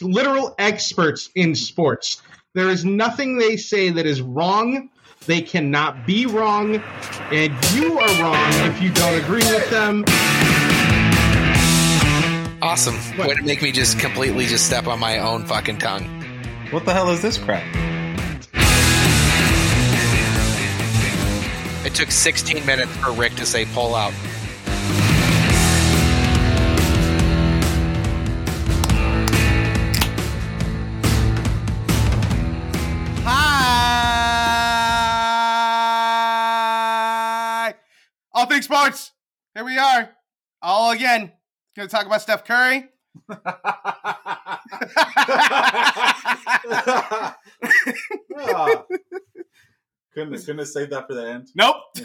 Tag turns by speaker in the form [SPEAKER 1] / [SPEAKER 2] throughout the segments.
[SPEAKER 1] literal experts in sports. There is nothing they say that is wrong. They cannot be wrong, and you are wrong if you don't agree with them.
[SPEAKER 2] Awesome. Way to make me just completely just step on my own fucking tongue.
[SPEAKER 3] What the hell is this crap?
[SPEAKER 2] It took 16 minutes for Rick to say pull out.
[SPEAKER 4] Hi! All things sports. Here we are. All again. Going to talk about Steph Curry.
[SPEAKER 3] Ah. couldn't couldn't have saved that for the end.
[SPEAKER 4] nope.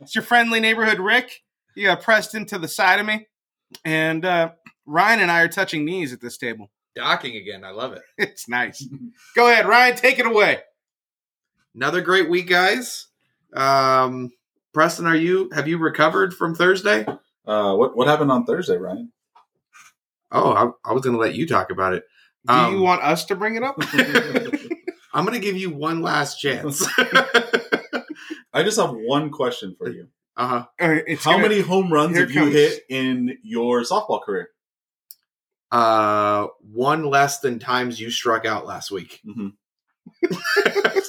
[SPEAKER 4] it's your friendly neighborhood Rick. You got Preston to the side of me. And uh, Ryan and I are touching knees at this table.
[SPEAKER 5] Docking again. I love it.
[SPEAKER 4] It's nice. Go ahead, Ryan. Take it away.
[SPEAKER 5] Another great week, guys. Um, Preston, are you have you recovered from Thursday?
[SPEAKER 3] Uh, what what happened on Thursday, Ryan?
[SPEAKER 5] Oh, I, I was going to let you talk about it.
[SPEAKER 4] Do
[SPEAKER 5] Um,
[SPEAKER 4] you want us to bring it up?
[SPEAKER 5] I'm going to give you one last chance. Uh-huh.
[SPEAKER 3] I just have one question for you.
[SPEAKER 5] uh huh.
[SPEAKER 4] Or it's
[SPEAKER 3] How
[SPEAKER 4] gonna-
[SPEAKER 3] many home runs
[SPEAKER 4] here
[SPEAKER 3] have
[SPEAKER 4] it
[SPEAKER 3] you
[SPEAKER 4] comes.
[SPEAKER 3] hit in your softball career?
[SPEAKER 5] Uh, one less than times you struck out last week.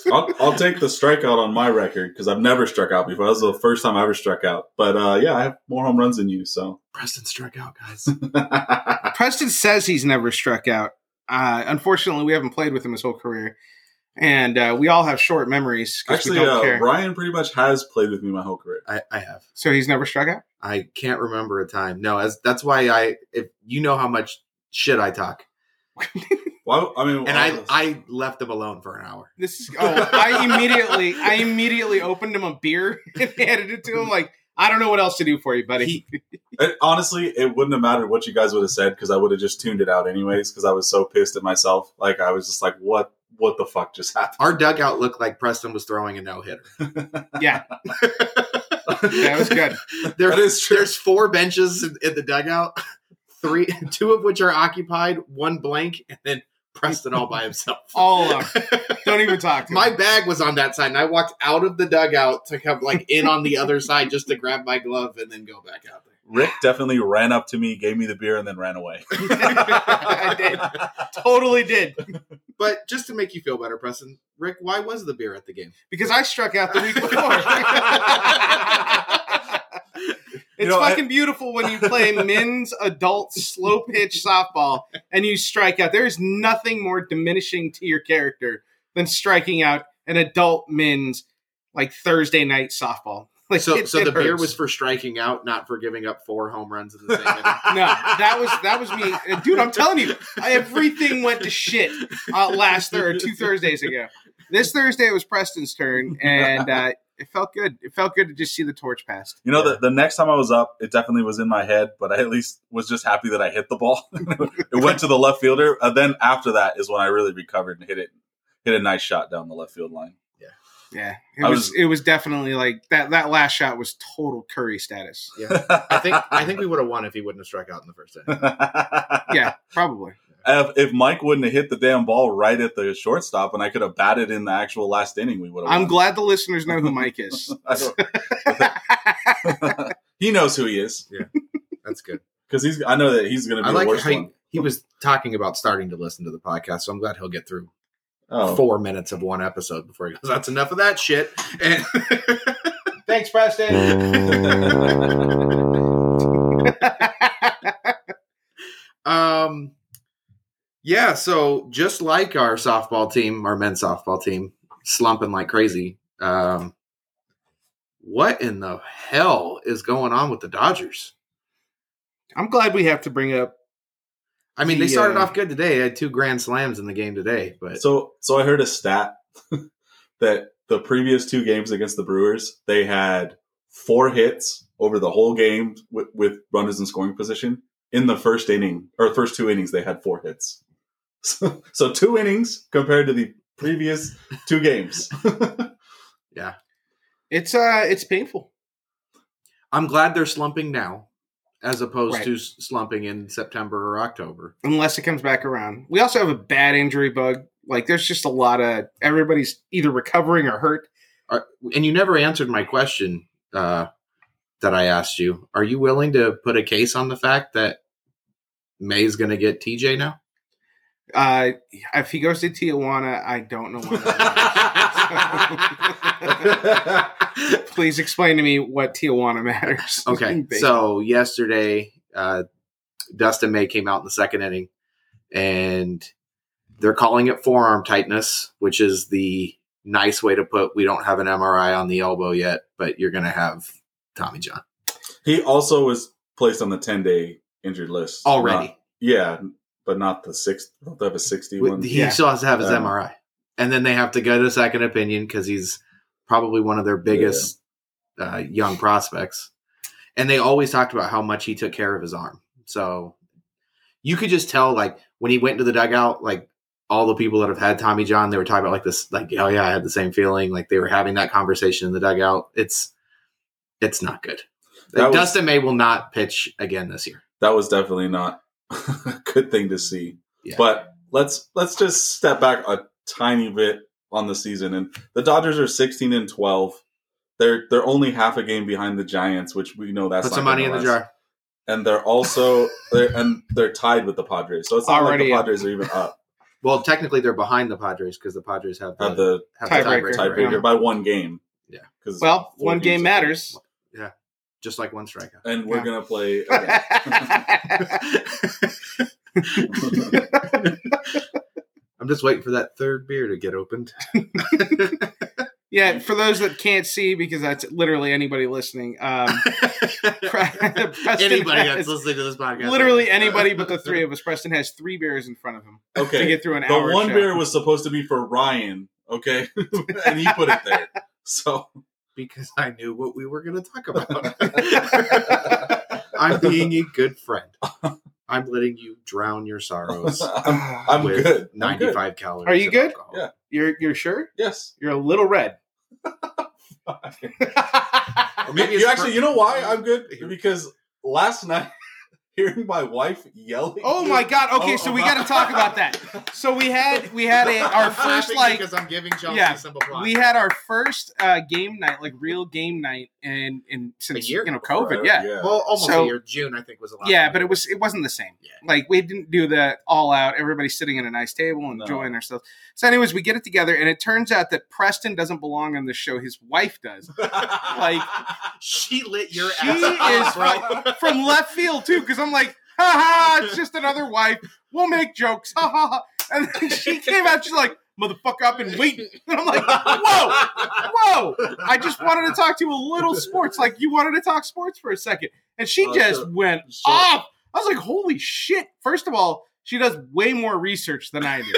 [SPEAKER 3] I'll, I'll take the strikeout on my record because I've never struck out before. That was the first time I ever struck out. But uh, yeah, I have more home runs than you. So
[SPEAKER 5] Preston struck out, guys.
[SPEAKER 4] Preston says he's never struck out. Uh, unfortunately, we haven't played with him his whole career, and uh, we all have short memories because we
[SPEAKER 3] actually,
[SPEAKER 4] don't
[SPEAKER 3] uh,
[SPEAKER 4] care.
[SPEAKER 3] Ryan pretty much has played with me my whole career.
[SPEAKER 5] I, I have.
[SPEAKER 4] So he's never struck out.
[SPEAKER 5] I can't remember a time. No, as that's why I. If you know how much shit I talk,
[SPEAKER 3] Well, I mean,
[SPEAKER 5] and I I left them alone for an hour.
[SPEAKER 4] This is. Oh, I immediately, I immediately opened him a beer and handed it to him. Like I don't know what else to do for you, buddy.
[SPEAKER 5] He,
[SPEAKER 3] It- honestly, it wouldn't have mattered what you guys would have said because I would have just tuned it out anyways because I was so pissed at myself. Like I was just like, what, what the fuck just happened?
[SPEAKER 5] our dugout looked like Preston was throwing a no hitter.
[SPEAKER 4] yeah, that was good.
[SPEAKER 5] There,
[SPEAKER 3] That is true.
[SPEAKER 5] There's four benches in, in the dugout, three, two of which are occupied, one blank, and then Preston all by himself.
[SPEAKER 4] All of them. Don't even talk to
[SPEAKER 5] my
[SPEAKER 4] him.
[SPEAKER 5] bag was on that side, and I walked out of the dugout to come like in on the other side just to grab my glove and then go back out there.
[SPEAKER 3] Rick definitely ran up to me, gave me the beer, and then ran away.
[SPEAKER 4] I did. Totally did
[SPEAKER 5] But just to make you feel better, Preston, Rick, why was the beer at the game?
[SPEAKER 4] because I struck out the week before. It's
[SPEAKER 3] You know, I-
[SPEAKER 4] fucking beautiful when you play men's adult slow pitch softball and you strike out. There is nothing more diminishing to your character than striking out an adult men's like Thursday night softball. Like
[SPEAKER 5] so,
[SPEAKER 4] it-
[SPEAKER 5] so
[SPEAKER 4] it
[SPEAKER 5] the beer
[SPEAKER 4] hurts.
[SPEAKER 5] was for striking out, not for giving up four home runs in the same inning.
[SPEAKER 4] no, that was that was me, Uh, dude. I'm telling you, everything went to shit uh, last Thursday, two Thursdays ago. This Thursday it was Preston's turn, and uh, it felt good. It felt good to just see the torch passed.
[SPEAKER 3] You know, the, the next time I was up, it definitely was in my head, but I at least was just happy that I hit the ball. it went to the left fielder. And then after that is when I really recovered and hit it, hit a nice shot down the left field line.
[SPEAKER 4] Yeah, it
[SPEAKER 3] I
[SPEAKER 4] was,
[SPEAKER 3] was-
[SPEAKER 4] It was definitely like that. That last shot was total Curry status.
[SPEAKER 5] Yeah. I think I think we would have won if he wouldn't have struck out in the first inning.
[SPEAKER 4] Yeah, probably.
[SPEAKER 3] if, if Mike wouldn't have hit the damn ball right at the shortstop and I could have batted in the actual last inning, we would have.
[SPEAKER 4] I'm
[SPEAKER 3] won.
[SPEAKER 4] glad the listeners know who Mike is.
[SPEAKER 3] I don't- he knows who he is
[SPEAKER 5] That's good.
[SPEAKER 3] because he's. I know that he's going to
[SPEAKER 5] I
[SPEAKER 3] be
[SPEAKER 5] like
[SPEAKER 3] the worst
[SPEAKER 5] how he,
[SPEAKER 3] one.
[SPEAKER 5] he was talking about starting to listen to the podcast, so I'm glad he'll get through
[SPEAKER 3] Oh,
[SPEAKER 5] four minutes of one episode before he goes, that's enough of that shit. And
[SPEAKER 4] Thanks, Preston.
[SPEAKER 5] um yeah, so just like our softball team, our men's softball team, slumping like crazy. Um what in the hell is going on with the Dodgers?
[SPEAKER 4] I'm glad we have to bring up.
[SPEAKER 5] I mean, they
[SPEAKER 4] The,
[SPEAKER 5] started
[SPEAKER 4] uh,
[SPEAKER 5] off good today. They had two grand slams in the game today, but
[SPEAKER 3] So, so I heard a stat that the previous two games against the Brewers, they had four hits over the whole game with, with runners in scoring position. In the first inning or first two innings, they had four hits. So, so two innings compared to the previous two games.
[SPEAKER 4] It's uh, it's painful.
[SPEAKER 5] I'm glad they're slumping now. as opposed
[SPEAKER 4] Right.
[SPEAKER 5] to s- slumping in September or October.
[SPEAKER 4] unless it comes back around. We also have a bad injury bug. Like there's just a lot of everybody's either recovering or hurt.
[SPEAKER 5] And you never answered my question uh, that I asked you. Are you willing to put a case on the fact that May's going to get TJ now?
[SPEAKER 4] Uh, if he goes to Tijuana, I don't know why. Please explain to me what Tijuana matters.
[SPEAKER 5] Okay.
[SPEAKER 4] Basically.
[SPEAKER 5] so yesterday, uh, Dustin May came out in the second inning, and they're calling it forearm tightness, which is the nice way to put we don't have an MRI on the elbow yet, but you're going to have Tommy John
[SPEAKER 3] He also was placed on the 10 day injured list.
[SPEAKER 5] already.
[SPEAKER 3] Not- yeah, but not the sixth. They'll have a 60
[SPEAKER 5] Wait,
[SPEAKER 3] one.
[SPEAKER 5] He
[SPEAKER 4] Yeah.
[SPEAKER 5] still has to have his
[SPEAKER 3] Um,
[SPEAKER 5] MRI, and then they have to go to a second opinion because he's probably one of their biggest uh, young prospects. And they always talked about how much he took care of his arm. So you could just tell, like when he went to the dugout, like all the people that have had Tommy John, they were talking about like this, like oh yeah, I had the same feeling. Like they were having that conversation in the dugout. It's it's not good.
[SPEAKER 3] That was-
[SPEAKER 5] Dustin May will not pitch again this year.
[SPEAKER 3] that was definitely not a good thing to see.
[SPEAKER 5] Yeah.
[SPEAKER 3] But let's let's just step back a tiny bit on the season. And the Dodgers are sixteen and twelve. They're they're only half a game behind the Giants, which we know that's
[SPEAKER 5] Put
[SPEAKER 3] not
[SPEAKER 5] some money in
[SPEAKER 3] gonna
[SPEAKER 5] the
[SPEAKER 3] last.
[SPEAKER 5] jar.
[SPEAKER 3] And they're also they're and they're tied with the Padres. So it's not
[SPEAKER 4] Already
[SPEAKER 3] like
[SPEAKER 4] up.
[SPEAKER 3] the Padres are even up
[SPEAKER 5] Well, technically they're behind the Padres because the Padres have
[SPEAKER 3] at the
[SPEAKER 5] have
[SPEAKER 4] Tiebreaker.
[SPEAKER 5] the tiebreaker, right?
[SPEAKER 3] tiebreaker
[SPEAKER 4] Yeah.
[SPEAKER 3] by one game.
[SPEAKER 5] Yeah.
[SPEAKER 3] 'Cause
[SPEAKER 4] Well,
[SPEAKER 3] four
[SPEAKER 4] one game
[SPEAKER 3] games.
[SPEAKER 4] matters.
[SPEAKER 5] just like one strikeout.
[SPEAKER 3] And we're
[SPEAKER 4] Yeah.
[SPEAKER 3] gonna play again.
[SPEAKER 4] I
[SPEAKER 5] I'm just waiting for that third beer to get opened.
[SPEAKER 4] Yeah, for those that can't see, because that's literally anybody listening. Um,
[SPEAKER 5] anybody that's
[SPEAKER 4] has-
[SPEAKER 5] listening to this podcast,
[SPEAKER 4] literally anybody but the three of us. Preston has three beers in front of him to
[SPEAKER 3] okay.
[SPEAKER 4] get through an
[SPEAKER 3] The
[SPEAKER 4] hour.
[SPEAKER 3] one
[SPEAKER 4] show.
[SPEAKER 3] beer was supposed to be for Ryan, okay? and he put it there. So
[SPEAKER 5] because I knew what we were going to talk about. I'm being a good friend. I'm letting you drown your sorrows.
[SPEAKER 3] I'm, I'm
[SPEAKER 5] with
[SPEAKER 3] good. I'm good.
[SPEAKER 5] 95 calories.
[SPEAKER 4] Are you
[SPEAKER 5] of
[SPEAKER 4] good?
[SPEAKER 5] alcohol.
[SPEAKER 3] Yeah.
[SPEAKER 4] You're you're sure?
[SPEAKER 3] Yes.
[SPEAKER 4] You're a little red.
[SPEAKER 5] Or maybe it's
[SPEAKER 3] you actually,
[SPEAKER 5] for-
[SPEAKER 3] you know why I'm good? Because last night, hearing my wife yelling.
[SPEAKER 4] Oh my god. Okay,
[SPEAKER 3] Oh,
[SPEAKER 4] so we
[SPEAKER 3] about-
[SPEAKER 4] got to talk about that. So we had we had a our
[SPEAKER 5] I'm
[SPEAKER 4] first
[SPEAKER 5] laughing
[SPEAKER 4] like
[SPEAKER 5] because I'm giving Chelsea
[SPEAKER 4] yeah,
[SPEAKER 5] a simple block.
[SPEAKER 4] we had our first uh, game night, like real game night, and and since
[SPEAKER 5] year
[SPEAKER 4] you know
[SPEAKER 3] Right,
[SPEAKER 4] COVID, yeah,
[SPEAKER 5] well almost
[SPEAKER 4] So-
[SPEAKER 5] a year. June I think was the last.
[SPEAKER 4] yeah,
[SPEAKER 5] one.
[SPEAKER 4] but it was it wasn't the same.
[SPEAKER 5] Yeah.
[SPEAKER 4] Like we didn't do the all out. Everybody sitting at a nice table and
[SPEAKER 3] No.
[SPEAKER 4] enjoying ourselves. So, anyways, we get it together, and it turns out that Preston doesn't belong on this show. His wife does. Like
[SPEAKER 5] she lit your
[SPEAKER 4] She
[SPEAKER 5] ass.
[SPEAKER 4] is
[SPEAKER 5] up, bro.
[SPEAKER 4] from left field too, because I'm like, ha ha, it's just another wife. We'll make jokes, ha ha. ha. And then she came out, she's like, motherfucker, I've been waiting. And I'm like, whoa, whoa. I just wanted to talk to you a little sports, like you wanted to talk sports for a second, and she
[SPEAKER 3] Oh,
[SPEAKER 4] just
[SPEAKER 3] sure.
[SPEAKER 4] went
[SPEAKER 3] Sure.
[SPEAKER 4] off. I was like, holy shit! First of all, she does way more research than I do.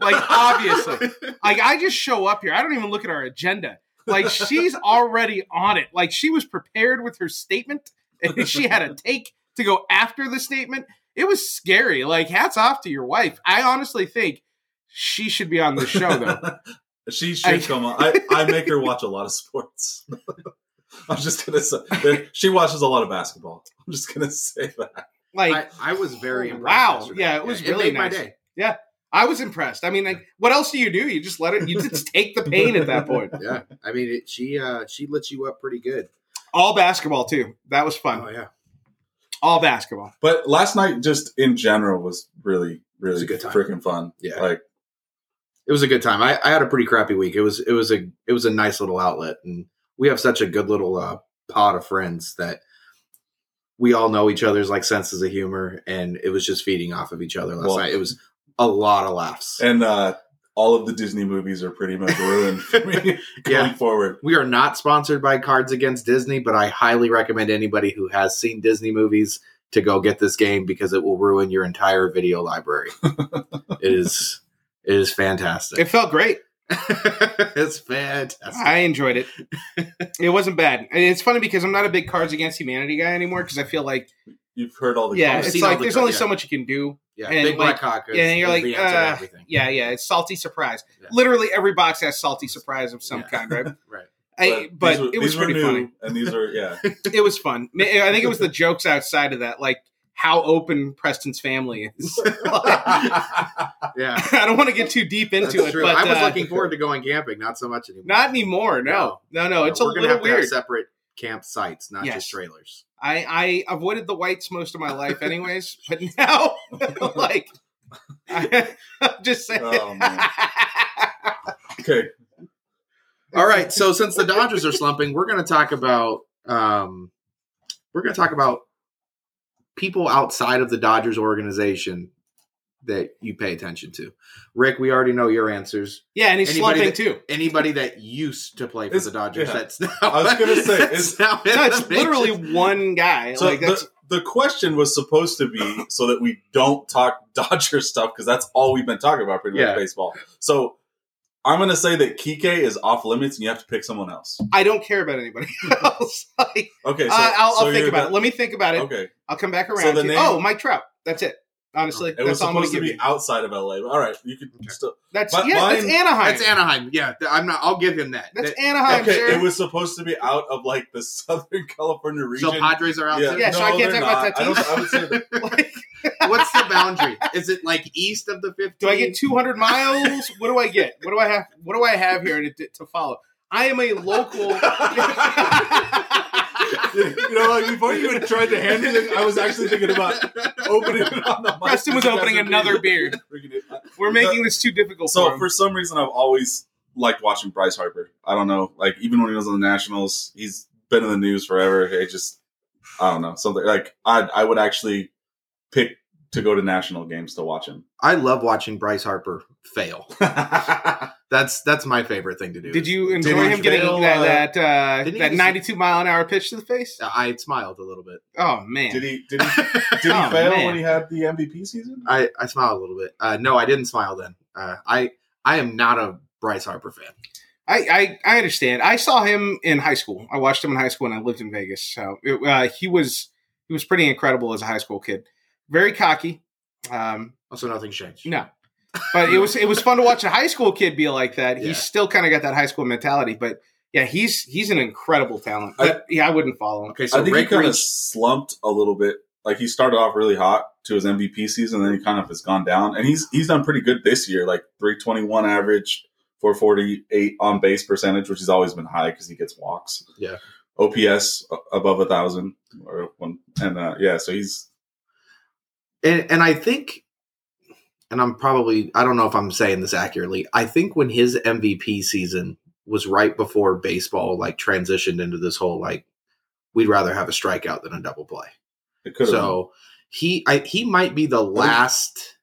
[SPEAKER 4] like, obviously, like I just show up here. I don't even look at our agenda. Like she's already on it. Like she was prepared with her statement, and she had a take to go after the statement. It was scary. Like hats off to your wife. I honestly think she should be on this show though.
[SPEAKER 3] she should
[SPEAKER 4] I-
[SPEAKER 3] come on. I, I make her watch a lot of sports. I'm just gonna say there- she watches a lot of basketball. I'm just gonna say that.
[SPEAKER 4] Like
[SPEAKER 5] I, I was very
[SPEAKER 4] Oh,
[SPEAKER 5] impressed.
[SPEAKER 4] wow.
[SPEAKER 5] yesterday.
[SPEAKER 4] Yeah, it was really
[SPEAKER 5] made my
[SPEAKER 4] nice.
[SPEAKER 5] day.
[SPEAKER 4] I was impressed. I mean, like, what else do you do? You just let it. You just take the pain at that point.
[SPEAKER 5] Yeah, I mean, it, she uh, she lit you up pretty good. Oh,
[SPEAKER 4] All basketball too. That was fun.
[SPEAKER 5] yeah,
[SPEAKER 4] All basketball.
[SPEAKER 3] But last night, just in general, was really, really
[SPEAKER 5] a good time.
[SPEAKER 3] freaking fun.
[SPEAKER 5] Yeah.
[SPEAKER 3] like
[SPEAKER 5] it was a good time. I, I had a pretty crappy week. It was it was a it was a nice little outlet, and we have such a good little uh, pod of friends that we all know each other's like senses of humor, and it was just feeding off of each other last
[SPEAKER 3] Well-
[SPEAKER 5] night. It was a lot of laughs.
[SPEAKER 3] and uh, all of the Disney movies are pretty much ruined for me going
[SPEAKER 5] Yeah.
[SPEAKER 3] forward.
[SPEAKER 5] We are not sponsored by Cards Against Disney, but I highly recommend anybody who has seen Disney movies to go get this game because it will ruin your entire video library. it is it is
[SPEAKER 4] It
[SPEAKER 5] fantastic.
[SPEAKER 4] felt great.
[SPEAKER 5] it's fantastic.
[SPEAKER 4] I enjoyed it. It wasn't bad. And it's funny because I'm not a big Cards Against Humanity guy anymore because I feel like
[SPEAKER 3] You've heard all the
[SPEAKER 4] yeah,
[SPEAKER 5] I've
[SPEAKER 3] comments.
[SPEAKER 4] it's
[SPEAKER 5] seen all
[SPEAKER 4] like
[SPEAKER 5] the
[SPEAKER 4] there's
[SPEAKER 5] Cards,
[SPEAKER 4] only
[SPEAKER 5] yeah. Mm-hmm.
[SPEAKER 4] so much you can do.
[SPEAKER 5] Yeah,
[SPEAKER 4] and
[SPEAKER 5] big
[SPEAKER 4] like-
[SPEAKER 5] black cock is,
[SPEAKER 4] yeah, and you're
[SPEAKER 5] is
[SPEAKER 4] like,
[SPEAKER 5] the answer to
[SPEAKER 4] uh,
[SPEAKER 5] everything.
[SPEAKER 4] Yeah, yeah. It's salty surprise.
[SPEAKER 5] Yeah.
[SPEAKER 4] Literally every box has salty surprise of some
[SPEAKER 5] Yeah.
[SPEAKER 4] kind, right?
[SPEAKER 5] Right.
[SPEAKER 4] I, but
[SPEAKER 3] these were-
[SPEAKER 4] it was
[SPEAKER 3] these were
[SPEAKER 4] pretty
[SPEAKER 3] new,
[SPEAKER 4] funny.
[SPEAKER 3] and these are yeah.
[SPEAKER 4] It was fun. Ma- I think it was the jokes outside of that, like how open Preston's family is.
[SPEAKER 5] yeah,
[SPEAKER 4] I don't want to get too deep into
[SPEAKER 5] that's
[SPEAKER 4] it,
[SPEAKER 5] true.
[SPEAKER 4] but
[SPEAKER 5] I was
[SPEAKER 4] uh,
[SPEAKER 5] looking forward to going camping, not so much anymore.
[SPEAKER 4] not anymore. No, no, no. It's a
[SPEAKER 5] we're gonna
[SPEAKER 4] little
[SPEAKER 5] have to
[SPEAKER 4] weird.
[SPEAKER 5] have separate campsites, not
[SPEAKER 4] Yes.
[SPEAKER 5] just trailers.
[SPEAKER 4] I, I avoided the whites most of my life, anyways. but now, like, I, am just saying.
[SPEAKER 3] Oh, man. Okay,
[SPEAKER 5] All right, so since the Dodgers are slumping, we're going to talk about um, we're going to talk about people outside of the Dodgers organization that you pay attention to. Rick, we already know your answers.
[SPEAKER 4] yeah, and he's
[SPEAKER 5] Anybody
[SPEAKER 4] slumping
[SPEAKER 5] that-
[SPEAKER 4] too.
[SPEAKER 5] Anybody that used to play for
[SPEAKER 3] It's-
[SPEAKER 5] the Dodgers,
[SPEAKER 3] yeah.
[SPEAKER 5] that's now,
[SPEAKER 3] I was gonna say,
[SPEAKER 5] that's
[SPEAKER 3] it's-
[SPEAKER 5] now in
[SPEAKER 4] No,
[SPEAKER 5] the
[SPEAKER 4] it's
[SPEAKER 5] majors.
[SPEAKER 4] literally one guy.
[SPEAKER 3] so
[SPEAKER 4] like that's
[SPEAKER 3] the, the question was supposed to be so that we don't talk Dodger stuff because that's all we've been talking about pretty much
[SPEAKER 5] Yeah.
[SPEAKER 3] baseball. So I'm going to say that Kike is off limits, and you have to pick someone else.
[SPEAKER 4] I don't care about anybody else. Like,
[SPEAKER 3] Okay, so
[SPEAKER 4] I- I'll,
[SPEAKER 3] so
[SPEAKER 4] I'll think
[SPEAKER 3] you're
[SPEAKER 4] about
[SPEAKER 3] the-
[SPEAKER 4] it. Let me think about it.
[SPEAKER 3] Okay,
[SPEAKER 4] I'll come back around.
[SPEAKER 3] So the
[SPEAKER 4] to you.
[SPEAKER 3] name-
[SPEAKER 4] oh, Mike Trout. That's it. Honestly,
[SPEAKER 3] it was
[SPEAKER 4] that's all I'm going
[SPEAKER 3] supposed
[SPEAKER 4] to
[SPEAKER 3] to
[SPEAKER 4] give
[SPEAKER 3] be
[SPEAKER 4] you.
[SPEAKER 3] outside of LA. But all right, you could still.
[SPEAKER 4] That's
[SPEAKER 3] but
[SPEAKER 4] yeah. that's
[SPEAKER 3] mine-
[SPEAKER 4] Anaheim.
[SPEAKER 5] That's Anaheim. Yeah, th- I'm not. I'll give him that.
[SPEAKER 4] That's
[SPEAKER 5] That-
[SPEAKER 4] Anaheim,
[SPEAKER 3] okay,
[SPEAKER 4] sir.
[SPEAKER 3] it was supposed to be out of like the Southern California region.
[SPEAKER 5] so Padres are out.
[SPEAKER 3] yeah,
[SPEAKER 5] too?
[SPEAKER 4] Yeah, so I
[SPEAKER 3] no,
[SPEAKER 4] can't
[SPEAKER 3] they're
[SPEAKER 4] talk about
[SPEAKER 3] not. I don't-
[SPEAKER 4] Tatis?
[SPEAKER 3] I would say that-
[SPEAKER 4] Like,
[SPEAKER 5] What's the boundary? Is it like east of the 15?
[SPEAKER 4] do I get 200 miles? What do I get? What do I have? What do I have here to, to follow? I am a local.
[SPEAKER 3] you know, like before you even tried to hand me this, I was actually thinking about opening it on the mic.
[SPEAKER 4] Preston was
[SPEAKER 3] You guys
[SPEAKER 4] opening
[SPEAKER 3] are
[SPEAKER 4] another
[SPEAKER 3] doing-
[SPEAKER 4] beer.
[SPEAKER 3] freaking it.
[SPEAKER 4] We're making this too difficult.
[SPEAKER 3] So
[SPEAKER 4] for him.
[SPEAKER 3] for some reason, I've always liked watching Bryce Harper. I don't know, like even when he was on the Nationals, he's been in the news forever. It just, I don't know, something like I I would actually pick to go to national games to watch him.
[SPEAKER 5] I love watching Bryce Harper fail. That's that's my favorite thing to do.
[SPEAKER 4] did you enjoy
[SPEAKER 5] he
[SPEAKER 4] him getting
[SPEAKER 5] fail, uh,
[SPEAKER 4] that that uh,
[SPEAKER 5] didn't he
[SPEAKER 4] that
[SPEAKER 5] just-
[SPEAKER 4] 92 mile an hour pitch to the face?
[SPEAKER 5] I smiled a little bit.
[SPEAKER 4] Oh man,
[SPEAKER 3] did he? Did he? Did he
[SPEAKER 4] Oh,
[SPEAKER 3] fail
[SPEAKER 4] man.
[SPEAKER 3] when he had the MVP season?
[SPEAKER 5] I I smiled a little bit. Uh, no, I didn't smile then. Uh, I I am not a Bryce Harper fan.
[SPEAKER 4] I, I I understand. I saw him in high school. I watched him in high school, and I lived in Vegas. So it, uh, he was he was pretty incredible as a high school kid. Very cocky, um,
[SPEAKER 5] Also, nothing's changed.
[SPEAKER 4] No. but it was it was fun to watch a high school kid be like that.
[SPEAKER 5] Yeah.
[SPEAKER 4] He's still kind of got that high school mentality, but yeah, he's he's an incredible talent. But yeah, I wouldn't follow him.
[SPEAKER 5] Okay, so
[SPEAKER 3] I think
[SPEAKER 5] Rick
[SPEAKER 3] he kind of
[SPEAKER 5] reached.
[SPEAKER 3] slumped a little bit. Like he started off really hot to his MVP season, then he kind of has gone down, and he's he's done pretty good this year. Like three twenty one average, four forty eight on base percentage, which has always been high because he gets walks.
[SPEAKER 5] Yeah.
[SPEAKER 3] OPS a- uh, above a thousand or one, and uh, yeah, so he's
[SPEAKER 5] and, and I think, and I'm probably I don't know if I'm saying this accurately. I think when his MVP season was right before baseball like transitioned into this whole like we'd rather have a strikeout than a double play.
[SPEAKER 3] it could have.
[SPEAKER 5] So he I, he might be the last.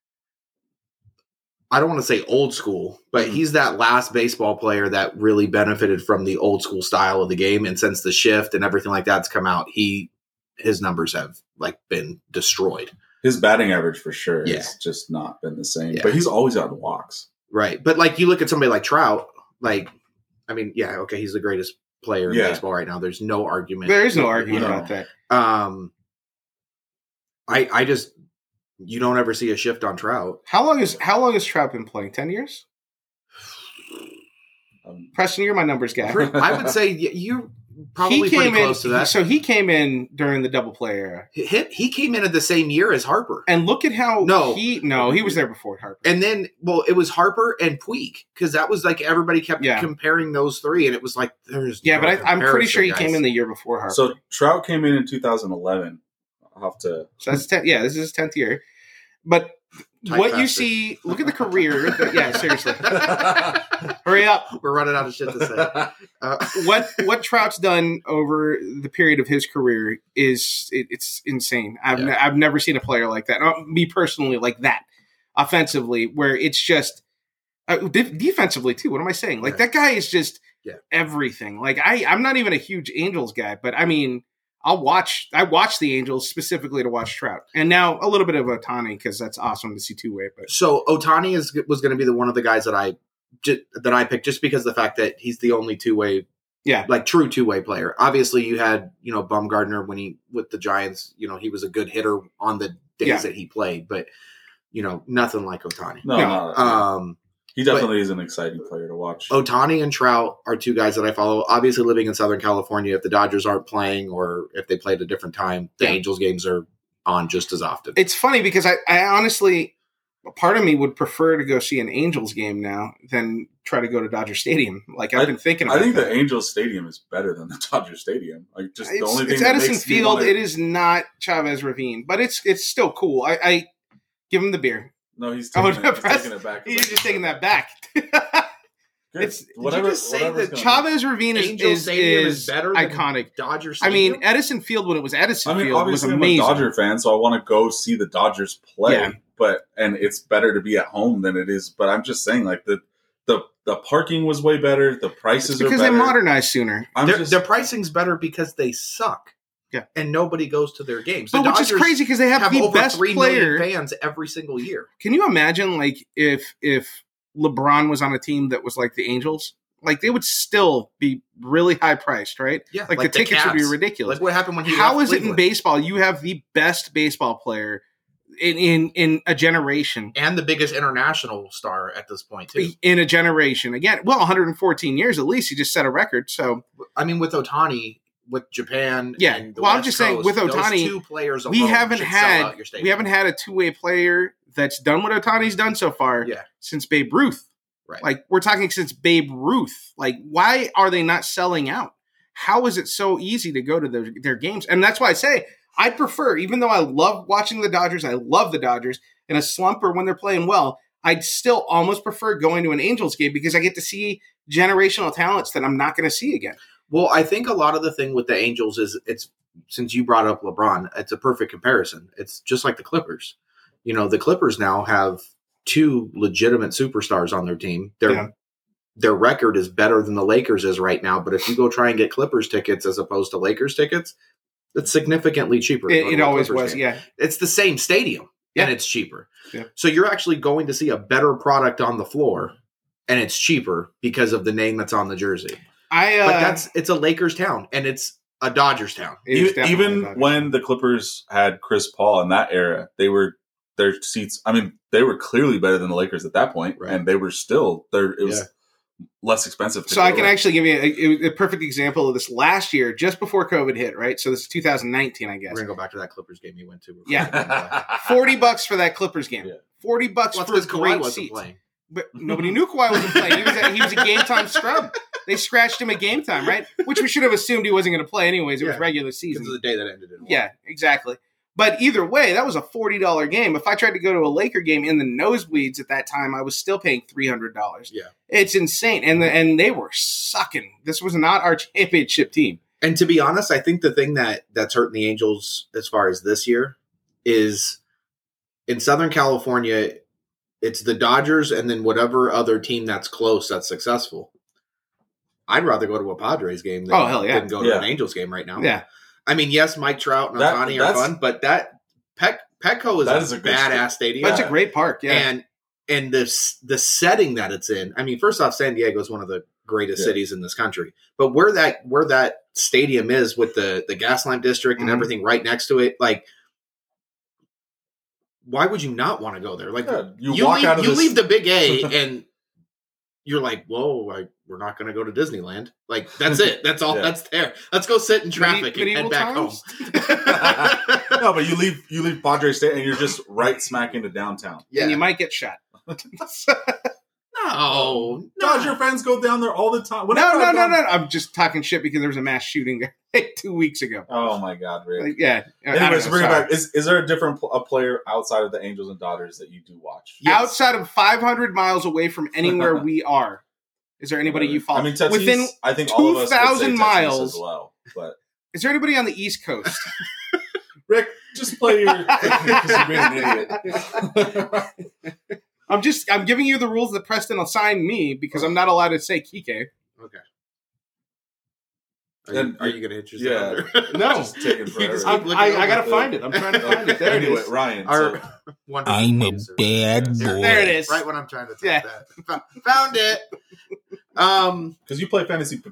[SPEAKER 5] I don't want to say old school, but
[SPEAKER 4] Mm-hmm.
[SPEAKER 3] Mhm.
[SPEAKER 5] he's that last baseball player that really benefited from the old school style of the game. And since the shift and everything like that's come out, he his numbers have like been destroyed.
[SPEAKER 3] his batting average for sure
[SPEAKER 5] Yeah.
[SPEAKER 3] has just not been the same,
[SPEAKER 5] Yeah.
[SPEAKER 3] but he's always gotten walks.
[SPEAKER 5] Right. But like you look at somebody like Trout, like I mean, yeah, okay, he's the greatest player in
[SPEAKER 3] Yeah.
[SPEAKER 5] baseball right now. There's no argument.
[SPEAKER 4] There is no argument
[SPEAKER 3] No.
[SPEAKER 4] about that.
[SPEAKER 5] Um I I just you don't ever see a shift on Trout.
[SPEAKER 4] How long is how long has Trout been playing? Ten years?
[SPEAKER 3] Um,
[SPEAKER 4] Preston, you're my numbers guy.
[SPEAKER 5] I would say y- you're probably pretty close
[SPEAKER 4] in,
[SPEAKER 5] to that.
[SPEAKER 4] So he came in during the double play era,
[SPEAKER 5] He, he came in at the same year as Harper.
[SPEAKER 4] and look at how
[SPEAKER 5] No.
[SPEAKER 4] he no he was there before Harper.
[SPEAKER 5] And then, well, it was Harper and Puig because that was like everybody kept
[SPEAKER 4] Yeah.
[SPEAKER 5] comparing those three, and it was like there's
[SPEAKER 4] yeah,
[SPEAKER 5] no
[SPEAKER 4] but I, I'm pretty sure he
[SPEAKER 5] comparison,
[SPEAKER 4] came in
[SPEAKER 5] guys.
[SPEAKER 4] the year before Harper.
[SPEAKER 3] so Trout came in in 2011. I'll have to.
[SPEAKER 4] So that's ten. Yeah, this is his tenth year. But
[SPEAKER 5] Type
[SPEAKER 4] what you
[SPEAKER 5] faster.
[SPEAKER 4] see, look at the career. that- yeah, seriously, hurry up.
[SPEAKER 5] We're running out of shit to say. Uh,
[SPEAKER 4] What what Trout's done over the period of his career is it, it's insane. I've
[SPEAKER 5] Yeah.
[SPEAKER 4] ne- I've never seen a player like that. Uh, me personally, like that offensively, where it's just uh, de- defensively too. What am I saying? Like
[SPEAKER 5] Yeah.
[SPEAKER 4] that guy is just
[SPEAKER 5] Yeah.
[SPEAKER 4] everything. Like I I'm not even a huge Angels guy, but I mean. I'll watch. I watch the Angels specifically to watch Trout, and now a little bit of Otani because that's awesome to see two way. But
[SPEAKER 5] so Otani is was going to be the one of the guys that I ju- that I picked just because of the fact that he's the only two way,
[SPEAKER 4] Yeah.
[SPEAKER 5] like true two way player. Obviously, you had you know Bumgardner when he with the Giants, you know he was a good hitter on the days
[SPEAKER 4] Yeah.
[SPEAKER 5] that he played, but you know nothing like Otani.
[SPEAKER 3] No,
[SPEAKER 4] No,
[SPEAKER 3] no, no.
[SPEAKER 5] Um,
[SPEAKER 3] He definitely is an exciting player to watch.
[SPEAKER 4] Oh,
[SPEAKER 5] Otani and Trout are two guys that I follow. Obviously, living in Southern California, if the Dodgers aren't playing or if they play at a different time, the
[SPEAKER 4] Yeah.
[SPEAKER 5] Angels games are on just as often.
[SPEAKER 4] It's funny because I, I honestly, part of me would prefer to go see an Angels game now than try to go to Dodger Stadium. Like I've
[SPEAKER 3] I-
[SPEAKER 4] been thinking. About
[SPEAKER 3] I think
[SPEAKER 4] that.
[SPEAKER 3] the Angels Stadium is better than the Dodger Stadium. Like just the
[SPEAKER 4] it's,
[SPEAKER 3] only thing
[SPEAKER 4] it's
[SPEAKER 3] that
[SPEAKER 4] Edison
[SPEAKER 3] makes me
[SPEAKER 4] Field.
[SPEAKER 3] wanna-
[SPEAKER 4] It is not Chavez Ravine, but it's it's still cool. I, I give him the beer.
[SPEAKER 3] no, he's
[SPEAKER 4] I
[SPEAKER 3] taking,
[SPEAKER 4] would
[SPEAKER 3] it, he's
[SPEAKER 4] press-
[SPEAKER 3] taking it back.
[SPEAKER 4] You're just taking that back.
[SPEAKER 3] Good.
[SPEAKER 4] it's- did you
[SPEAKER 3] whatever.
[SPEAKER 5] just say
[SPEAKER 3] whatever's
[SPEAKER 5] that
[SPEAKER 3] going on.
[SPEAKER 4] Chavez Ravine is
[SPEAKER 5] Angel
[SPEAKER 4] is,
[SPEAKER 5] Stadium
[SPEAKER 4] is
[SPEAKER 5] is better than-
[SPEAKER 4] iconic.
[SPEAKER 5] Dodger
[SPEAKER 4] I
[SPEAKER 5] Stadium.
[SPEAKER 4] mean, Edison Field when it was Edison
[SPEAKER 3] I mean,
[SPEAKER 4] Field was
[SPEAKER 3] obviously, I'm a
[SPEAKER 4] amazing.
[SPEAKER 3] Dodger fan, so I want to go see the Dodgers play.
[SPEAKER 4] Yeah.
[SPEAKER 3] But and it's better to be at home than it is. But I'm just saying, like the the the parking was way better. The
[SPEAKER 4] It's
[SPEAKER 3] prices are
[SPEAKER 4] because they
[SPEAKER 3] better.
[SPEAKER 4] modernized sooner.
[SPEAKER 3] I'm
[SPEAKER 5] their,
[SPEAKER 3] just
[SPEAKER 5] their pricing's better because they suck.
[SPEAKER 4] Yeah.
[SPEAKER 5] and nobody goes to their games.
[SPEAKER 4] But
[SPEAKER 5] The
[SPEAKER 4] which is
[SPEAKER 5] Dodgers
[SPEAKER 4] crazy because they have,
[SPEAKER 5] Have
[SPEAKER 4] the
[SPEAKER 5] over
[SPEAKER 4] best
[SPEAKER 5] three million
[SPEAKER 4] player.
[SPEAKER 5] fans every single year.
[SPEAKER 4] Can you imagine like if if LeBron was on a team that was like the Angels? Like they would still be really high priced, right?
[SPEAKER 5] Yeah,
[SPEAKER 4] Like, the tickets would be
[SPEAKER 5] Cavs.
[SPEAKER 4] ridiculous.
[SPEAKER 5] Like what happened when he
[SPEAKER 4] How
[SPEAKER 5] left
[SPEAKER 4] is it in
[SPEAKER 5] Cleveland.
[SPEAKER 4] baseball? You have the best baseball player in in, in a generation.
[SPEAKER 5] and the biggest international star at this point too.
[SPEAKER 4] In a generation again, well, 114 years at least. He just set a record. So
[SPEAKER 5] I mean, with Otani, with Japan,
[SPEAKER 4] Yeah.
[SPEAKER 5] And the
[SPEAKER 4] Well, I'm
[SPEAKER 5] West
[SPEAKER 4] just saying,
[SPEAKER 5] Coast,
[SPEAKER 4] with
[SPEAKER 5] those
[SPEAKER 4] Ohtani,
[SPEAKER 5] two players
[SPEAKER 4] we
[SPEAKER 5] alone
[SPEAKER 4] haven't
[SPEAKER 5] should sell
[SPEAKER 4] had-
[SPEAKER 5] out your stadium.
[SPEAKER 4] we haven't had a two way player that's done what Otani's done so far
[SPEAKER 5] Yeah.
[SPEAKER 4] since Babe Ruth.
[SPEAKER 5] Right.
[SPEAKER 4] Like we're talking since Babe Ruth. Like why are they not selling out? How is it so easy to go to their, their games? And that's why I say I prefer, even though I love watching the Dodgers, I love the Dodgers in a slump or when they're playing well. I'd still almost prefer going to an Angels game because I get to see generational talents that I'm not going to see again.
[SPEAKER 5] Well, I think a lot of the thing with the Angels is it's since you brought up LeBron, it's a perfect comparison. It's just like the Clippers. You know, the Clippers now have two legitimate superstars on their team. Their
[SPEAKER 4] Yeah.
[SPEAKER 5] their record is better than the Lakers is right now, but if you go try and get Clippers tickets as opposed to Lakers tickets, that's significantly cheaper. than going
[SPEAKER 4] It, it
[SPEAKER 5] to a
[SPEAKER 4] always
[SPEAKER 5] Clippers
[SPEAKER 4] was,
[SPEAKER 5] game.
[SPEAKER 4] yeah.
[SPEAKER 5] It's the same stadium
[SPEAKER 4] Yeah.
[SPEAKER 5] and it's cheaper.
[SPEAKER 4] Yeah.
[SPEAKER 5] So you're actually going to see a better product on the floor and it's cheaper because of the name that's on the jersey
[SPEAKER 4] I uh,
[SPEAKER 5] but that's it's a Lakers town and it's a Dodgers town.
[SPEAKER 4] it was
[SPEAKER 3] E-
[SPEAKER 4] definitely
[SPEAKER 3] even
[SPEAKER 4] about it.
[SPEAKER 3] when the Clippers had Chris Paul in that era, they were their seats. I mean, they were clearly better than the Lakers at that point,
[SPEAKER 5] Right.
[SPEAKER 3] and they were still there. It was
[SPEAKER 5] Yeah.
[SPEAKER 3] less expensive. To
[SPEAKER 4] So I can
[SPEAKER 3] go.
[SPEAKER 4] actually give you a- a, a perfect example of this last year, just before COVID hit, right? So this is 2019, I
[SPEAKER 5] We're
[SPEAKER 4] guess.
[SPEAKER 5] gonna go back to that Clippers game you went to.
[SPEAKER 3] Yeah.
[SPEAKER 4] 40 bucks for that Clippers game.
[SPEAKER 3] Yeah.
[SPEAKER 4] 40 bucks
[SPEAKER 5] Well,
[SPEAKER 4] for a
[SPEAKER 5] because Kawhi
[SPEAKER 4] great
[SPEAKER 5] wasn't
[SPEAKER 4] seats.
[SPEAKER 5] playing.
[SPEAKER 4] But nobody knew Kawhi wasn't playing. He was, a, he was a game time scrub. They scratched him at game time, right? Which we should have assumed he wasn't going to play anyways. It was
[SPEAKER 5] Yeah.
[SPEAKER 4] regular
[SPEAKER 5] Because of
[SPEAKER 4] season.
[SPEAKER 5] the day that ended in. one.
[SPEAKER 4] Yeah, exactly. But either way, that was a $40 game. If I tried to go to a Laker game in the nosebleeds at that time, I was still paying $300.
[SPEAKER 5] Yeah.
[SPEAKER 4] It's insane. And the, and they were sucking. This was not our championship team.
[SPEAKER 5] And to be honest, I think the thing that that's hurting the Angels as far as this year is in Southern California, it's the Dodgers and then whatever other team that's close that's successful. I'd rather go to a Padres game than,
[SPEAKER 4] Oh, hell yeah.
[SPEAKER 5] than go to
[SPEAKER 3] Yeah.
[SPEAKER 5] an Angels game right now.
[SPEAKER 4] Yeah.
[SPEAKER 5] I mean, yes, Mike Trout and
[SPEAKER 3] That-
[SPEAKER 5] Otani are
[SPEAKER 3] that's-
[SPEAKER 5] fun, but that Pec, Petco is
[SPEAKER 3] That
[SPEAKER 5] a,
[SPEAKER 3] is a good
[SPEAKER 5] badass stadium.
[SPEAKER 4] But it's a great park, yeah.
[SPEAKER 5] and and the s- the setting that it's in. I mean, first off, San Diego is one of the greatest
[SPEAKER 3] Yeah.
[SPEAKER 5] cities in this country, but where that where that stadium is with the the Gaslamp District
[SPEAKER 3] Mm-hmm.
[SPEAKER 5] and
[SPEAKER 4] Mhm.
[SPEAKER 5] everything right next to it, like. Why would you not want to go there? Like
[SPEAKER 3] Yeah, you,
[SPEAKER 5] you,
[SPEAKER 3] walk
[SPEAKER 5] leave,
[SPEAKER 3] out of
[SPEAKER 5] you
[SPEAKER 3] this,
[SPEAKER 5] leave the Big A and you're like, whoa, like we're not going to go to Disneyland. Like that's it. That's all.
[SPEAKER 3] Yeah.
[SPEAKER 5] That's there. Let's go sit in traffic
[SPEAKER 4] Medi-
[SPEAKER 5] and head back
[SPEAKER 4] times?
[SPEAKER 5] home.
[SPEAKER 3] no, but you leave you leave Padre State and you're just right smack into downtown.
[SPEAKER 5] yeah.
[SPEAKER 4] And you might get shot.
[SPEAKER 5] no, no.
[SPEAKER 3] Dodger fans go down there all the time.
[SPEAKER 4] no,
[SPEAKER 3] Whenever
[SPEAKER 4] no,
[SPEAKER 3] I've
[SPEAKER 4] no,
[SPEAKER 3] gone-
[SPEAKER 4] no. I'm just talking shit because there was a mass shooting like two weeks ago.
[SPEAKER 3] Oh my God, Rick.
[SPEAKER 4] Like, yeah. I don't
[SPEAKER 3] Anyways,
[SPEAKER 4] know,
[SPEAKER 3] bring it
[SPEAKER 4] sorry.
[SPEAKER 3] back. Is, is there a different pl- a player outside of the Angels and Dodgers that you do watch?
[SPEAKER 5] Yes.
[SPEAKER 4] Outside of 500 miles away from anywhere we are, is there anybody you follow?
[SPEAKER 3] I mean, Tatis,
[SPEAKER 4] Within,
[SPEAKER 3] I think all of us would say
[SPEAKER 4] 2,000
[SPEAKER 3] Tatis as
[SPEAKER 4] miles.
[SPEAKER 3] well, but
[SPEAKER 4] is there anybody on the East Coast?
[SPEAKER 3] Rick, just play your. 'cause you're being an idiot.
[SPEAKER 4] I'm just I'm giving you the rules that Preston assigned me because I'm not allowed to say Kike.
[SPEAKER 5] Are you,
[SPEAKER 3] Then-
[SPEAKER 5] are you going to hit
[SPEAKER 3] yeah.
[SPEAKER 5] yourself?
[SPEAKER 4] No.
[SPEAKER 3] Just taking
[SPEAKER 5] You just
[SPEAKER 3] forever.
[SPEAKER 5] keep looking over
[SPEAKER 4] gotta
[SPEAKER 5] the-
[SPEAKER 4] it. I'm
[SPEAKER 3] anyway, Ryan.
[SPEAKER 5] Our-
[SPEAKER 3] so-
[SPEAKER 5] Wonderful
[SPEAKER 2] I'm a
[SPEAKER 5] producer.
[SPEAKER 2] bad
[SPEAKER 5] There-
[SPEAKER 2] boy.
[SPEAKER 4] There it is.
[SPEAKER 5] Right when I'm trying to type
[SPEAKER 4] Yeah.
[SPEAKER 5] that, found it. Um,
[SPEAKER 3] because you play fantasy b-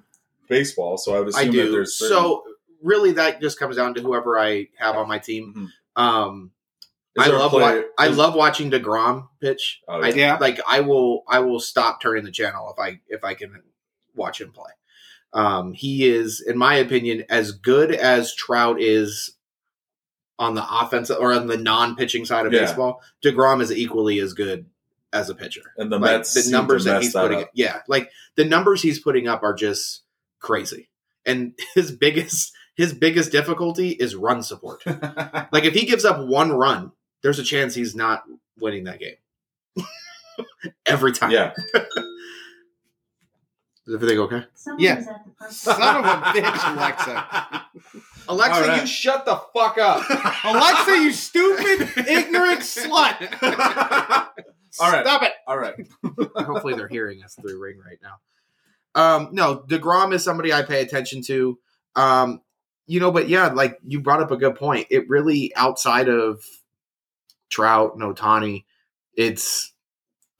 [SPEAKER 3] baseball, so I would assume
[SPEAKER 5] I
[SPEAKER 3] that
[SPEAKER 5] do.
[SPEAKER 3] there's certain-
[SPEAKER 5] So really, that just comes down to whoever I have on my team. Um,
[SPEAKER 3] Is
[SPEAKER 5] I
[SPEAKER 3] there a
[SPEAKER 5] love
[SPEAKER 3] play-
[SPEAKER 5] wa- I
[SPEAKER 3] is-
[SPEAKER 5] love watching Degrom pitch.
[SPEAKER 3] Oh,
[SPEAKER 5] I,
[SPEAKER 3] yeah.
[SPEAKER 4] Yeah.
[SPEAKER 5] like I will I will stop turning the channel if I if I can watch him play. Um, he is, in my opinion, as good as Trout is on the offensive or on the non-pitching side of
[SPEAKER 3] Yeah.
[SPEAKER 5] baseball. Degrom is equally as good as a pitcher.
[SPEAKER 3] and the
[SPEAKER 5] Like,
[SPEAKER 3] Mets
[SPEAKER 5] the numbers that he's putting,
[SPEAKER 3] putting up.
[SPEAKER 5] yeah, like the numbers he's putting up are just crazy. And his biggest his biggest difficulty is run support. Like if he gives up one run, there's a chance he's not winning that game. Every time.
[SPEAKER 3] yeah,
[SPEAKER 5] Is everything okay?
[SPEAKER 4] Yeah.
[SPEAKER 6] Someone's at the park.
[SPEAKER 4] Son of a bitch, Alexa.
[SPEAKER 5] Alexa,
[SPEAKER 3] All right.
[SPEAKER 5] you shut the fuck up.
[SPEAKER 4] Alexa, you stupid, ignorant slut.
[SPEAKER 3] All right.
[SPEAKER 4] Stop it.
[SPEAKER 3] all right.
[SPEAKER 5] Hopefully they're hearing us through ring right now. Um, no, DeGrom is somebody I pay attention to. Um, you know, but yeah, like you brought up a good point. It really outside of Trout and Otani, it's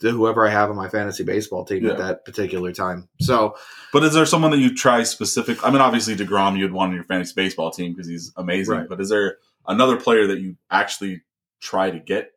[SPEAKER 5] the whoever I have on my fantasy baseball team
[SPEAKER 3] Yeah.
[SPEAKER 5] at that particular time. So
[SPEAKER 3] But is there someone that you try specific? I mean, obviously Degrom you'd want on your fantasy baseball team because he's amazing.
[SPEAKER 5] Right.
[SPEAKER 3] But is there another player that you actually try to get?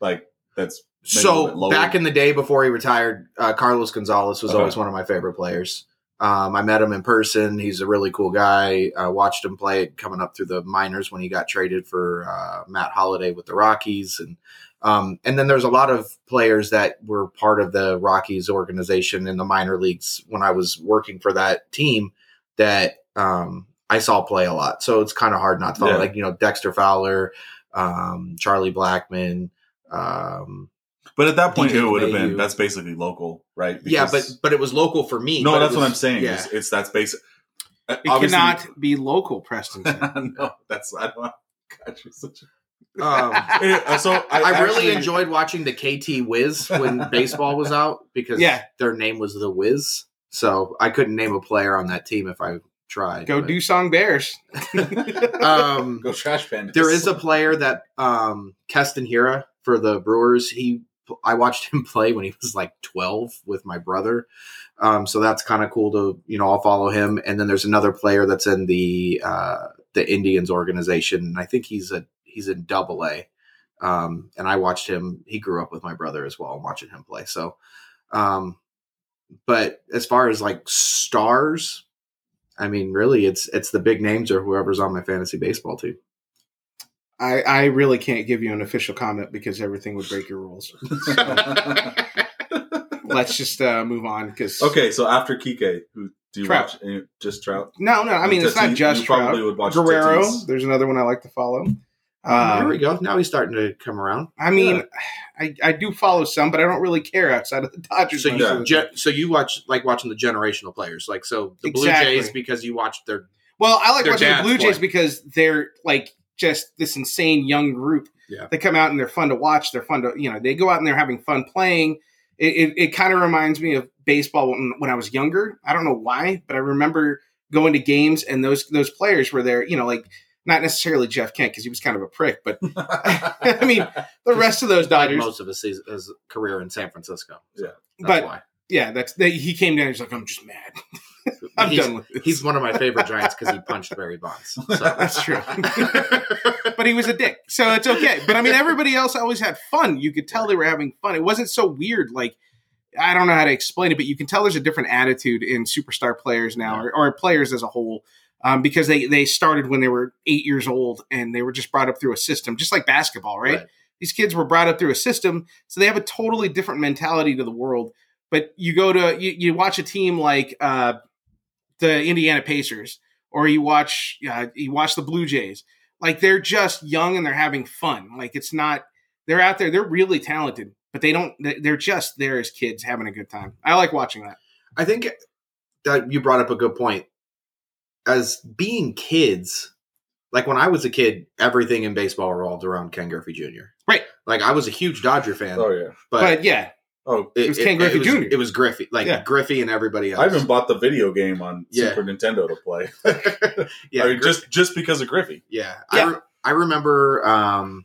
[SPEAKER 3] Like that's Maybe a little bit
[SPEAKER 5] so
[SPEAKER 3] lower.
[SPEAKER 5] back in the day before he retired, uh, Carlos Gonzalez was
[SPEAKER 3] Okay.
[SPEAKER 5] always one of my favorite players. Um, I met him in person. He's a really cool guy. I watched him play coming up through the minors when he got traded for uh, Matt Holliday with the Rockies, and um, and then there's a lot of players that were part of the Rockies organization in the minor leagues when I was working for that team that um, I saw play a lot. So it's kind of hard not to follow,
[SPEAKER 3] Yeah.
[SPEAKER 5] like you know Dexter Fowler, um, Charlie Blackman. Um,
[SPEAKER 3] but at that point
[SPEAKER 5] DJ
[SPEAKER 3] it would have been
[SPEAKER 5] Mayhew.
[SPEAKER 3] that's basically local, right?
[SPEAKER 5] yeah, but
[SPEAKER 3] Because-
[SPEAKER 5] but it was local for me.
[SPEAKER 3] no,
[SPEAKER 5] but it
[SPEAKER 3] that's what
[SPEAKER 5] was-
[SPEAKER 3] I'm saying.
[SPEAKER 5] Yeah,
[SPEAKER 3] It's, it's that's basic.
[SPEAKER 4] It cannot be local, Preston. said.
[SPEAKER 3] no, that's I don't. God, you're such a-
[SPEAKER 5] um,
[SPEAKER 3] Anyway, so I,
[SPEAKER 5] I
[SPEAKER 3] actually-
[SPEAKER 5] really enjoyed watching the KT Wiz when baseball was out because
[SPEAKER 4] Yeah.
[SPEAKER 5] their name was the Wiz. So I couldn't name a player on that team if I tried.
[SPEAKER 4] Go
[SPEAKER 5] but-
[SPEAKER 4] do song bears.
[SPEAKER 5] Um,
[SPEAKER 3] go trash pandas.
[SPEAKER 5] there is a player that um, Keston Hira for the Brewers. He I watched him play when he was like 12 with my brother. Um, so that's kind of cool to you know I'll follow him. And then there's another player that's in the uh, the Indians organization. And I think he's a he's in Double A. Um, and I watched him. He grew up with my brother as well. I'm watching him play. So, um, but as far as like stars, I mean, really, it's it's the big names or whoever's on my fantasy baseball team.
[SPEAKER 4] I, I really can't give you an official comment because everything would break your rules. Let's just uh, move on because
[SPEAKER 3] okay, so after Kike, who do you
[SPEAKER 4] Trout.
[SPEAKER 3] watch? Any- Just Trout.
[SPEAKER 4] no no I mean it's
[SPEAKER 3] Tatis-
[SPEAKER 4] not just
[SPEAKER 3] you probably
[SPEAKER 4] Trout.
[SPEAKER 3] would watch
[SPEAKER 4] Guerrero.
[SPEAKER 3] Tatis.
[SPEAKER 4] There's another one I like to follow.
[SPEAKER 5] There
[SPEAKER 4] Um,
[SPEAKER 5] we go. Now he's starting to come around.
[SPEAKER 4] I mean, I, I do follow some, but I don't really care outside of the Dodgers.
[SPEAKER 5] So
[SPEAKER 4] most of
[SPEAKER 5] you
[SPEAKER 4] the time.
[SPEAKER 5] ge- so you watch like watching the generational players, like so the
[SPEAKER 4] Exactly.
[SPEAKER 5] Blue Jays because you watched their
[SPEAKER 4] Well, I like
[SPEAKER 5] Their
[SPEAKER 4] watching the
[SPEAKER 5] dad's
[SPEAKER 4] Blue Jays
[SPEAKER 5] play.
[SPEAKER 4] because they're like just this insane young group.
[SPEAKER 5] Yeah.
[SPEAKER 4] They come out and they're fun to watch. They're fun to you know they go out and they're having fun playing. It it, it kind of reminds me of baseball when, when I was younger. I don't know why, but I remember going to games and those those players were there. You know, like not necessarily Jeff Kent because he was kind of a prick, but I mean the rest of those
[SPEAKER 5] like
[SPEAKER 4] Dodgers.
[SPEAKER 5] most of his, season, his career in San Francisco. So
[SPEAKER 3] Yeah.
[SPEAKER 5] that's
[SPEAKER 4] But-
[SPEAKER 5] why
[SPEAKER 4] Yeah, that's they, he came down. He's like, I'm just mad. I'm
[SPEAKER 5] he's,
[SPEAKER 4] done with this.
[SPEAKER 5] he's one of my favorite Giants because he punched Barry Bonds. So.
[SPEAKER 4] That's true. but he was a dick. So it's okay. But I mean, everybody else always had fun. You could tell they were having fun. It wasn't so weird. Like, I don't know how to explain it, but you can tell there's a different attitude in superstar players now or, or players as a whole um, because they, they started when they were eight years old and they were just brought up through a system, just like basketball, right?
[SPEAKER 5] Right.
[SPEAKER 4] These kids were brought up through a system. So they have a totally different mentality to the world. But you go to, you, you watch a team like uh, the Indiana Pacers or you watch uh, you watch the Blue Jays. Like they're just young and they're having fun. Like it's not they're out there. They're really talented, but they don't. they- They're just there as kids having a good time. I like watching that.
[SPEAKER 5] I think that you brought up a good point. As being kids, like when I was a kid, everything in baseball revolved around Ken Griffey Jr.
[SPEAKER 4] Right.
[SPEAKER 5] Like I was a huge Dodger fan,
[SPEAKER 3] Oh yeah.
[SPEAKER 5] but,
[SPEAKER 4] But yeah,
[SPEAKER 3] Oh,
[SPEAKER 4] It was Ken Griffey
[SPEAKER 5] was-
[SPEAKER 4] Jr..
[SPEAKER 5] It was Griffey, like
[SPEAKER 4] Yeah.
[SPEAKER 5] Griffey and everybody else.
[SPEAKER 3] I even bought the video game on
[SPEAKER 5] Yeah.
[SPEAKER 3] Super Nintendo to play.
[SPEAKER 5] yeah,
[SPEAKER 3] Or
[SPEAKER 5] Griffey-
[SPEAKER 3] just just because of Griffey.
[SPEAKER 5] Yeah,
[SPEAKER 4] Yeah.
[SPEAKER 5] I, re- I remember. Um,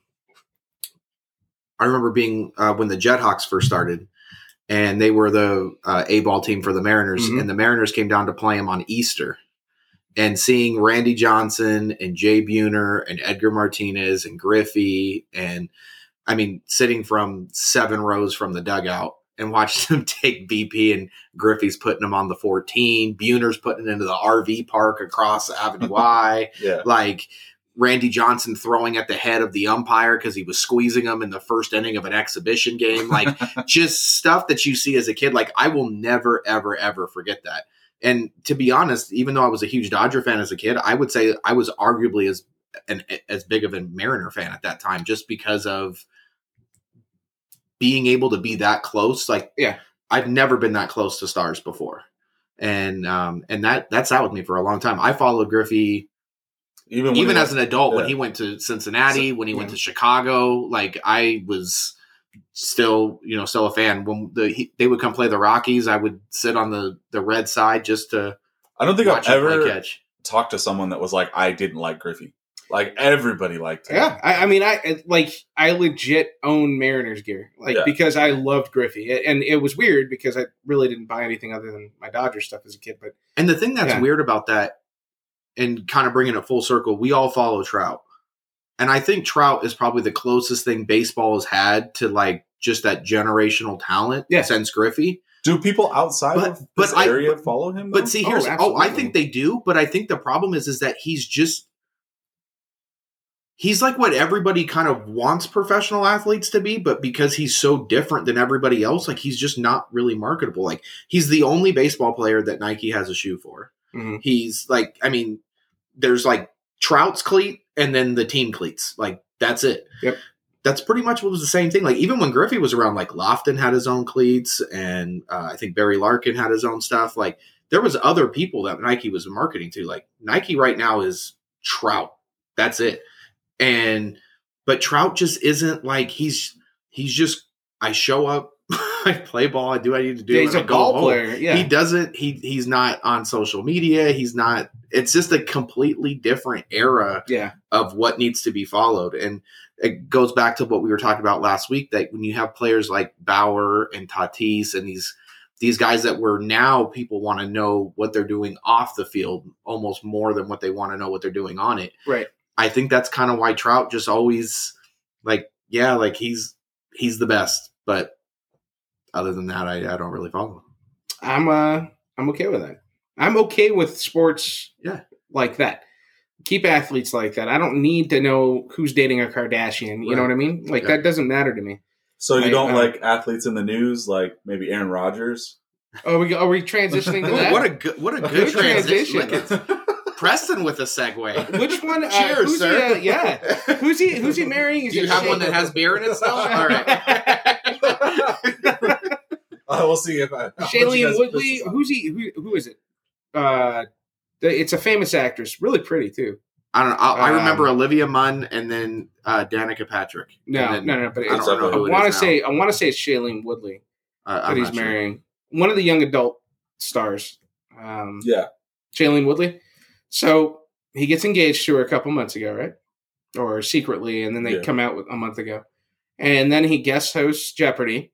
[SPEAKER 5] I remember being uh, when the Jethawks first started, and they were the uh, A ball team for the Mariners,
[SPEAKER 4] Mhm.
[SPEAKER 5] and the Mariners came down to play them on Easter. And seeing Randy Johnson and Jay Buhner and Edgar Martinez and Griffey and I mean, sitting from seven rows from the dugout and watching them take BP and Griffey's putting them on the 14, Buhner's putting into the RV park across Avenue Y,
[SPEAKER 3] Yeah.
[SPEAKER 5] like Randy Johnson throwing at the head of the umpire because he was squeezing him in the first inning of an exhibition game, like just stuff that you see as a kid. Like I will never, ever, ever forget that. And to be honest, even though I was a huge Dodger fan as a kid, I would say I was arguably as an as big of a Mariner fan at that time, just because of being able to be that close. Like,
[SPEAKER 4] Yeah.
[SPEAKER 5] I've never been that close to stars before, and um, and that that sat with me for a long time. I followed Griffey
[SPEAKER 3] Even when
[SPEAKER 5] even
[SPEAKER 3] he-
[SPEAKER 5] as an adult when
[SPEAKER 3] yeah.
[SPEAKER 5] he went to Cincinnati, when he went to Chicago. Like, I was still you know still a fan when the he, they would come play the Rockies. I would sit on the the red side just to
[SPEAKER 3] I don't think I've
[SPEAKER 5] watch him play
[SPEAKER 3] ever
[SPEAKER 5] catch.
[SPEAKER 3] talked to someone that was like, I didn't like Griffey. Like everybody liked him.
[SPEAKER 4] Yeah, I, I mean, I it- like I legit own Mariners gear, like
[SPEAKER 3] Yeah.
[SPEAKER 4] because I loved Griffey, A- and it was weird because I really didn't buy anything other than my Dodger stuff as a kid. But
[SPEAKER 5] And the thing that's
[SPEAKER 4] Yeah.
[SPEAKER 5] weird about that, and kind of bringing it full circle, we all follow Trout. And I think Trout is probably the closest thing baseball has had to like just that generational talent
[SPEAKER 4] Yeah.
[SPEAKER 5] since Griffey.
[SPEAKER 3] Do people outside
[SPEAKER 5] But-
[SPEAKER 3] of
[SPEAKER 5] but
[SPEAKER 3] this
[SPEAKER 5] I-
[SPEAKER 3] area
[SPEAKER 5] but-
[SPEAKER 3] follow him? though?
[SPEAKER 5] But see,
[SPEAKER 4] Oh,
[SPEAKER 5] here's oh, I
[SPEAKER 4] absolutely.
[SPEAKER 5] think they do, but I think the problem is is that he's just he's like what everybody kind of wants professional athletes to be, but because he's so different than everybody else, like he's just not really marketable. Like he's the only baseball player that Nike has a shoe for.
[SPEAKER 4] Mhm.
[SPEAKER 5] He's like, I mean, there's like Trout's cleat and then the team cleats. Like that's it.
[SPEAKER 4] Yep.
[SPEAKER 5] That's pretty much what was the same thing. Like even when Griffey was around, like Lofton had his own cleats, and uh, I think Barry Larkin had his own stuff. Like there was other people that Nike was marketing to. Like Nike right now is Trout. That's it. And but Trout just isn't like he's he's just I show up, I play ball, I do what I need to do.
[SPEAKER 4] yeah, he's
[SPEAKER 5] and
[SPEAKER 4] a
[SPEAKER 5] I go
[SPEAKER 4] ball
[SPEAKER 5] home.
[SPEAKER 4] player. Yeah,
[SPEAKER 5] He doesn't he he's not on social media. He's not it's just a completely different era
[SPEAKER 4] yeah,
[SPEAKER 5] of what needs to be followed. And it goes back to what we were talking about last week that when you have players like Bauer and Tatis and these these guys that were now people want to know what they're doing off the field almost more than what they want to know what they're doing on it.
[SPEAKER 4] right.
[SPEAKER 5] I think that's kind of why Trout just always like yeah, like he's he's the best, but other than that I, I don't really follow him.
[SPEAKER 4] I'm uh, I'm okay with that. I'm okay with sports.
[SPEAKER 5] Yeah.
[SPEAKER 4] like that. Keep athletes like that. I don't need to know who's dating a Kardashian. You
[SPEAKER 5] Right.
[SPEAKER 4] know what I mean? Like
[SPEAKER 5] Yeah.
[SPEAKER 4] that doesn't matter to me.
[SPEAKER 3] so you
[SPEAKER 4] I-
[SPEAKER 5] uh,
[SPEAKER 3] don't
[SPEAKER 4] I-
[SPEAKER 3] like athletes in the news, like maybe Aaron Rodgers?
[SPEAKER 4] Are we are we transitioning to that?
[SPEAKER 5] what a good what a good,
[SPEAKER 4] Good
[SPEAKER 5] transition.
[SPEAKER 4] transition.
[SPEAKER 5] Look, it's Preston with a segue.
[SPEAKER 4] Which one? Uh,
[SPEAKER 5] Cheers,
[SPEAKER 4] who's he,
[SPEAKER 5] sir.
[SPEAKER 4] uh, yeah. Who's he? Who's he marrying? Is
[SPEAKER 5] Do you
[SPEAKER 4] it
[SPEAKER 5] have
[SPEAKER 4] Shane?
[SPEAKER 5] one that has beer in it still? All right.
[SPEAKER 3] I will see if I. how much you
[SPEAKER 4] Shailene
[SPEAKER 3] guys
[SPEAKER 4] Woodley.
[SPEAKER 3] piss us off.
[SPEAKER 4] Who's he? Who, who is it? Uh, the- it's a famous actress, really pretty too.
[SPEAKER 5] I don't know. I, I remember
[SPEAKER 4] Um,
[SPEAKER 5] Olivia Munn and then uh, Danica Patrick.
[SPEAKER 4] No,
[SPEAKER 5] And then-
[SPEAKER 4] no, no. But
[SPEAKER 5] I
[SPEAKER 4] it's, uh,
[SPEAKER 5] don't know
[SPEAKER 4] I
[SPEAKER 5] who it is.
[SPEAKER 4] want to
[SPEAKER 5] now.
[SPEAKER 4] say I want to say it's Shailene Woodley
[SPEAKER 5] I- I'm
[SPEAKER 4] that he's
[SPEAKER 5] not sure.
[SPEAKER 4] marrying one of the young adult stars. Um,
[SPEAKER 3] Yeah.
[SPEAKER 4] Shailene Woodley. So he gets engaged to her a couple months ago, right? Or secretly, and then they
[SPEAKER 3] Yeah.
[SPEAKER 4] come out with, a month ago, and then he guest hosts Jeopardy.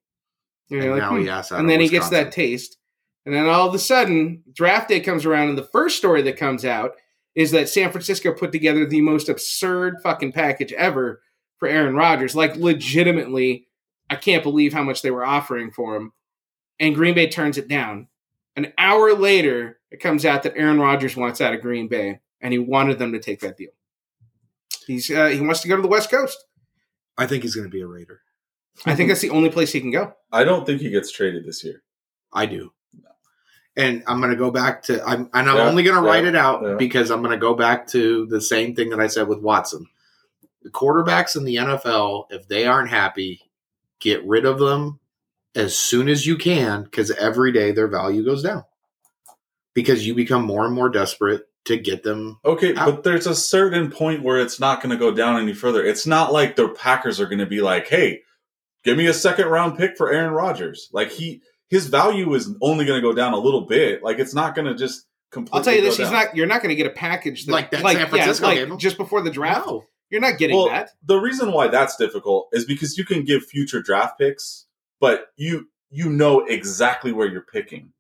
[SPEAKER 4] And
[SPEAKER 5] And
[SPEAKER 4] you're like,
[SPEAKER 5] now
[SPEAKER 4] hmm.
[SPEAKER 5] he asks out
[SPEAKER 4] and
[SPEAKER 5] of
[SPEAKER 4] then he gets
[SPEAKER 5] Wisconsin.
[SPEAKER 4] that taste. And then all of a sudden, draft day comes around, and the first story that comes out is that San Francisco put together the most absurd fucking package ever for Aaron Rodgers. Like, legitimately, I can't believe how much they were offering for him. And Green Bay turns it down. An hour later, it comes out that Aaron Rodgers wants out of Green Bay, and he wanted them to take that deal. He's uh, he wants to go to the West Coast.
[SPEAKER 5] I think he's going to be a Raider.
[SPEAKER 4] I think that's the only place he can go.
[SPEAKER 3] I don't think he gets traded this year.
[SPEAKER 5] I do. And I'm going to go back to I'm and I'm
[SPEAKER 3] Yeah,
[SPEAKER 5] only going to
[SPEAKER 3] yeah,
[SPEAKER 5] write it out
[SPEAKER 3] yeah.
[SPEAKER 5] because I'm going to go back to the same thing that I said with Watson. The quarterbacks in the NFL, if they aren't happy, get rid of them as soon as you can because every day their value goes down because you become more and more desperate to get them.
[SPEAKER 3] Okay,
[SPEAKER 5] Ow.
[SPEAKER 3] but there's a certain point where it's not going to go down any further. It's not like the Packers are going to be like, "Hey, give me a second round pick for Aaron Rodgers." Like he his value is only going to go down a little bit. Like it's not going to just completely.
[SPEAKER 4] I'll tell you this:
[SPEAKER 3] go
[SPEAKER 4] he's
[SPEAKER 3] down.
[SPEAKER 4] not. You're not going to get a package that,
[SPEAKER 5] Like that San Francisco game.
[SPEAKER 4] just before the draft.
[SPEAKER 5] No.
[SPEAKER 4] You're not getting
[SPEAKER 3] Well,
[SPEAKER 4] that.
[SPEAKER 3] The reason why that's difficult is because you can give future draft picks, but you you know exactly where you're picking.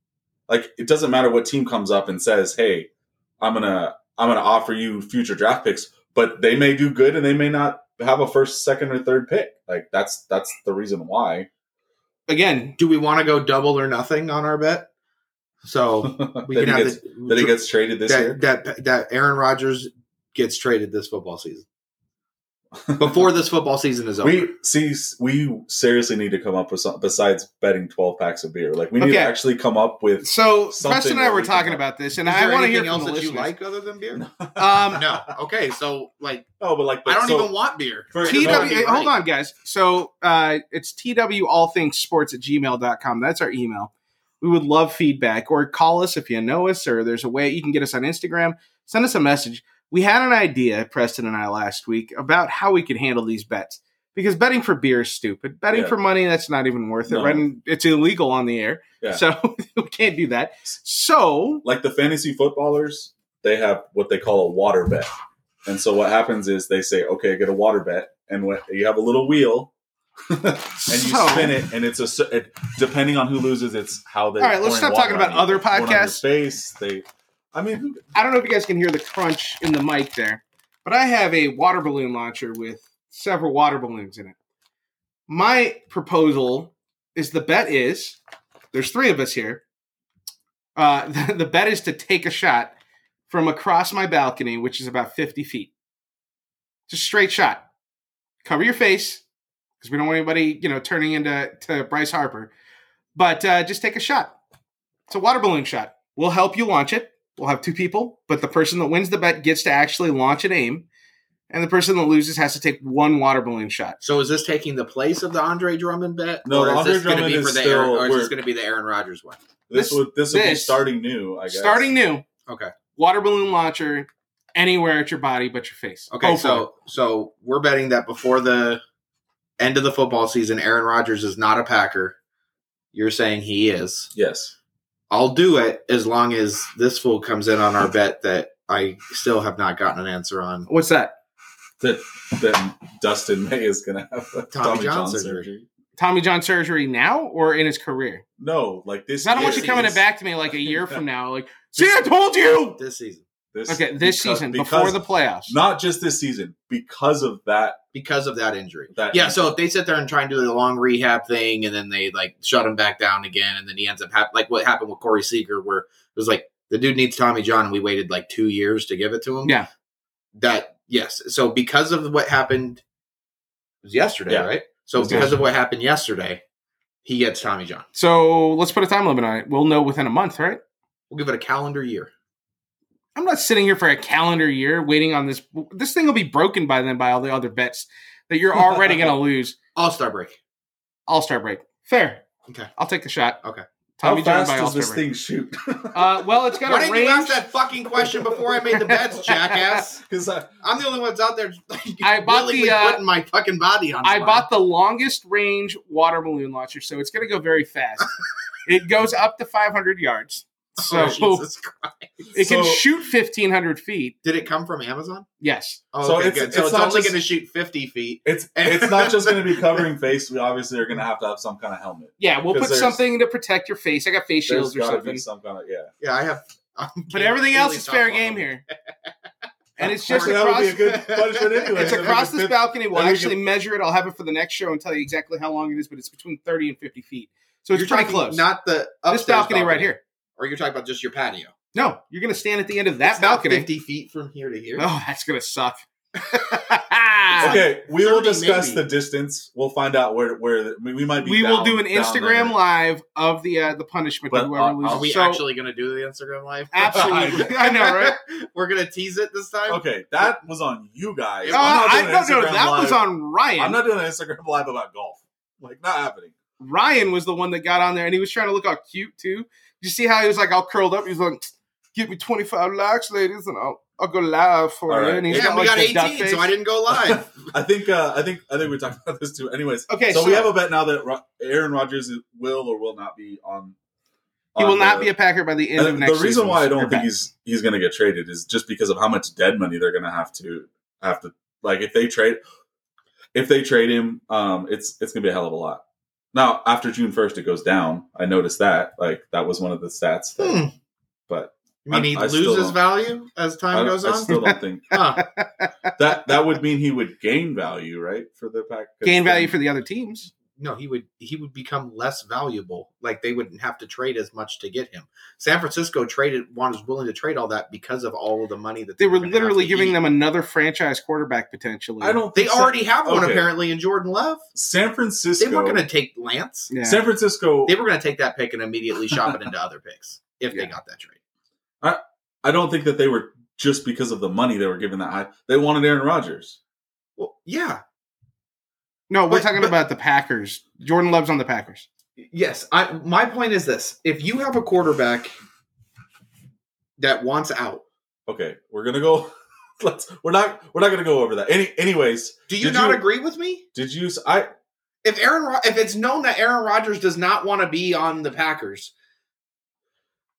[SPEAKER 3] Like it doesn't matter what team comes up and says, "Hey, I'm gonna I'm gonna offer you future draft picks," but they may do good and they may not. have a first, second, or third pick. Like that's that's the reason why.
[SPEAKER 4] Again,
[SPEAKER 5] Do we want to go double or nothing on our bet? So
[SPEAKER 3] that
[SPEAKER 5] we can
[SPEAKER 3] he
[SPEAKER 5] have
[SPEAKER 3] gets
[SPEAKER 5] the,
[SPEAKER 3] that he gets traded this
[SPEAKER 5] that,
[SPEAKER 3] year.
[SPEAKER 5] that that Aaron Rodgers gets traded this football season before this football season is over.
[SPEAKER 3] we see we seriously need to come up with something besides betting 12 packs of beer like we need
[SPEAKER 4] Okay.
[SPEAKER 3] to actually come up with
[SPEAKER 4] so
[SPEAKER 3] Something
[SPEAKER 4] Preston and I
[SPEAKER 3] that
[SPEAKER 4] were
[SPEAKER 3] we
[SPEAKER 4] talking
[SPEAKER 3] can-
[SPEAKER 4] about this, and
[SPEAKER 5] Is
[SPEAKER 4] I
[SPEAKER 5] there
[SPEAKER 4] want to hear
[SPEAKER 5] anything
[SPEAKER 4] from
[SPEAKER 5] else
[SPEAKER 4] the
[SPEAKER 5] that you
[SPEAKER 4] listeners.
[SPEAKER 5] like other than beer?
[SPEAKER 4] Um,
[SPEAKER 5] No. Okay, so like
[SPEAKER 3] oh but like
[SPEAKER 5] I don't
[SPEAKER 3] so-
[SPEAKER 5] even want beer.
[SPEAKER 3] for-
[SPEAKER 4] TW,
[SPEAKER 3] no, I mean,
[SPEAKER 5] right.
[SPEAKER 4] hold on, guys. So uh, it's twallthingssports at gmail.com. That's our email. We would love feedback or call us if you know us, or there's a way you can get us on Instagram. Send us a message. We had an idea, Preston and I, last week about how we could handle these bets because betting for beer is stupid. Betting
[SPEAKER 3] Yeah.
[SPEAKER 4] for money, that's not even worth it.
[SPEAKER 3] No.
[SPEAKER 4] Right? And It's illegal on the air.
[SPEAKER 3] Yeah.
[SPEAKER 4] So we can't do that. So
[SPEAKER 3] like the fantasy footballers they have what they call a water bet and so what happens is they say okay get a water bet and what you have a little wheel and you
[SPEAKER 4] So-
[SPEAKER 3] spin it and it's a cer- it, depending on who loses it's how they
[SPEAKER 4] All right, let's stop
[SPEAKER 3] pouring
[SPEAKER 4] talking
[SPEAKER 3] water on
[SPEAKER 4] about
[SPEAKER 3] you.
[SPEAKER 4] other
[SPEAKER 3] They pour it on your
[SPEAKER 4] podcasts.
[SPEAKER 3] face they i mean who-
[SPEAKER 4] I don't know if you guys can hear the crunch in the mic there, but I have a water balloon launcher with several water balloons in it. My proposal is the bet is there's three of us here. Uh, the, the bet is to take a shot from across my balcony, which is about 50 feet. Just straight shot. Cover your face because we don't want anybody, you know, turning into to Bryce Harper. But uh, just take a shot. It's a water balloon shot. We'll help you launch it we'll have two people, but the person that wins the bet gets to actually launch and aim, and the person that loses has to take one water balloon shot.
[SPEAKER 5] So is this taking the place of the Andre Drummond bet?
[SPEAKER 3] No,
[SPEAKER 5] or
[SPEAKER 3] the
[SPEAKER 5] is
[SPEAKER 3] Andre
[SPEAKER 5] this gonna
[SPEAKER 3] Drummond
[SPEAKER 5] be
[SPEAKER 3] is
[SPEAKER 5] for the
[SPEAKER 3] still-
[SPEAKER 5] Aaron, or is
[SPEAKER 3] we're-
[SPEAKER 5] this going to be the Aaron Rodgers one?
[SPEAKER 3] this,
[SPEAKER 4] This-
[SPEAKER 3] would this would be
[SPEAKER 4] this-
[SPEAKER 3] starting new i guess
[SPEAKER 4] Starting new,
[SPEAKER 5] Okay.
[SPEAKER 4] water balloon launcher anywhere at your body but your face.
[SPEAKER 5] Okay,
[SPEAKER 3] Oh,
[SPEAKER 4] Go for it.
[SPEAKER 5] so so we're betting that before the end of the football season, Aaron Rodgers is not a Packer. You're saying he is.
[SPEAKER 3] yes
[SPEAKER 5] I'll do it as long as this fool comes in on our bet that I still have not gotten an answer on.
[SPEAKER 4] what's that?
[SPEAKER 3] that that dustin may is gonna have a
[SPEAKER 5] Tommy
[SPEAKER 3] tommy,
[SPEAKER 5] John
[SPEAKER 3] john
[SPEAKER 5] surgery.
[SPEAKER 3] surgery
[SPEAKER 4] Tommy John surgery now or in his career?
[SPEAKER 3] No, like this.
[SPEAKER 4] Because I don't want
[SPEAKER 5] Yes,
[SPEAKER 4] you
[SPEAKER 5] it
[SPEAKER 4] coming
[SPEAKER 5] is.
[SPEAKER 4] back to me like a year from now, like, see, I told you.
[SPEAKER 5] This season
[SPEAKER 3] This,
[SPEAKER 4] Okay, this
[SPEAKER 3] because-
[SPEAKER 4] season
[SPEAKER 3] because-
[SPEAKER 4] before the playoffs.
[SPEAKER 3] not just this season because of that.
[SPEAKER 5] because of that injury.
[SPEAKER 3] That
[SPEAKER 5] Yeah, so if they sit there and try and do the long rehab thing, and then they like shut him back down again, and then he ends up hap- like what happened with Corey Seager, where it was like the dude needs Tommy John, and we waited like two years to give it to him.
[SPEAKER 4] Yeah.
[SPEAKER 5] that yes. So because of what happened, it was yesterday,
[SPEAKER 3] Yeah.
[SPEAKER 5] right? So
[SPEAKER 3] It was
[SPEAKER 5] because of what happened yesterday, he gets Tommy John.
[SPEAKER 4] So let's put a time limit on it. We'll know within a month, right?
[SPEAKER 5] We'll give it a calendar year.
[SPEAKER 4] I'm not sitting here for a calendar year waiting on this. This thing will be broken by then by all the other bets that you're already going to lose.
[SPEAKER 5] All star break.
[SPEAKER 4] All Star break. Fair.
[SPEAKER 5] Okay.
[SPEAKER 4] I'll take the shot.
[SPEAKER 5] Okay.
[SPEAKER 4] Tommy
[SPEAKER 3] how fast
[SPEAKER 4] John by All
[SPEAKER 3] does
[SPEAKER 4] Star
[SPEAKER 3] this
[SPEAKER 4] break.
[SPEAKER 3] thing shoot?
[SPEAKER 4] Uh, well, it's got
[SPEAKER 5] Why
[SPEAKER 4] a
[SPEAKER 5] didn't you ask
[SPEAKER 4] range.
[SPEAKER 5] that fucking question before I made the bets, jackass?
[SPEAKER 3] Because
[SPEAKER 5] I'm the only one that's out there.
[SPEAKER 4] I bought the,
[SPEAKER 5] willingly
[SPEAKER 4] uh,
[SPEAKER 5] putting my fucking body on. the
[SPEAKER 4] I
[SPEAKER 5] line.
[SPEAKER 4] bought the longest range water balloon launcher, so it's going to go very fast. it goes up to 500 yards, so
[SPEAKER 5] Oh, Jesus Christ.
[SPEAKER 4] it can
[SPEAKER 3] So-
[SPEAKER 4] shoot 1,500 feet.
[SPEAKER 5] Did it come from Amazon?
[SPEAKER 4] Yes.
[SPEAKER 5] Oh,
[SPEAKER 3] So
[SPEAKER 5] okay,
[SPEAKER 3] it's-
[SPEAKER 5] good.
[SPEAKER 3] it's
[SPEAKER 5] so it's
[SPEAKER 3] not
[SPEAKER 5] only
[SPEAKER 3] just-
[SPEAKER 5] going to shoot 50 feet.
[SPEAKER 3] it's it's not just going to be covering face. We obviously are going to have to have some kind of helmet.
[SPEAKER 4] Yeah, we'll
[SPEAKER 3] 'Cause
[SPEAKER 4] put
[SPEAKER 3] there's-
[SPEAKER 4] something to protect your face. I got face
[SPEAKER 3] There's
[SPEAKER 4] shields or
[SPEAKER 3] got to
[SPEAKER 4] something.
[SPEAKER 3] be some kind of yeah.
[SPEAKER 5] Yeah, I have. I'm
[SPEAKER 4] But
[SPEAKER 5] can't
[SPEAKER 4] everything else
[SPEAKER 5] really
[SPEAKER 4] is
[SPEAKER 5] talk
[SPEAKER 4] fair
[SPEAKER 5] about
[SPEAKER 4] game
[SPEAKER 5] it.
[SPEAKER 4] here. And it's just
[SPEAKER 3] Actually, that would be
[SPEAKER 4] across
[SPEAKER 3] a good punishment anyway.
[SPEAKER 4] It's
[SPEAKER 3] Then we
[SPEAKER 4] across
[SPEAKER 3] could
[SPEAKER 4] this
[SPEAKER 3] fit-
[SPEAKER 4] balcony. We'll
[SPEAKER 3] then we
[SPEAKER 4] actually measure it. I'll have it for the next show and tell you exactly how long it is, but it's between 30 and 50 feet. So it's
[SPEAKER 5] you're
[SPEAKER 4] pretty
[SPEAKER 5] talking
[SPEAKER 4] close.
[SPEAKER 5] not the upstairs
[SPEAKER 4] this balcony, right here.
[SPEAKER 5] or you're talking about just your patio.
[SPEAKER 4] No, you're going to stand at the end of that
[SPEAKER 5] It's not
[SPEAKER 4] balcony.
[SPEAKER 5] 50 feet from here to here.
[SPEAKER 4] Oh, that's going to suck.
[SPEAKER 3] Okay, we will
[SPEAKER 5] 30
[SPEAKER 3] discuss
[SPEAKER 5] maybe.
[SPEAKER 3] the distance. We'll find out where where the- we we might be.
[SPEAKER 4] we will
[SPEAKER 3] down-
[SPEAKER 4] do an
[SPEAKER 3] down
[SPEAKER 4] Instagram
[SPEAKER 3] there.
[SPEAKER 4] live of the uh, the punishment
[SPEAKER 3] But
[SPEAKER 4] to whoever
[SPEAKER 3] are-
[SPEAKER 4] loses.
[SPEAKER 5] Are we
[SPEAKER 4] So-
[SPEAKER 5] actually going to do the Instagram live?
[SPEAKER 4] Absolutely. I know, right?
[SPEAKER 5] We're going to tease it this time.
[SPEAKER 3] Okay, that was on you guys.
[SPEAKER 4] Uh,
[SPEAKER 3] I'm not
[SPEAKER 4] I
[SPEAKER 3] doing
[SPEAKER 4] don't know.
[SPEAKER 3] an Instagram
[SPEAKER 4] That was
[SPEAKER 3] live.
[SPEAKER 4] on Ryan.
[SPEAKER 3] I'm not doing an Instagram live about golf. Like, not happening.
[SPEAKER 4] Ryan was the one that got on there, and he was trying to look all cute too. Did you see how he was like all curled up? He was like, "Give me 25 likes, ladies, and I'll I'll go live for
[SPEAKER 3] All
[SPEAKER 4] you."
[SPEAKER 3] right.
[SPEAKER 4] And he's
[SPEAKER 5] Yeah,
[SPEAKER 4] got,
[SPEAKER 5] we
[SPEAKER 4] like,
[SPEAKER 5] got
[SPEAKER 4] the duck
[SPEAKER 5] 18, so
[SPEAKER 4] face.
[SPEAKER 5] I didn't go live.
[SPEAKER 3] I think uh, I think I think we talked about this too. Anyways,
[SPEAKER 4] Okay,
[SPEAKER 3] so, we have a bet now that Ro- Aaron Rodgers is- will or will not be on.
[SPEAKER 4] he
[SPEAKER 3] on
[SPEAKER 4] will not
[SPEAKER 3] the-
[SPEAKER 4] be a Packer by the end of
[SPEAKER 3] and
[SPEAKER 4] next.
[SPEAKER 3] The reason why I
[SPEAKER 4] season's
[SPEAKER 3] don't think
[SPEAKER 4] quarterback.
[SPEAKER 3] he's he's going to get traded is just because of how much dead money they're going to have to have to like if they trade if they trade him, um, it's it's going to be a hell of a lot. Now after June first, it goes down. I noticed that like that was one of the stats, that-
[SPEAKER 5] Hmm.
[SPEAKER 3] but
[SPEAKER 5] You mean he
[SPEAKER 3] I- I still
[SPEAKER 5] loses
[SPEAKER 3] don't-
[SPEAKER 5] value as
[SPEAKER 3] I,
[SPEAKER 5] time goes
[SPEAKER 3] I
[SPEAKER 5] on?
[SPEAKER 3] still don't think
[SPEAKER 5] Huh.
[SPEAKER 3] that that would mean he would gain value, right? For the pack,
[SPEAKER 4] Gain value for the other teams.
[SPEAKER 5] No, he would he would become less valuable. Like they wouldn't have to trade as much to get him. San Francisco traded was willing to trade all that because of all of the money that
[SPEAKER 4] They were
[SPEAKER 5] gonna have
[SPEAKER 4] literally
[SPEAKER 5] to
[SPEAKER 4] giving
[SPEAKER 5] eat.
[SPEAKER 4] them another franchise quarterback potentially.
[SPEAKER 3] I don't.
[SPEAKER 5] They
[SPEAKER 3] Think San-
[SPEAKER 5] already have one
[SPEAKER 3] Okay.
[SPEAKER 5] apparently in Jordan Love.
[SPEAKER 3] San
[SPEAKER 5] They
[SPEAKER 3] Francisco.
[SPEAKER 5] weren't going to take Lance.
[SPEAKER 4] Yeah.
[SPEAKER 3] San Francisco.
[SPEAKER 5] They were going to take that pick and immediately shop it into other picks if
[SPEAKER 4] Yeah.
[SPEAKER 5] they got that trade.
[SPEAKER 3] I don't think that they were just because of the money they were giving that high. They wanted Aaron Rodgers.
[SPEAKER 5] Well, yeah,
[SPEAKER 4] No, we're
[SPEAKER 5] But-
[SPEAKER 4] talking
[SPEAKER 5] but-
[SPEAKER 4] about the Packers. Jordan Love's on the Packers.
[SPEAKER 5] yes. I my point is this: if you have a quarterback that wants out,
[SPEAKER 3] Okay, we're gonna go. Let's. We're not. We're not gonna go over that. Any. Anyways,
[SPEAKER 5] do you
[SPEAKER 3] Did
[SPEAKER 5] not
[SPEAKER 3] you-
[SPEAKER 5] agree with me?
[SPEAKER 3] did you? s- I.
[SPEAKER 5] If Aaron, Ro- if it's known that Aaron Rodgers does not want to be on the Packers,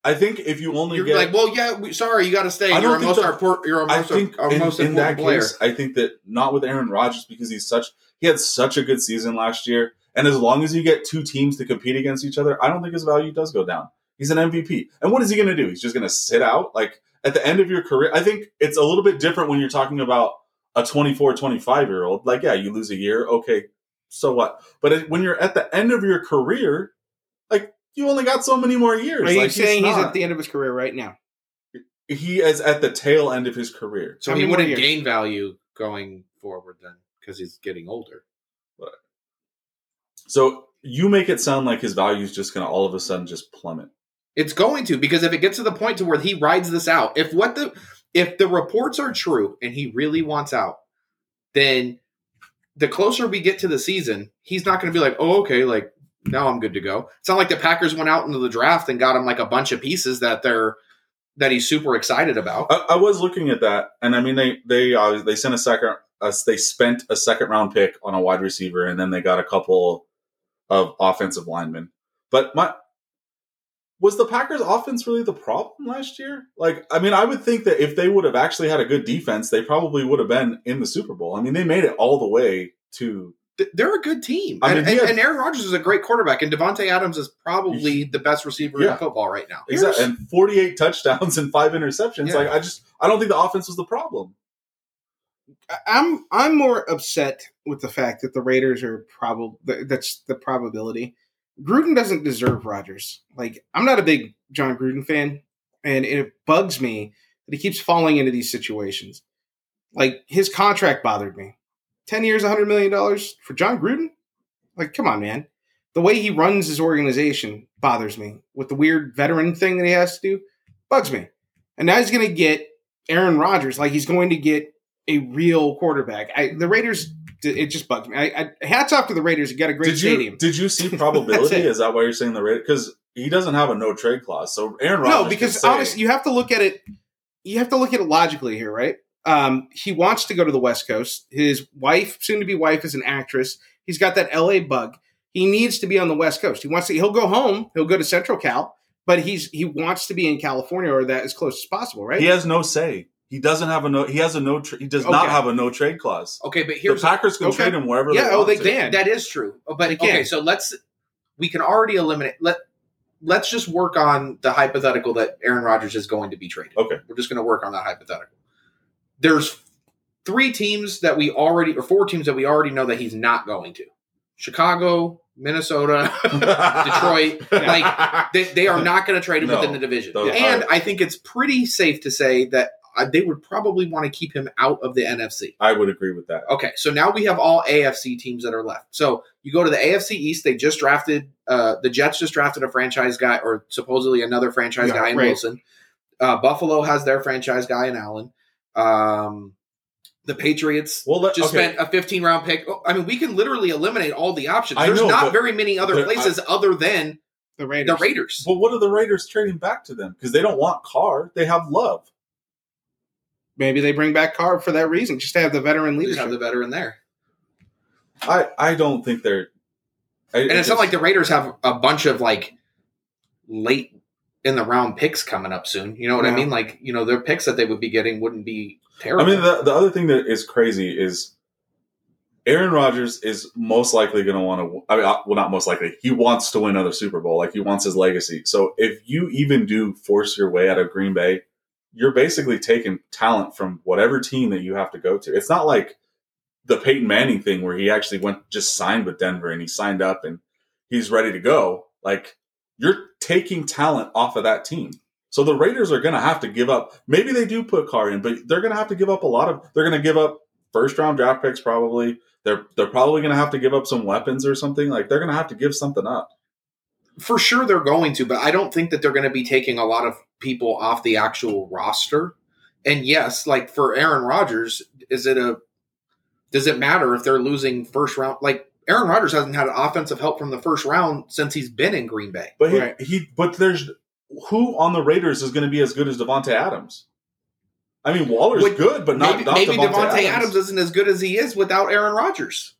[SPEAKER 3] I think if you only
[SPEAKER 5] you're
[SPEAKER 3] get
[SPEAKER 5] like, well, yeah, we, sorry, you got to stay.
[SPEAKER 3] I don't
[SPEAKER 5] You're our
[SPEAKER 3] think
[SPEAKER 5] most
[SPEAKER 3] the-
[SPEAKER 5] important. You're our
[SPEAKER 3] I
[SPEAKER 5] most,
[SPEAKER 3] think
[SPEAKER 5] our
[SPEAKER 3] in,
[SPEAKER 5] most
[SPEAKER 3] in that
[SPEAKER 5] important player.
[SPEAKER 3] case, I think that not with Aaron Rodgers because he's such he had such a good season last year, and as long as you get two teams to compete against each other, I don't think his value does go down. He's an MVP, and what is he going to do? He's just going to sit out like at the end of your career. I think it's a little bit different when you're talking about a 24, 25 year old. Like, yeah, you lose a year, okay, so what? But it, when you're at the end of your career, like you only got so many more years.
[SPEAKER 4] Are you
[SPEAKER 3] Like,
[SPEAKER 4] saying he's
[SPEAKER 3] not-
[SPEAKER 4] at the end of his career right now?
[SPEAKER 3] he is at the tail end of his career.
[SPEAKER 5] so
[SPEAKER 4] How
[SPEAKER 5] he
[SPEAKER 4] many more
[SPEAKER 5] wouldn't
[SPEAKER 4] years?
[SPEAKER 5] gain value going forward then because he's getting older.
[SPEAKER 3] So you make it sound like his value is just going to all of a sudden just plummet.
[SPEAKER 5] It's going to because if it gets to the point to where he rides this out, if what the if the reports are true and he really wants out, then the closer we get to the season, he's not going to be like, "Oh, okay, like now I'm good to go." It's not like the Packers went out into the draft and got him like a bunch of pieces that they're that he's super excited about.
[SPEAKER 3] I, I was looking at that, and I mean they they uh, they sent a second uh, they spent a second round pick on a wide receiver, and then they got a couple of offensive linemen. But my was the Packers offense really the problem last year? Like, I mean, I would think that if they would have actually had a good defense, they probably would have been in the Super Bowl. I mean, they made it all the way to
[SPEAKER 5] Th- They're a good team,
[SPEAKER 3] I mean,
[SPEAKER 5] and,
[SPEAKER 3] he
[SPEAKER 5] and,
[SPEAKER 3] had-
[SPEAKER 5] and Aaron Rodgers is a great quarterback, and Devontae Adams is probably the best receiver
[SPEAKER 3] Yeah.
[SPEAKER 5] in football right now.
[SPEAKER 3] exactly and 48 touchdowns and five interceptions.
[SPEAKER 5] Yeah.
[SPEAKER 3] Like, I just I don't think the offense was the problem.
[SPEAKER 4] I- I'm I'm more upset with the fact that the Raiders are probably that's the probability. Gruden doesn't deserve Rodgers. Like I'm not a big John Gruden fan, and it bugs me that he keeps falling into these situations. Like his contract bothered me. Ten years, hundred million dollars for John Gruden. Like come on, man. The way he runs his organization bothers me. With the weird veteran thing that he has to do, bugs me. And now he's going to get Aaron Rodgers. Like he's going to get a real quarterback. I, the Raiders, it just bugged me. I, I hats off to the Raiders. You got a great
[SPEAKER 3] did
[SPEAKER 4] stadium.
[SPEAKER 3] You, did you see
[SPEAKER 4] That's
[SPEAKER 3] probability?
[SPEAKER 4] it.
[SPEAKER 3] Is that why you're saying the Raiders? Because he doesn't have a no trade clause. So Aaron Rodgers.
[SPEAKER 4] no,
[SPEAKER 3] can
[SPEAKER 4] because
[SPEAKER 3] say,
[SPEAKER 4] honestly, you have to look at it. You have to look at it logically here, right? Um, he wants to go to the West Coast. His wife, soon to be wife, is an actress. He's got that LA bug. He needs to be on the West Coast. He wants to. He'll go home. He'll go to Central Cal, but he's he wants to be in California or that as close as possible, right?
[SPEAKER 3] he has no say. He doesn't have a no. He has a no. Tra- he does not
[SPEAKER 4] Okay.
[SPEAKER 3] have a no trade clause.
[SPEAKER 5] Okay, but
[SPEAKER 3] The
[SPEAKER 5] here's
[SPEAKER 3] Packers can
[SPEAKER 4] okay.
[SPEAKER 3] trade him wherever.
[SPEAKER 4] Yeah,
[SPEAKER 3] They
[SPEAKER 4] oh,
[SPEAKER 3] want
[SPEAKER 4] they
[SPEAKER 3] to.
[SPEAKER 4] can.
[SPEAKER 5] That is true. But
[SPEAKER 4] They can.
[SPEAKER 5] okay, so let's we can already eliminate let let's just work on the hypothetical that Aaron Rodgers is going to be traded.
[SPEAKER 3] Okay.
[SPEAKER 5] We're just going to work on that hypothetical. There's three teams that we already or four teams that we already know that he's not going to. Chicago, Minnesota, Detroit, like- they, they are not going to trade him
[SPEAKER 3] No.
[SPEAKER 5] within the division.
[SPEAKER 3] Those
[SPEAKER 5] And I think it's pretty safe to say that uh, they would probably want to keep him out of the NFC.
[SPEAKER 3] I would agree with that.
[SPEAKER 5] Okay, so now we have all AFC teams that are left. So you go to the AFC East. They just drafted uh, the Jets. Just drafted a franchise guy, or supposedly another franchise
[SPEAKER 4] Yeah,
[SPEAKER 5] guy in
[SPEAKER 4] right.
[SPEAKER 5] Wilson. Uh, Buffalo has their franchise guy in Allen. Um, the Patriots
[SPEAKER 3] Well, let,
[SPEAKER 5] just
[SPEAKER 3] okay.
[SPEAKER 5] spent a 15 round pick. Oh, I mean, we can literally eliminate all the options.
[SPEAKER 3] I
[SPEAKER 5] There's
[SPEAKER 3] know,
[SPEAKER 5] not
[SPEAKER 3] but-
[SPEAKER 5] very many other
[SPEAKER 3] but I-
[SPEAKER 5] places other than
[SPEAKER 4] The Raiders.
[SPEAKER 5] the Raiders.
[SPEAKER 3] But what are the Raiders trading back to them? Because they don't want Carr. They have Love.
[SPEAKER 4] Maybe they bring back Carr for that reason, just to have the veteran
[SPEAKER 5] We
[SPEAKER 4] leadership.
[SPEAKER 5] just have the veteran there,
[SPEAKER 3] I I don't think they're. I,
[SPEAKER 5] and it's not like the Raiders have a bunch of like late in the round picks coming up soon. You know what I
[SPEAKER 4] No.
[SPEAKER 5] mean? Like, you know, their picks that they would be getting wouldn't be
[SPEAKER 3] I
[SPEAKER 5] terrible.
[SPEAKER 3] mean, the, the other thing that is crazy is Aaron Rodgers is most likely going to want to. I mean, uh, well, not most likely. He wants to win another Super Bowl. Like he wants his legacy. So if you even do force your way out of Green Bay, you're basically taking talent from whatever team that you have to go to. It's not like the Peyton Manning thing where he actually went just signed with Denver and he signed up and he's ready to go. Like you're taking talent off of that team. So the Raiders are going to have to give up. Maybe they do put Carr in, but they're going to have to give up a lot of. They're going to give up first round draft picks probably. They're they're probably going to have to give up some weapons or something. Like they're going to have to give something up.
[SPEAKER 5] for sure they're going to, but I don't think that they're going to be taking a lot of people off the actual roster. And yes, like for Aaron Rodgers, is it a does it matter if they're losing first round? Like Aaron Rodgers hasn't had offensive help from the first round since he's been in Green Bay.
[SPEAKER 3] But he,
[SPEAKER 4] Right.
[SPEAKER 3] he but there's who on the Raiders is going to be as good as Devonte Adams? I mean, Waller's
[SPEAKER 5] Would-
[SPEAKER 3] good, but not,
[SPEAKER 5] maybe
[SPEAKER 3] not
[SPEAKER 5] maybe
[SPEAKER 3] Devontae, Adams.
[SPEAKER 5] isn't as good as he is without Aaron Rodgers.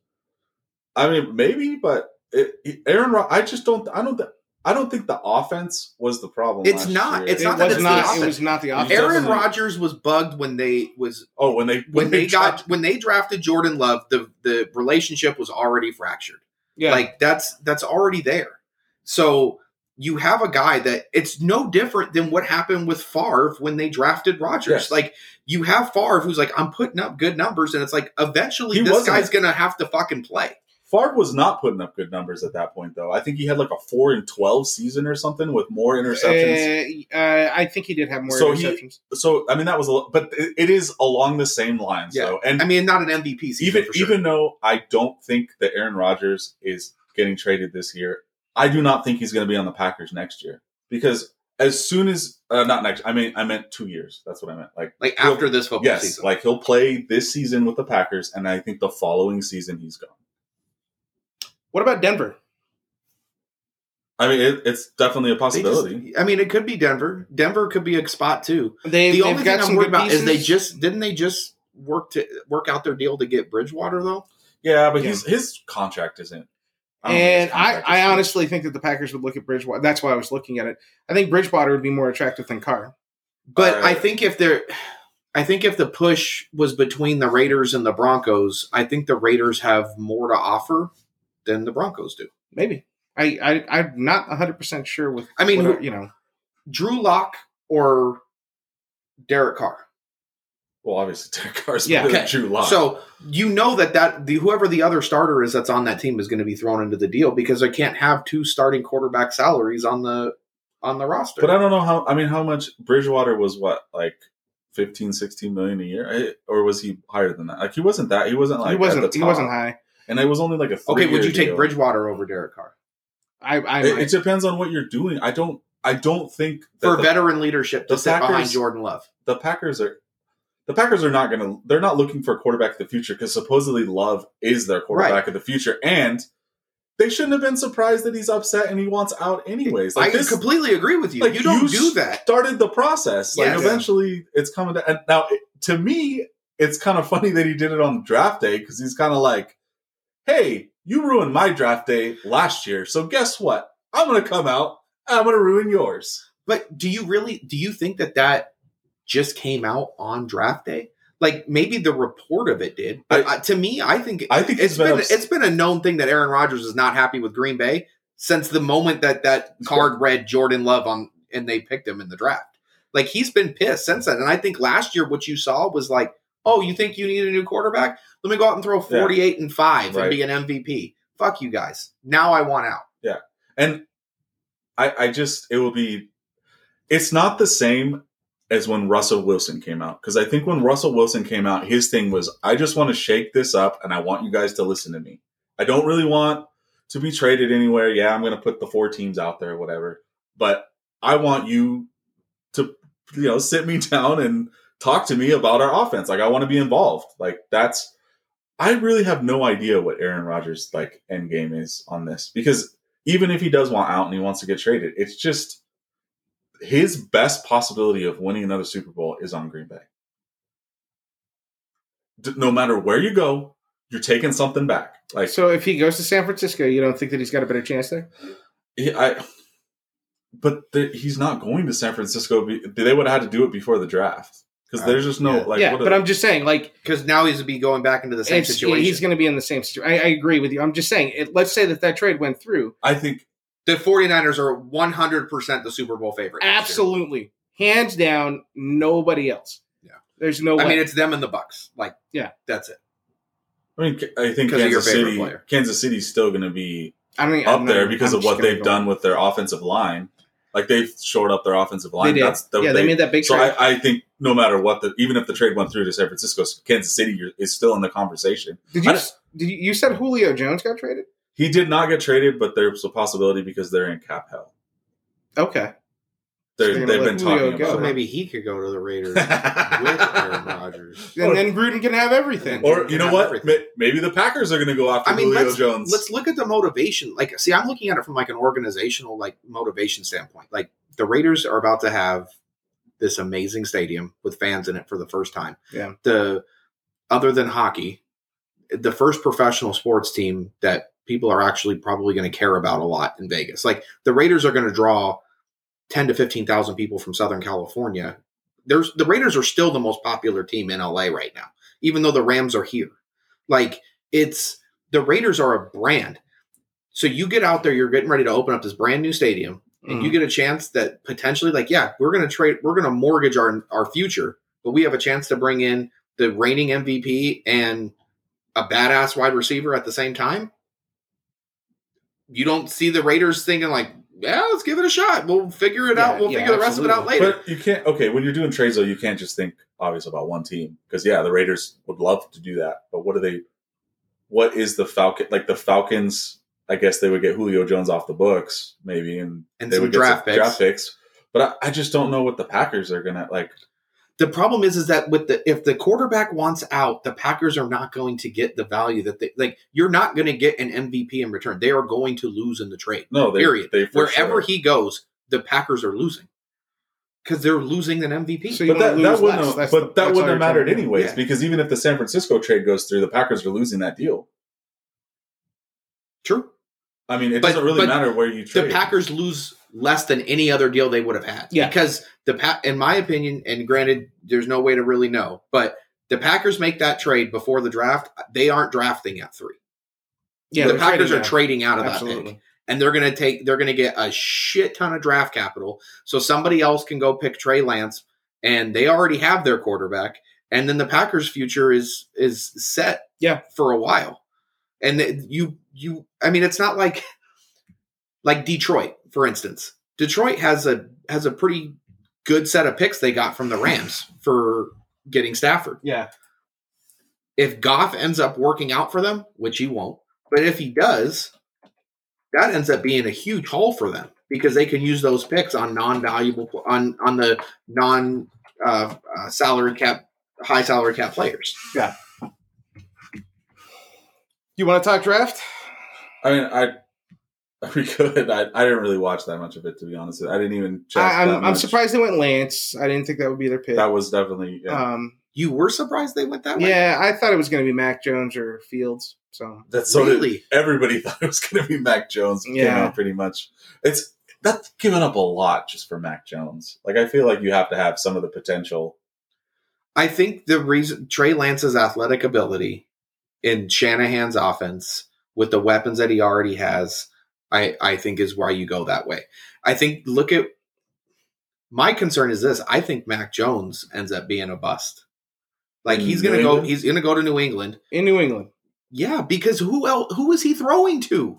[SPEAKER 3] I mean, maybe, but it, it- Aaron. Rod- I just don't. I don't. Th- I don't think the offense was the problem.
[SPEAKER 5] It's
[SPEAKER 3] last
[SPEAKER 5] not.
[SPEAKER 3] year.
[SPEAKER 5] It's
[SPEAKER 4] it
[SPEAKER 5] not that
[SPEAKER 4] was
[SPEAKER 5] it's the
[SPEAKER 4] not.
[SPEAKER 5] offense.
[SPEAKER 4] It was not the offense.
[SPEAKER 5] Aaron
[SPEAKER 3] doesn't-
[SPEAKER 5] Rodgers was bugged when they was
[SPEAKER 3] Oh, when they
[SPEAKER 5] when, they, got
[SPEAKER 3] tried-
[SPEAKER 5] when they drafted Jordan Love, the the relationship was already fractured.
[SPEAKER 4] yeah.
[SPEAKER 5] Like that's that's already there. So you have a guy that it's no different than what happened with Favre when they drafted Rodgers.
[SPEAKER 3] Yes.
[SPEAKER 5] Like you have Favre who's like, I'm putting up good numbers, and it's like eventually
[SPEAKER 3] He
[SPEAKER 5] this
[SPEAKER 3] wasn't.
[SPEAKER 5] guy's gonna have to fucking play.
[SPEAKER 3] Favre was not putting up good numbers at that point, though. I think he had like a four and twelve season or something with more interceptions.
[SPEAKER 5] Eh.
[SPEAKER 4] Uh, uh, I think he did have more
[SPEAKER 3] So he-
[SPEAKER 4] interceptions.
[SPEAKER 3] so I mean, that was a. lo- But it, it is along the same lines,
[SPEAKER 5] Yeah.
[SPEAKER 3] though. And
[SPEAKER 5] I mean, not an MVP season
[SPEAKER 3] even
[SPEAKER 5] for sure.
[SPEAKER 3] even though I don't think that Aaron Rodgers is getting traded this year, I do not think he's going to be on the Packers next year because as soon as uh, not next, I mean I meant two years. That's what I meant. Like
[SPEAKER 5] like
[SPEAKER 3] he'll-
[SPEAKER 5] after this football
[SPEAKER 3] yes,
[SPEAKER 5] season.
[SPEAKER 3] like he'll play this season with the Packers, and I think the following season he's gone.
[SPEAKER 4] What about Denver?
[SPEAKER 3] I mean, it, it's definitely a
[SPEAKER 5] They just-
[SPEAKER 3] possibility.
[SPEAKER 5] I mean, it could be Denver. Denver could be a spot too.
[SPEAKER 4] They,
[SPEAKER 5] the
[SPEAKER 4] they've
[SPEAKER 5] only
[SPEAKER 4] got
[SPEAKER 5] thing I'm
[SPEAKER 4] some
[SPEAKER 5] worried
[SPEAKER 4] good
[SPEAKER 5] about is they
[SPEAKER 4] pieces.
[SPEAKER 5] just didn't they just work to work out their deal to get Bridgewater though.
[SPEAKER 3] yeah, but
[SPEAKER 4] Yeah.
[SPEAKER 3] his his contract isn't. I don't think his
[SPEAKER 4] And I,
[SPEAKER 3] contract is-
[SPEAKER 4] I honestly think that the Packers would look at Bridgewater. That's why I was looking at it. I think Bridgewater would be more attractive than Carr.
[SPEAKER 5] But
[SPEAKER 3] All
[SPEAKER 5] I
[SPEAKER 3] right.
[SPEAKER 5] think if they're, I think if the push was between the Raiders and the Broncos, I think the Raiders have more to offer than the Broncos do.
[SPEAKER 4] Maybe. I, I, I'm not 100% sure with,
[SPEAKER 5] I mean,
[SPEAKER 4] what-
[SPEAKER 5] who-
[SPEAKER 4] you know,
[SPEAKER 5] Drew Lock or Derek Carr.
[SPEAKER 3] well, obviously Derek Carr's
[SPEAKER 4] Yeah,
[SPEAKER 3] better than
[SPEAKER 5] okay.
[SPEAKER 3] Drew Lock.
[SPEAKER 5] So you know that that the whoever the other starter is that's on that team is going to be thrown into the deal because they can't have two starting quarterback salaries on the on the roster.
[SPEAKER 3] But I don't know how. I mean, how much Bridgewater was what like 15, 16 million a year, Eh, or was he higher than that? Like he wasn't that. He wasn't like
[SPEAKER 4] he
[SPEAKER 3] at
[SPEAKER 4] wasn't
[SPEAKER 3] the
[SPEAKER 4] he
[SPEAKER 3] top.
[SPEAKER 4] wasn't high.
[SPEAKER 3] And it was only like a three
[SPEAKER 5] okay, would you take Bridgewater over Derek Carr
[SPEAKER 4] I, I
[SPEAKER 3] It,
[SPEAKER 4] might.
[SPEAKER 3] it depends on what you're doing. I don't. I don't think that
[SPEAKER 5] for
[SPEAKER 3] the,
[SPEAKER 5] veteran leadership to
[SPEAKER 3] the
[SPEAKER 5] sit behind
[SPEAKER 3] Packers-
[SPEAKER 5] Jordan Love?
[SPEAKER 3] the Packers are. The Packers are not going to. They're not looking for a quarterback of the future because supposedly Love is their quarterback
[SPEAKER 5] Right.
[SPEAKER 3] of the future, and they shouldn't have been surprised that he's upset and he wants out anyways.
[SPEAKER 5] I completely agree with you.
[SPEAKER 3] like,
[SPEAKER 5] you don't
[SPEAKER 3] you
[SPEAKER 5] do that.
[SPEAKER 3] started the process. Like
[SPEAKER 5] Yes.
[SPEAKER 3] eventually, it's coming to. And now, it- to me, it's kind of funny that he did it on draft day because he's kind of like, "Hey, you ruined my draft day last year, so guess what? I'm going to come out. and I'm going to ruin yours."
[SPEAKER 5] But do you really do you think that that just came out on draft day? Like maybe the report of it did. But uh, to me, I think
[SPEAKER 3] I think
[SPEAKER 5] it's
[SPEAKER 3] he's been
[SPEAKER 5] been
[SPEAKER 3] ups-
[SPEAKER 5] it's been a known thing that Aaron Rodgers is not happy with Green Bay since the moment that that card read Jordan Love on and they picked him in the draft. Like he's been pissed since then. And I think last year what you saw was like, "Oh, you think you need a new quarterback? Let me go out and throw 48 and 5
[SPEAKER 3] Right.
[SPEAKER 5] and be an MVP." Fuck you guys. Now I want out.
[SPEAKER 3] And I, I just, it will be, it's not the same as when Russell Wilson came out. Because I think when Russell Wilson came out, his thing was, I just want to shake this up and I want you guys to listen to me. I don't really want to be traded anywhere. Yeah, I'm going to put the four teams out there, whatever. But I want you to, you know, sit me down and talk to me about our offense. Like, I want to be involved. Like, that's, I really have no idea what Aaron Rodgers' like end game is on this because even if he does want out and he wants to get traded, it's just his best possibility of winning another Super Bowl is on Green Bay. D- no matter where you go, you're taking something back. Like
[SPEAKER 4] so if he goes to San Francisco, you don't think that he's got a better chance there?
[SPEAKER 3] he- I, but the, he's not going to San Francisco. be- They would have had to do it before the draft because there's just no
[SPEAKER 5] Yeah.
[SPEAKER 3] like.
[SPEAKER 4] yeah,
[SPEAKER 3] what a-
[SPEAKER 4] but I'm just saying, like,
[SPEAKER 5] Because now he's be going back into the same
[SPEAKER 4] it's-
[SPEAKER 5] situation.
[SPEAKER 4] he's going to be in the same situation. I, I agree with you. I'm just saying, it, let's say that that trade went through.
[SPEAKER 3] I think
[SPEAKER 5] the 49ers are 100% the Super Bowl favorite. next year.
[SPEAKER 4] Absolutely, hands down, nobody else.
[SPEAKER 5] Yeah.
[SPEAKER 4] there's no way.
[SPEAKER 5] I mean, it's them and the Bucks. Like,
[SPEAKER 4] Yeah.
[SPEAKER 5] that's it.
[SPEAKER 3] I mean, K- I think
[SPEAKER 5] 'Cause of your
[SPEAKER 3] Kansas
[SPEAKER 5] favorite
[SPEAKER 3] City,
[SPEAKER 5] player.
[SPEAKER 3] Kansas City's still going to be
[SPEAKER 4] I don't, e,
[SPEAKER 3] up
[SPEAKER 4] I'm not-
[SPEAKER 3] there because
[SPEAKER 4] I'm
[SPEAKER 3] of
[SPEAKER 4] just
[SPEAKER 3] what
[SPEAKER 4] gonna
[SPEAKER 3] they've
[SPEAKER 4] go-
[SPEAKER 3] done with their offensive line. Like they've shored up their offensive
[SPEAKER 4] They
[SPEAKER 3] line.
[SPEAKER 4] did.
[SPEAKER 3] That's the,
[SPEAKER 4] yeah, they,
[SPEAKER 3] they-
[SPEAKER 4] made that big
[SPEAKER 3] so
[SPEAKER 4] trade.
[SPEAKER 3] I, I think no matter what, the, even if the trade went through to San Francisco, Kansas City is still in the conversation.
[SPEAKER 4] did you?
[SPEAKER 3] I
[SPEAKER 4] s- did you, you said Julio Jones got traded?
[SPEAKER 3] He did not get traded, but there's a possibility because they're in cap hell.
[SPEAKER 4] Okay, So
[SPEAKER 3] They're,
[SPEAKER 4] you're gonna
[SPEAKER 3] they've
[SPEAKER 4] let
[SPEAKER 3] been
[SPEAKER 4] Julio
[SPEAKER 3] talking
[SPEAKER 4] go.
[SPEAKER 5] So
[SPEAKER 3] about
[SPEAKER 5] maybe he could go to the Raiders with Aaron
[SPEAKER 3] it.
[SPEAKER 5] Rodgers.
[SPEAKER 4] and
[SPEAKER 3] Or-
[SPEAKER 4] then Gruden can have everything.
[SPEAKER 3] or you know
[SPEAKER 5] Have
[SPEAKER 3] what?
[SPEAKER 5] everything.
[SPEAKER 3] May- Maybe the Packers are going to go after
[SPEAKER 5] I mean,
[SPEAKER 3] Julio
[SPEAKER 5] let's,
[SPEAKER 3] Jones.
[SPEAKER 5] let's look at the motivation. Like, see, I'm looking at it from like an organizational, like motivation standpoint. Like, the Raiders are about to have this amazing stadium with fans in it for the first time.
[SPEAKER 4] Yeah.
[SPEAKER 5] The other than hockey, the first professional sports team that people are actually probably going to care about a lot in Vegas. Like, the Raiders are going to draw ten to fifteen thousand people from Southern California. There's the Raiders are still the most popular team in LA right now, even though the Rams are here. Like, it's the Raiders are a brand. So you get out there, you're getting ready to open up this brand new stadium, and
[SPEAKER 4] Mm-hmm.
[SPEAKER 3] mm.
[SPEAKER 5] you get a chance that potentially, like, yeah, we're gonna trade, we're gonna mortgage our our future, but we have a chance to bring in the reigning MVP and a badass wide receiver at the same time. You don't see the Raiders thinking like, yeah, let's give it a shot. We'll figure it out.
[SPEAKER 4] Yeah,
[SPEAKER 5] We'll
[SPEAKER 4] yeah,
[SPEAKER 5] figure the rest of it out
[SPEAKER 4] absolutely.
[SPEAKER 5] later.
[SPEAKER 3] But you can't. Okay, when you're doing trades, though, you can't just think obvious about one team because yeah, the Raiders would love to do that, but what do they? What is the Falcon like? The Falcons, I guess they would get Julio Jones off the books, maybe, and,
[SPEAKER 5] And
[SPEAKER 3] they
[SPEAKER 5] some
[SPEAKER 3] would get
[SPEAKER 5] draft picks.
[SPEAKER 3] draft picks. But I, I just don't know what the Packers are gonna like.
[SPEAKER 5] the problem is is that with the if the quarterback wants out the packers are not going to get the value that they like you're not going to get an mvp in return they are going to lose in the trade
[SPEAKER 3] No, they,
[SPEAKER 5] period
[SPEAKER 3] They for sure.
[SPEAKER 5] wherever he goes the packers are losing because they're losing an mvp
[SPEAKER 4] So you
[SPEAKER 3] But that,
[SPEAKER 4] wanna
[SPEAKER 3] that
[SPEAKER 4] lose
[SPEAKER 3] wouldn't,
[SPEAKER 4] less.
[SPEAKER 3] have,
[SPEAKER 4] That's
[SPEAKER 3] but
[SPEAKER 4] the- that's
[SPEAKER 3] that
[SPEAKER 4] all
[SPEAKER 3] wouldn't
[SPEAKER 4] you're
[SPEAKER 3] have mattered
[SPEAKER 4] trying to do.
[SPEAKER 3] anyways
[SPEAKER 5] Yeah.
[SPEAKER 3] because even if the San Francisco trade goes through, the Packers are losing that deal.
[SPEAKER 5] true
[SPEAKER 3] I mean, it
[SPEAKER 5] But-
[SPEAKER 3] doesn't really
[SPEAKER 5] but
[SPEAKER 3] matter where you trade.
[SPEAKER 5] the Packers lose less than any other deal they would have had.
[SPEAKER 4] Yeah.
[SPEAKER 5] Because the pa- in my opinion, and granted, there's no way to really know, but the Packers make that trade before the draft. They aren't drafting at three.
[SPEAKER 4] Yeah,
[SPEAKER 5] the
[SPEAKER 4] they're
[SPEAKER 5] Packers
[SPEAKER 4] trading
[SPEAKER 5] are
[SPEAKER 4] now.
[SPEAKER 5] trading out of that pick,
[SPEAKER 4] Absolutely.
[SPEAKER 5] and they're gonna take. They're gonna get a shit ton of draft capital, so somebody else can go pick Trey Lance, and they already have their quarterback, and then the Packers' future is is set.
[SPEAKER 4] Yeah.
[SPEAKER 5] for a while, and that you you. I mean, it's not like like Detroit, for instance. Detroit has a has a pretty good set of picks they got from the Rams for getting Stafford.
[SPEAKER 4] Yeah,
[SPEAKER 5] If Goff ends up working out for them, which he won't, but if he does, that ends up being a huge haul for them because they can use those picks on non-valuable on on the non uh, uh, salary cap high salary cap players.
[SPEAKER 4] you want to talk draft?
[SPEAKER 3] I mean, I we could. I, I didn't really watch that much of it to be honest. with you. I didn't even. Check
[SPEAKER 4] I,
[SPEAKER 3] that
[SPEAKER 4] I'm, I'm
[SPEAKER 3] much.
[SPEAKER 4] surprised they went Lance. I didn't think that would be their pick.
[SPEAKER 3] That was definitely. Yeah.
[SPEAKER 4] um,
[SPEAKER 5] You were surprised they went that way.
[SPEAKER 4] yeah, I thought it was going to be Mac Jones or Fields. So
[SPEAKER 3] That's so did-
[SPEAKER 5] really?
[SPEAKER 3] everybody thought it was going to be Mac Jones. Yeah,
[SPEAKER 4] Yeah.
[SPEAKER 3] pretty much. It's that's given up a lot just for Mac Jones. Like I feel like you have to have some of the potential.
[SPEAKER 5] I think the reason Trey Lance's athletic ability in Shanahan's offense with the weapons that he already has, I, I think is why you go that way. I think look at my concern is this. I think Mac Jones ends up being a bust. Like
[SPEAKER 3] In
[SPEAKER 5] he's gonna
[SPEAKER 3] New
[SPEAKER 5] go
[SPEAKER 3] England?
[SPEAKER 5] he's gonna go to New England.
[SPEAKER 4] in New England,
[SPEAKER 5] Yeah, because who else who is he throwing to?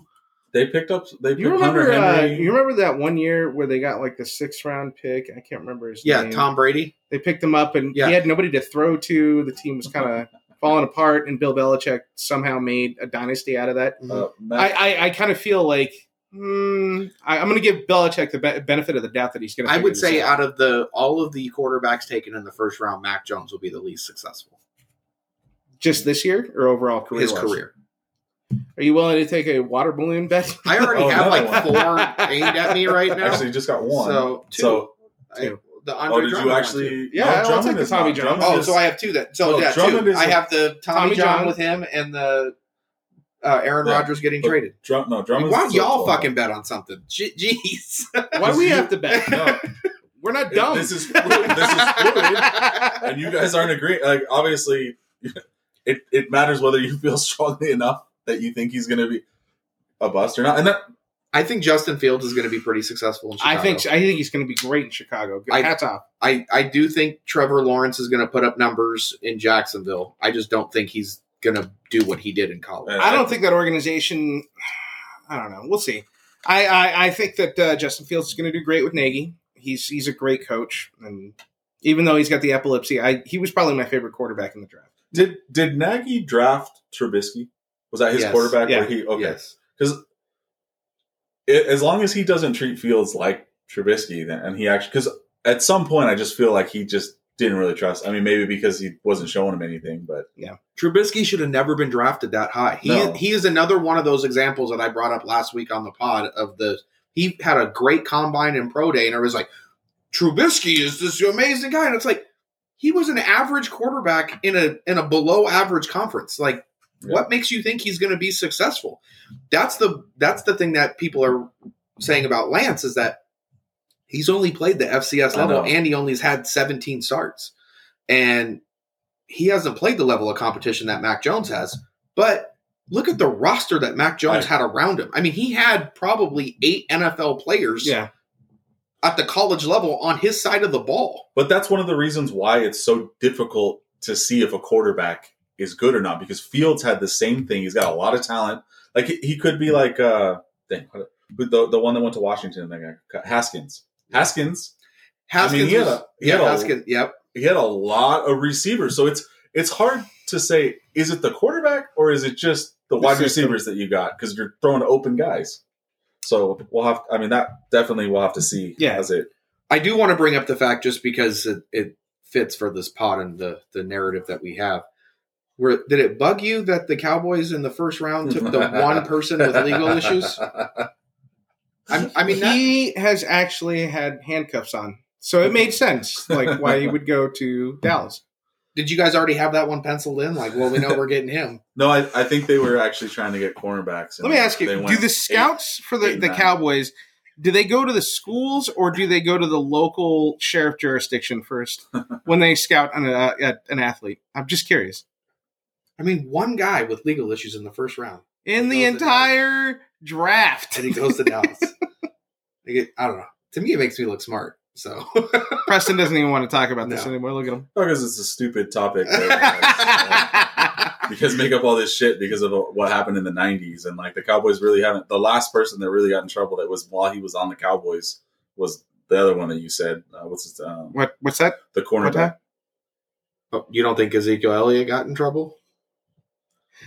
[SPEAKER 3] They picked up. They picked
[SPEAKER 4] you remember?
[SPEAKER 3] Hunter
[SPEAKER 4] Uh,
[SPEAKER 3] Henry.
[SPEAKER 4] you remember that one year where they got like the sixth round pick? I can't remember his
[SPEAKER 5] Yeah,
[SPEAKER 4] name.
[SPEAKER 5] Tom Brady.
[SPEAKER 4] They picked him up, and
[SPEAKER 5] Yeah.
[SPEAKER 4] he had nobody to throw to. The team was kind of falling apart, and Bill Belichick somehow made a dynasty out of that.
[SPEAKER 3] uh, Mac,
[SPEAKER 4] I, I, I kind of feel like hmm, I, I'm going to give Belichick the be- benefit of the doubt that he's going to.
[SPEAKER 5] I would say out of the all of the quarterbacks taken in the first round, Mac Jones will be the least successful.
[SPEAKER 4] just this year or overall career.
[SPEAKER 5] His career.
[SPEAKER 4] Are you willing to take a water balloon bet?
[SPEAKER 5] I already
[SPEAKER 3] Oh,
[SPEAKER 5] have like
[SPEAKER 3] another
[SPEAKER 4] one.
[SPEAKER 5] four aimed at me right now.
[SPEAKER 3] actually just got one.
[SPEAKER 5] so two.
[SPEAKER 3] So-
[SPEAKER 5] I-
[SPEAKER 4] Two.
[SPEAKER 5] the
[SPEAKER 3] oh,
[SPEAKER 5] Andre
[SPEAKER 3] did
[SPEAKER 5] Drummond
[SPEAKER 3] you
[SPEAKER 5] one, too.
[SPEAKER 3] actually?
[SPEAKER 4] Yeah, I'll take
[SPEAKER 3] Drummond
[SPEAKER 4] the
[SPEAKER 3] is not-
[SPEAKER 4] Tommy John.
[SPEAKER 3] Drummond
[SPEAKER 5] Oh,
[SPEAKER 3] is-
[SPEAKER 5] so I have two then. So
[SPEAKER 3] No,
[SPEAKER 5] yeah,
[SPEAKER 3] Drummond
[SPEAKER 5] two.
[SPEAKER 3] is
[SPEAKER 5] I
[SPEAKER 3] a-
[SPEAKER 5] have the Tommy,
[SPEAKER 4] Tommy
[SPEAKER 5] John,
[SPEAKER 4] John.
[SPEAKER 5] with him and the uh, Aaron
[SPEAKER 3] Yeah,
[SPEAKER 5] Rodgers getting
[SPEAKER 3] but-
[SPEAKER 5] traded.
[SPEAKER 3] Drum, no,
[SPEAKER 5] Like,
[SPEAKER 3] Drummond's
[SPEAKER 5] why
[SPEAKER 3] the
[SPEAKER 5] do y'all
[SPEAKER 3] twelve.
[SPEAKER 5] fucking bet on something? Je- Jeez.
[SPEAKER 4] Why do we have to bet?
[SPEAKER 3] No,
[SPEAKER 4] We're not dumb.
[SPEAKER 3] This is fluid. This is fluid. and you guys aren't agreeing. Like obviously, it it matters whether you feel strongly enough that you think he's going to be a bust or not. And that
[SPEAKER 5] I think Justin Fields is going to be pretty successful in Chicago.
[SPEAKER 4] I think I think he's going to be great in Chicago. Good-
[SPEAKER 5] I-
[SPEAKER 4] Hats off.
[SPEAKER 5] I, I do think Trevor Lawrence is going to put up numbers in Jacksonville. I just don't think he's going to do what he did in college.
[SPEAKER 4] I don't think that organization. I don't know. We'll see. I I, I think that uh, Justin Fields is going to do great with Nagy. He's he's a great coach, and even though he's got the epilepsy, I he was probably my favorite quarterback in the draft.
[SPEAKER 3] did did Nagy draft Trubisky? Was that his
[SPEAKER 5] Yes.
[SPEAKER 3] quarterback?
[SPEAKER 4] Yeah.
[SPEAKER 3] Where he okay?
[SPEAKER 5] Yes.
[SPEAKER 3] it- as long as he doesn't treat Fields like Trubisky, then and he actually because at some point I just feel like he just didn't really trust. I mean, maybe because he wasn't showing him anything, but
[SPEAKER 5] Trubisky should have never been drafted that high. He
[SPEAKER 3] No.
[SPEAKER 5] he is another one of those examples that I brought up last week on the pod of the he had a great combine and pro day and it was like Trubisky is this amazing guy and it's like he was an average quarterback in a in a below average conference. Like what makes you think he's going to be successful? That's the that's the thing that people are saying about Lance is that he's only played the FCS
[SPEAKER 3] I
[SPEAKER 5] level
[SPEAKER 3] know.
[SPEAKER 5] and he only's had 17 starts. And he hasn't played the level of competition that Mac Jones has. But look at the roster that Mac Jones
[SPEAKER 3] Right.
[SPEAKER 5] had around him. I mean, he had probably eight NFL players
[SPEAKER 4] Yeah,
[SPEAKER 5] at the college level on his side of the ball.
[SPEAKER 3] but that's one of the reasons why it's so difficult to see if a quarterback is good or not because Fields had the same thing. He's got a lot of talent. Like he, he could be like uh, dang, what- who- the the one that went to Washington, that guy, Haskins. Haskins.
[SPEAKER 5] Haskins,
[SPEAKER 3] I mean, he had
[SPEAKER 5] was-
[SPEAKER 3] a, he
[SPEAKER 5] yeah,
[SPEAKER 3] had a
[SPEAKER 5] Haskins, yep.
[SPEAKER 3] he had a lot of receivers. So it's it's hard to say is it the quarterback or is it just the, wide
[SPEAKER 4] system.
[SPEAKER 3] receivers that you got because you're throwing open guys. So we'll have. I mean, that definitely we'll have to see.
[SPEAKER 4] Yeah.
[SPEAKER 3] as it
[SPEAKER 5] I do want to bring up the fact just because it, it fits for this pod and the the narrative that we have. Where did it bug you that the Cowboys in the first round took the one person with legal issues? I, I mean, that,
[SPEAKER 4] he has actually had handcuffs on, so it made sense like why he would go to Dallas.
[SPEAKER 5] did you guys already have that one penciled in? Like, well, we know we're getting him.
[SPEAKER 3] No, I, I think they were actually trying to get cornerbacks. and
[SPEAKER 4] Let me ask
[SPEAKER 3] they
[SPEAKER 4] you:
[SPEAKER 3] went
[SPEAKER 4] Do the scouts for the,
[SPEAKER 3] eight,
[SPEAKER 4] the
[SPEAKER 3] nine.
[SPEAKER 4] Cowboys? Do they go to the schools or do they go to the local sheriff jurisdiction first when they scout an, uh, uh, an athlete? I'm just curious.
[SPEAKER 5] I mean, one guy with legal issues in the first round,
[SPEAKER 4] in the
[SPEAKER 5] Goes to
[SPEAKER 4] entire draft.
[SPEAKER 5] and he goes to Dallas. Like, it- I don't know. To me, it makes me look smart. So
[SPEAKER 4] Preston doesn't even want to talk about this
[SPEAKER 5] No.
[SPEAKER 4] anymore. Look at him.
[SPEAKER 3] because it's a stupid topic. that- because make up all this shit because of what happened in the 90s and like the cowboys really haven't the last person that really got in trouble that was while he was on the cowboys was the other one that you said uh, what's his um,
[SPEAKER 4] what? What's that?
[SPEAKER 3] the cornerback
[SPEAKER 5] Oh, you don't think Ezekiel Elliott got in trouble?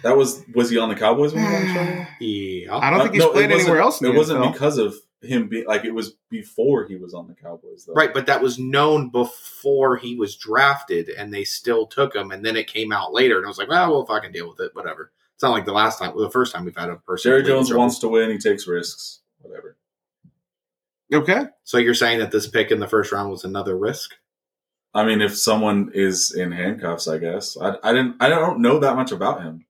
[SPEAKER 3] that was was he on the cowboys when he got in trouble
[SPEAKER 4] I
[SPEAKER 5] Yeah.
[SPEAKER 4] don't
[SPEAKER 3] Uh,
[SPEAKER 4] think he's
[SPEAKER 3] no, it
[SPEAKER 4] played
[SPEAKER 3] wasn't-
[SPEAKER 4] anywhere else. In
[SPEAKER 3] it
[SPEAKER 4] the
[SPEAKER 3] wasn't
[SPEAKER 4] NFL.
[SPEAKER 3] because of him being like it was before he was on the cowboys though
[SPEAKER 5] Right, but that was known before he was drafted, and they still took him. And then it came out later, and I was like, "Well, we'll fucking deal with it, whatever." It's not like the last time, well, the first time we've had a person.
[SPEAKER 3] jerry
[SPEAKER 5] with legal
[SPEAKER 3] jones
[SPEAKER 5] trouble.
[SPEAKER 3] wants to win he takes risks whatever
[SPEAKER 4] okay.
[SPEAKER 5] So you're saying that this pick in the first round was another risk?
[SPEAKER 3] i mean if someone is in handcuffs i guess i, I didn't i don't know that much about him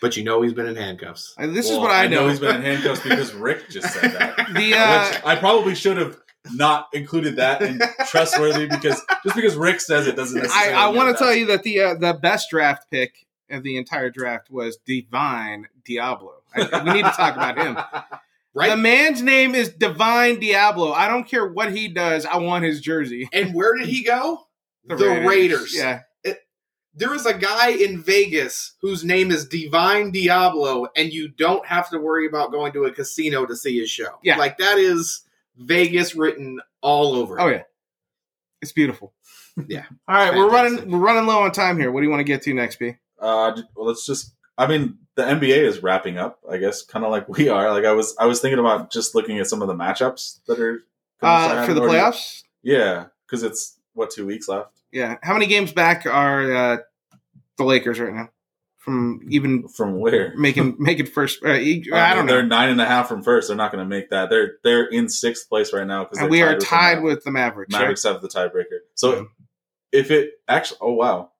[SPEAKER 5] But you know he's been in handcuffs.
[SPEAKER 4] Uh, This is
[SPEAKER 3] Well,
[SPEAKER 4] what I, know.
[SPEAKER 3] he's been in handcuffs because rick just said that
[SPEAKER 4] the uh,
[SPEAKER 3] Which I probably should have not included that in trustworthy because just because Rick says it doesn't
[SPEAKER 4] I,
[SPEAKER 3] necessarily.
[SPEAKER 4] I
[SPEAKER 3] mean
[SPEAKER 4] want
[SPEAKER 3] that.
[SPEAKER 4] to tell you that the uh, the best draft pick of the entire draft was Divine Diablo. I, we need to talk about him.
[SPEAKER 5] Right.
[SPEAKER 4] The man's name is Divine Diablo. I don't care what he does. I want his jersey.
[SPEAKER 5] and where did he go? The Raiders.
[SPEAKER 4] Yeah.
[SPEAKER 5] There is a guy in Vegas whose name is Divine Diablo, and you don't have to worry about going to a casino to see his show.
[SPEAKER 4] Yeah.
[SPEAKER 5] Like that is Vegas written all over.
[SPEAKER 4] Oh
[SPEAKER 5] it.
[SPEAKER 4] yeah, it's beautiful.
[SPEAKER 5] Yeah.
[SPEAKER 4] All right, we're
[SPEAKER 5] Fantastic.
[SPEAKER 4] running we're running low on time here. What do you want to get to next, B?
[SPEAKER 3] Uh, j- well, let's just. I mean, the NBA is wrapping up. I guess kind of like we are. Like I was, I was thinking about just looking at some of the matchups that are gonna
[SPEAKER 4] Uh,
[SPEAKER 3] start
[SPEAKER 4] for the
[SPEAKER 3] happening already.
[SPEAKER 4] playoffs.
[SPEAKER 3] Yeah, because it's what two weeks left.
[SPEAKER 4] Yeah. How many games back are uh, the Lakers right now from even
[SPEAKER 3] From where?
[SPEAKER 4] making making first? Uh, e- I don't
[SPEAKER 3] They're
[SPEAKER 4] know.
[SPEAKER 3] nine and a half from first. They're not going to make that. They're they're in sixth place right now because
[SPEAKER 4] And we are tied with the Mavericks. right?
[SPEAKER 3] Mavericks have the tiebreaker. So if it actually, oh wow,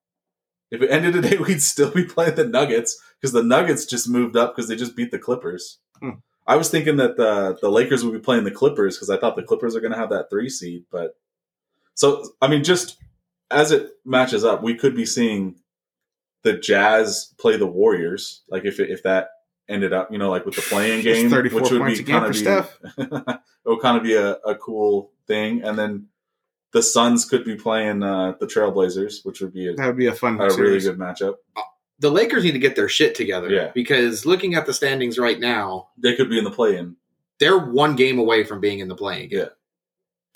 [SPEAKER 3] if it ended today, we'd still be playing the Nuggets because the Nuggets just moved up because they just beat the Clippers.
[SPEAKER 4] Hmm.
[SPEAKER 3] I was thinking that the the Lakers would be playing the Clippers because I thought the Clippers are going to have that three seed. But so I mean, just as it matches up, we could be seeing the Jazz play the Warriors. Like if it, if that ended up, you know, like with the playing
[SPEAKER 4] Just
[SPEAKER 3] game,
[SPEAKER 4] 34
[SPEAKER 3] which would
[SPEAKER 4] points
[SPEAKER 3] be
[SPEAKER 4] a game
[SPEAKER 3] kind of
[SPEAKER 4] for
[SPEAKER 3] be,
[SPEAKER 4] Steph.
[SPEAKER 3] it would kind of be a, a cool thing. And then the Suns could be playing uh, the Trailblazers, which would be a,
[SPEAKER 4] That would be a fun
[SPEAKER 3] a really
[SPEAKER 4] series.
[SPEAKER 3] good matchup.
[SPEAKER 5] The Lakers need to get their shit together.
[SPEAKER 3] Yeah.
[SPEAKER 5] Because looking at the standings right now,
[SPEAKER 3] They could be in the play-in.
[SPEAKER 5] they're one game away from being in the playing game.
[SPEAKER 3] Yeah.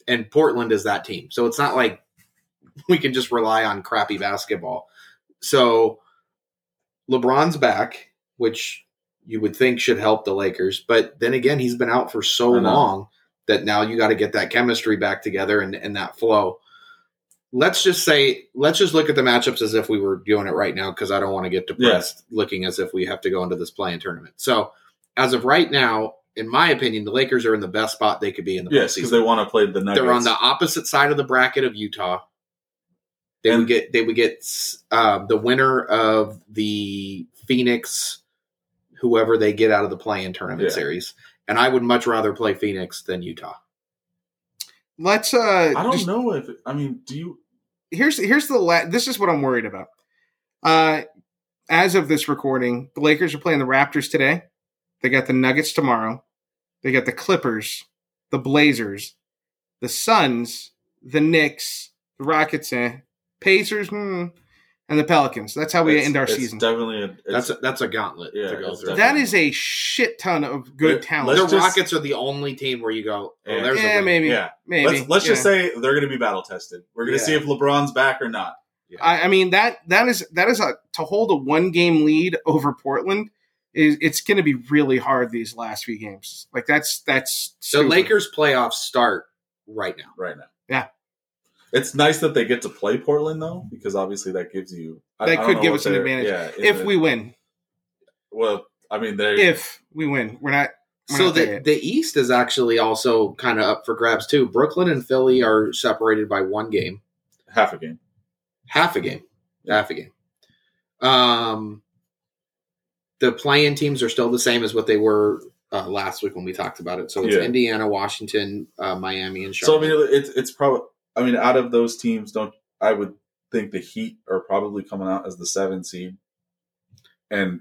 [SPEAKER 5] And Portland is that team. So it's not like we can just rely on crappy basketball. So LeBron's back, which you would think should help the Lakers, but then again, he's been out for so
[SPEAKER 3] I know.
[SPEAKER 5] long that now you got to get that chemistry back together and, and that flow. Let's just say, let's just look at the matchups as if we were doing it right now because I don't want to get depressed looking as if we have to go into this playing tournament. So, as of right now, in my opinion, the Lakers are in the best spot they could be in the
[SPEAKER 3] Yes,
[SPEAKER 5] postseason.
[SPEAKER 3] because they want to play the Nuggets.
[SPEAKER 5] They're on the opposite side of the bracket of Utah. They
[SPEAKER 3] And-
[SPEAKER 5] would get they would get uh, the winner of the Phoenix, whoever they get out of the play-in tournament
[SPEAKER 3] Yeah.
[SPEAKER 5] series. And I would much rather play Phoenix than Utah.
[SPEAKER 4] Let's. Uh,
[SPEAKER 3] I
[SPEAKER 4] just-
[SPEAKER 3] don't know if I mean, do you?
[SPEAKER 4] here's here's the la- this is what I'm worried about. Uh, as of this recording, the Lakers are playing the Raptors today. They got the Nuggets tomorrow. They got the Clippers, the Blazers, the Suns, the Knicks, the Rockets, eh, Pacers, hmm, and the Pelicans. That's how we
[SPEAKER 3] it's-
[SPEAKER 4] end our
[SPEAKER 3] it's
[SPEAKER 4] season.
[SPEAKER 3] Definitely, a, it's-
[SPEAKER 5] That's a, that's a gauntlet
[SPEAKER 3] Yeah,
[SPEAKER 5] to go
[SPEAKER 3] it's
[SPEAKER 5] through.
[SPEAKER 3] definitely-
[SPEAKER 4] that is a shit ton of good
[SPEAKER 3] Let-
[SPEAKER 5] the
[SPEAKER 4] talent.
[SPEAKER 3] let's just-
[SPEAKER 5] Rockets are the only team where you go, oh,
[SPEAKER 3] Yeah.
[SPEAKER 5] there's a
[SPEAKER 4] yeah,
[SPEAKER 5] win.
[SPEAKER 4] maybe,
[SPEAKER 3] yeah.
[SPEAKER 4] maybe.
[SPEAKER 3] let's let's just
[SPEAKER 4] yeah.
[SPEAKER 3] say they're going to be battle tested. We're going to
[SPEAKER 5] Yeah.
[SPEAKER 3] see if LeBron's back or not.
[SPEAKER 4] I, I mean that that is that is a to hold a one game lead over Portland is it's going to be really hard these last few games. Like that's that's
[SPEAKER 5] The
[SPEAKER 4] stupid.
[SPEAKER 5] Lakers playoffs start right now.
[SPEAKER 3] Right now,
[SPEAKER 4] Yeah.
[SPEAKER 3] It's nice that they get to play Portland though, because obviously that gives you
[SPEAKER 4] That
[SPEAKER 3] don't
[SPEAKER 4] could
[SPEAKER 3] know
[SPEAKER 4] give
[SPEAKER 3] what
[SPEAKER 4] us an
[SPEAKER 3] they're-
[SPEAKER 4] advantage.
[SPEAKER 3] Yeah, in
[SPEAKER 4] If
[SPEAKER 3] the-
[SPEAKER 4] we win,
[SPEAKER 3] well, I mean, they
[SPEAKER 4] if we win, we're not. We're
[SPEAKER 5] So
[SPEAKER 4] not there
[SPEAKER 5] the,
[SPEAKER 4] yet.
[SPEAKER 5] the East is actually also kind of up for grabs too. Brooklyn and Philly are separated by one game,
[SPEAKER 3] half a game.
[SPEAKER 5] half a game, half a game. Um, the playing teams are still the same as what they were uh, last week when we talked about it. So it's
[SPEAKER 3] Yeah.
[SPEAKER 5] Indiana, Washington, uh, Miami, and
[SPEAKER 3] So I
[SPEAKER 5] Charlotte.
[SPEAKER 3] mean, it's it's probably. I mean, out of those teams, don't I would think the Heat are probably coming out as the seven seed, and